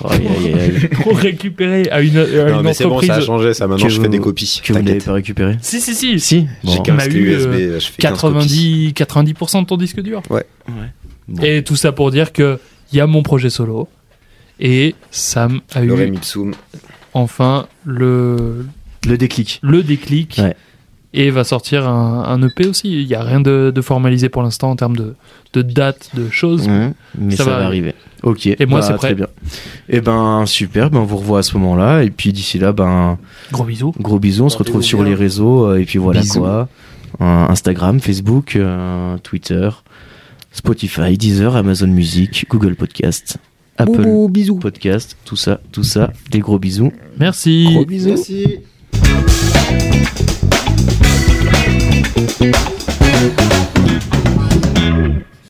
Oh, aïe, aïe, aïe. pour récupérer à une, à Non une mais c'est bon entreprise. ça a changé ça maintenant Que je vous- fais des copies. que vous n'avez t'inquiète. pas récupéré si, si, si. Si. J'ai Bon. 15 m'a clés eu, USB, euh, je fais 15 copies. 90, 90% de ton disque dur. Ouais. Ouais. Bon. Et tout ça pour dire que il y a mon projet solo et Sam a Le eu Remixum. enfin le, Le déclic. le déclic Ouais. et va sortir un, un EP aussi. Il n'y a rien de, de formalisé pour l'instant en termes de, de date, de choses. Ouais, Hum. mais ça, Hum. Ça va, va arriver. Ok. Et moi, bah, c'est prêt. Très bien. Et ben, super. Ben, on vous revoit à ce moment-là. Et puis, d'ici là, ben, Gros bisous. Gros bisous, on se retrouve sur les réseaux euh, et puis voilà Bisous. quoi. Euh, Instagram, Facebook, euh, Twitter, Spotify, Deezer, Amazon Music, Google Podcast, Apple Podcast, tout ça, tout ça. Des gros bisous. Merci. Merci.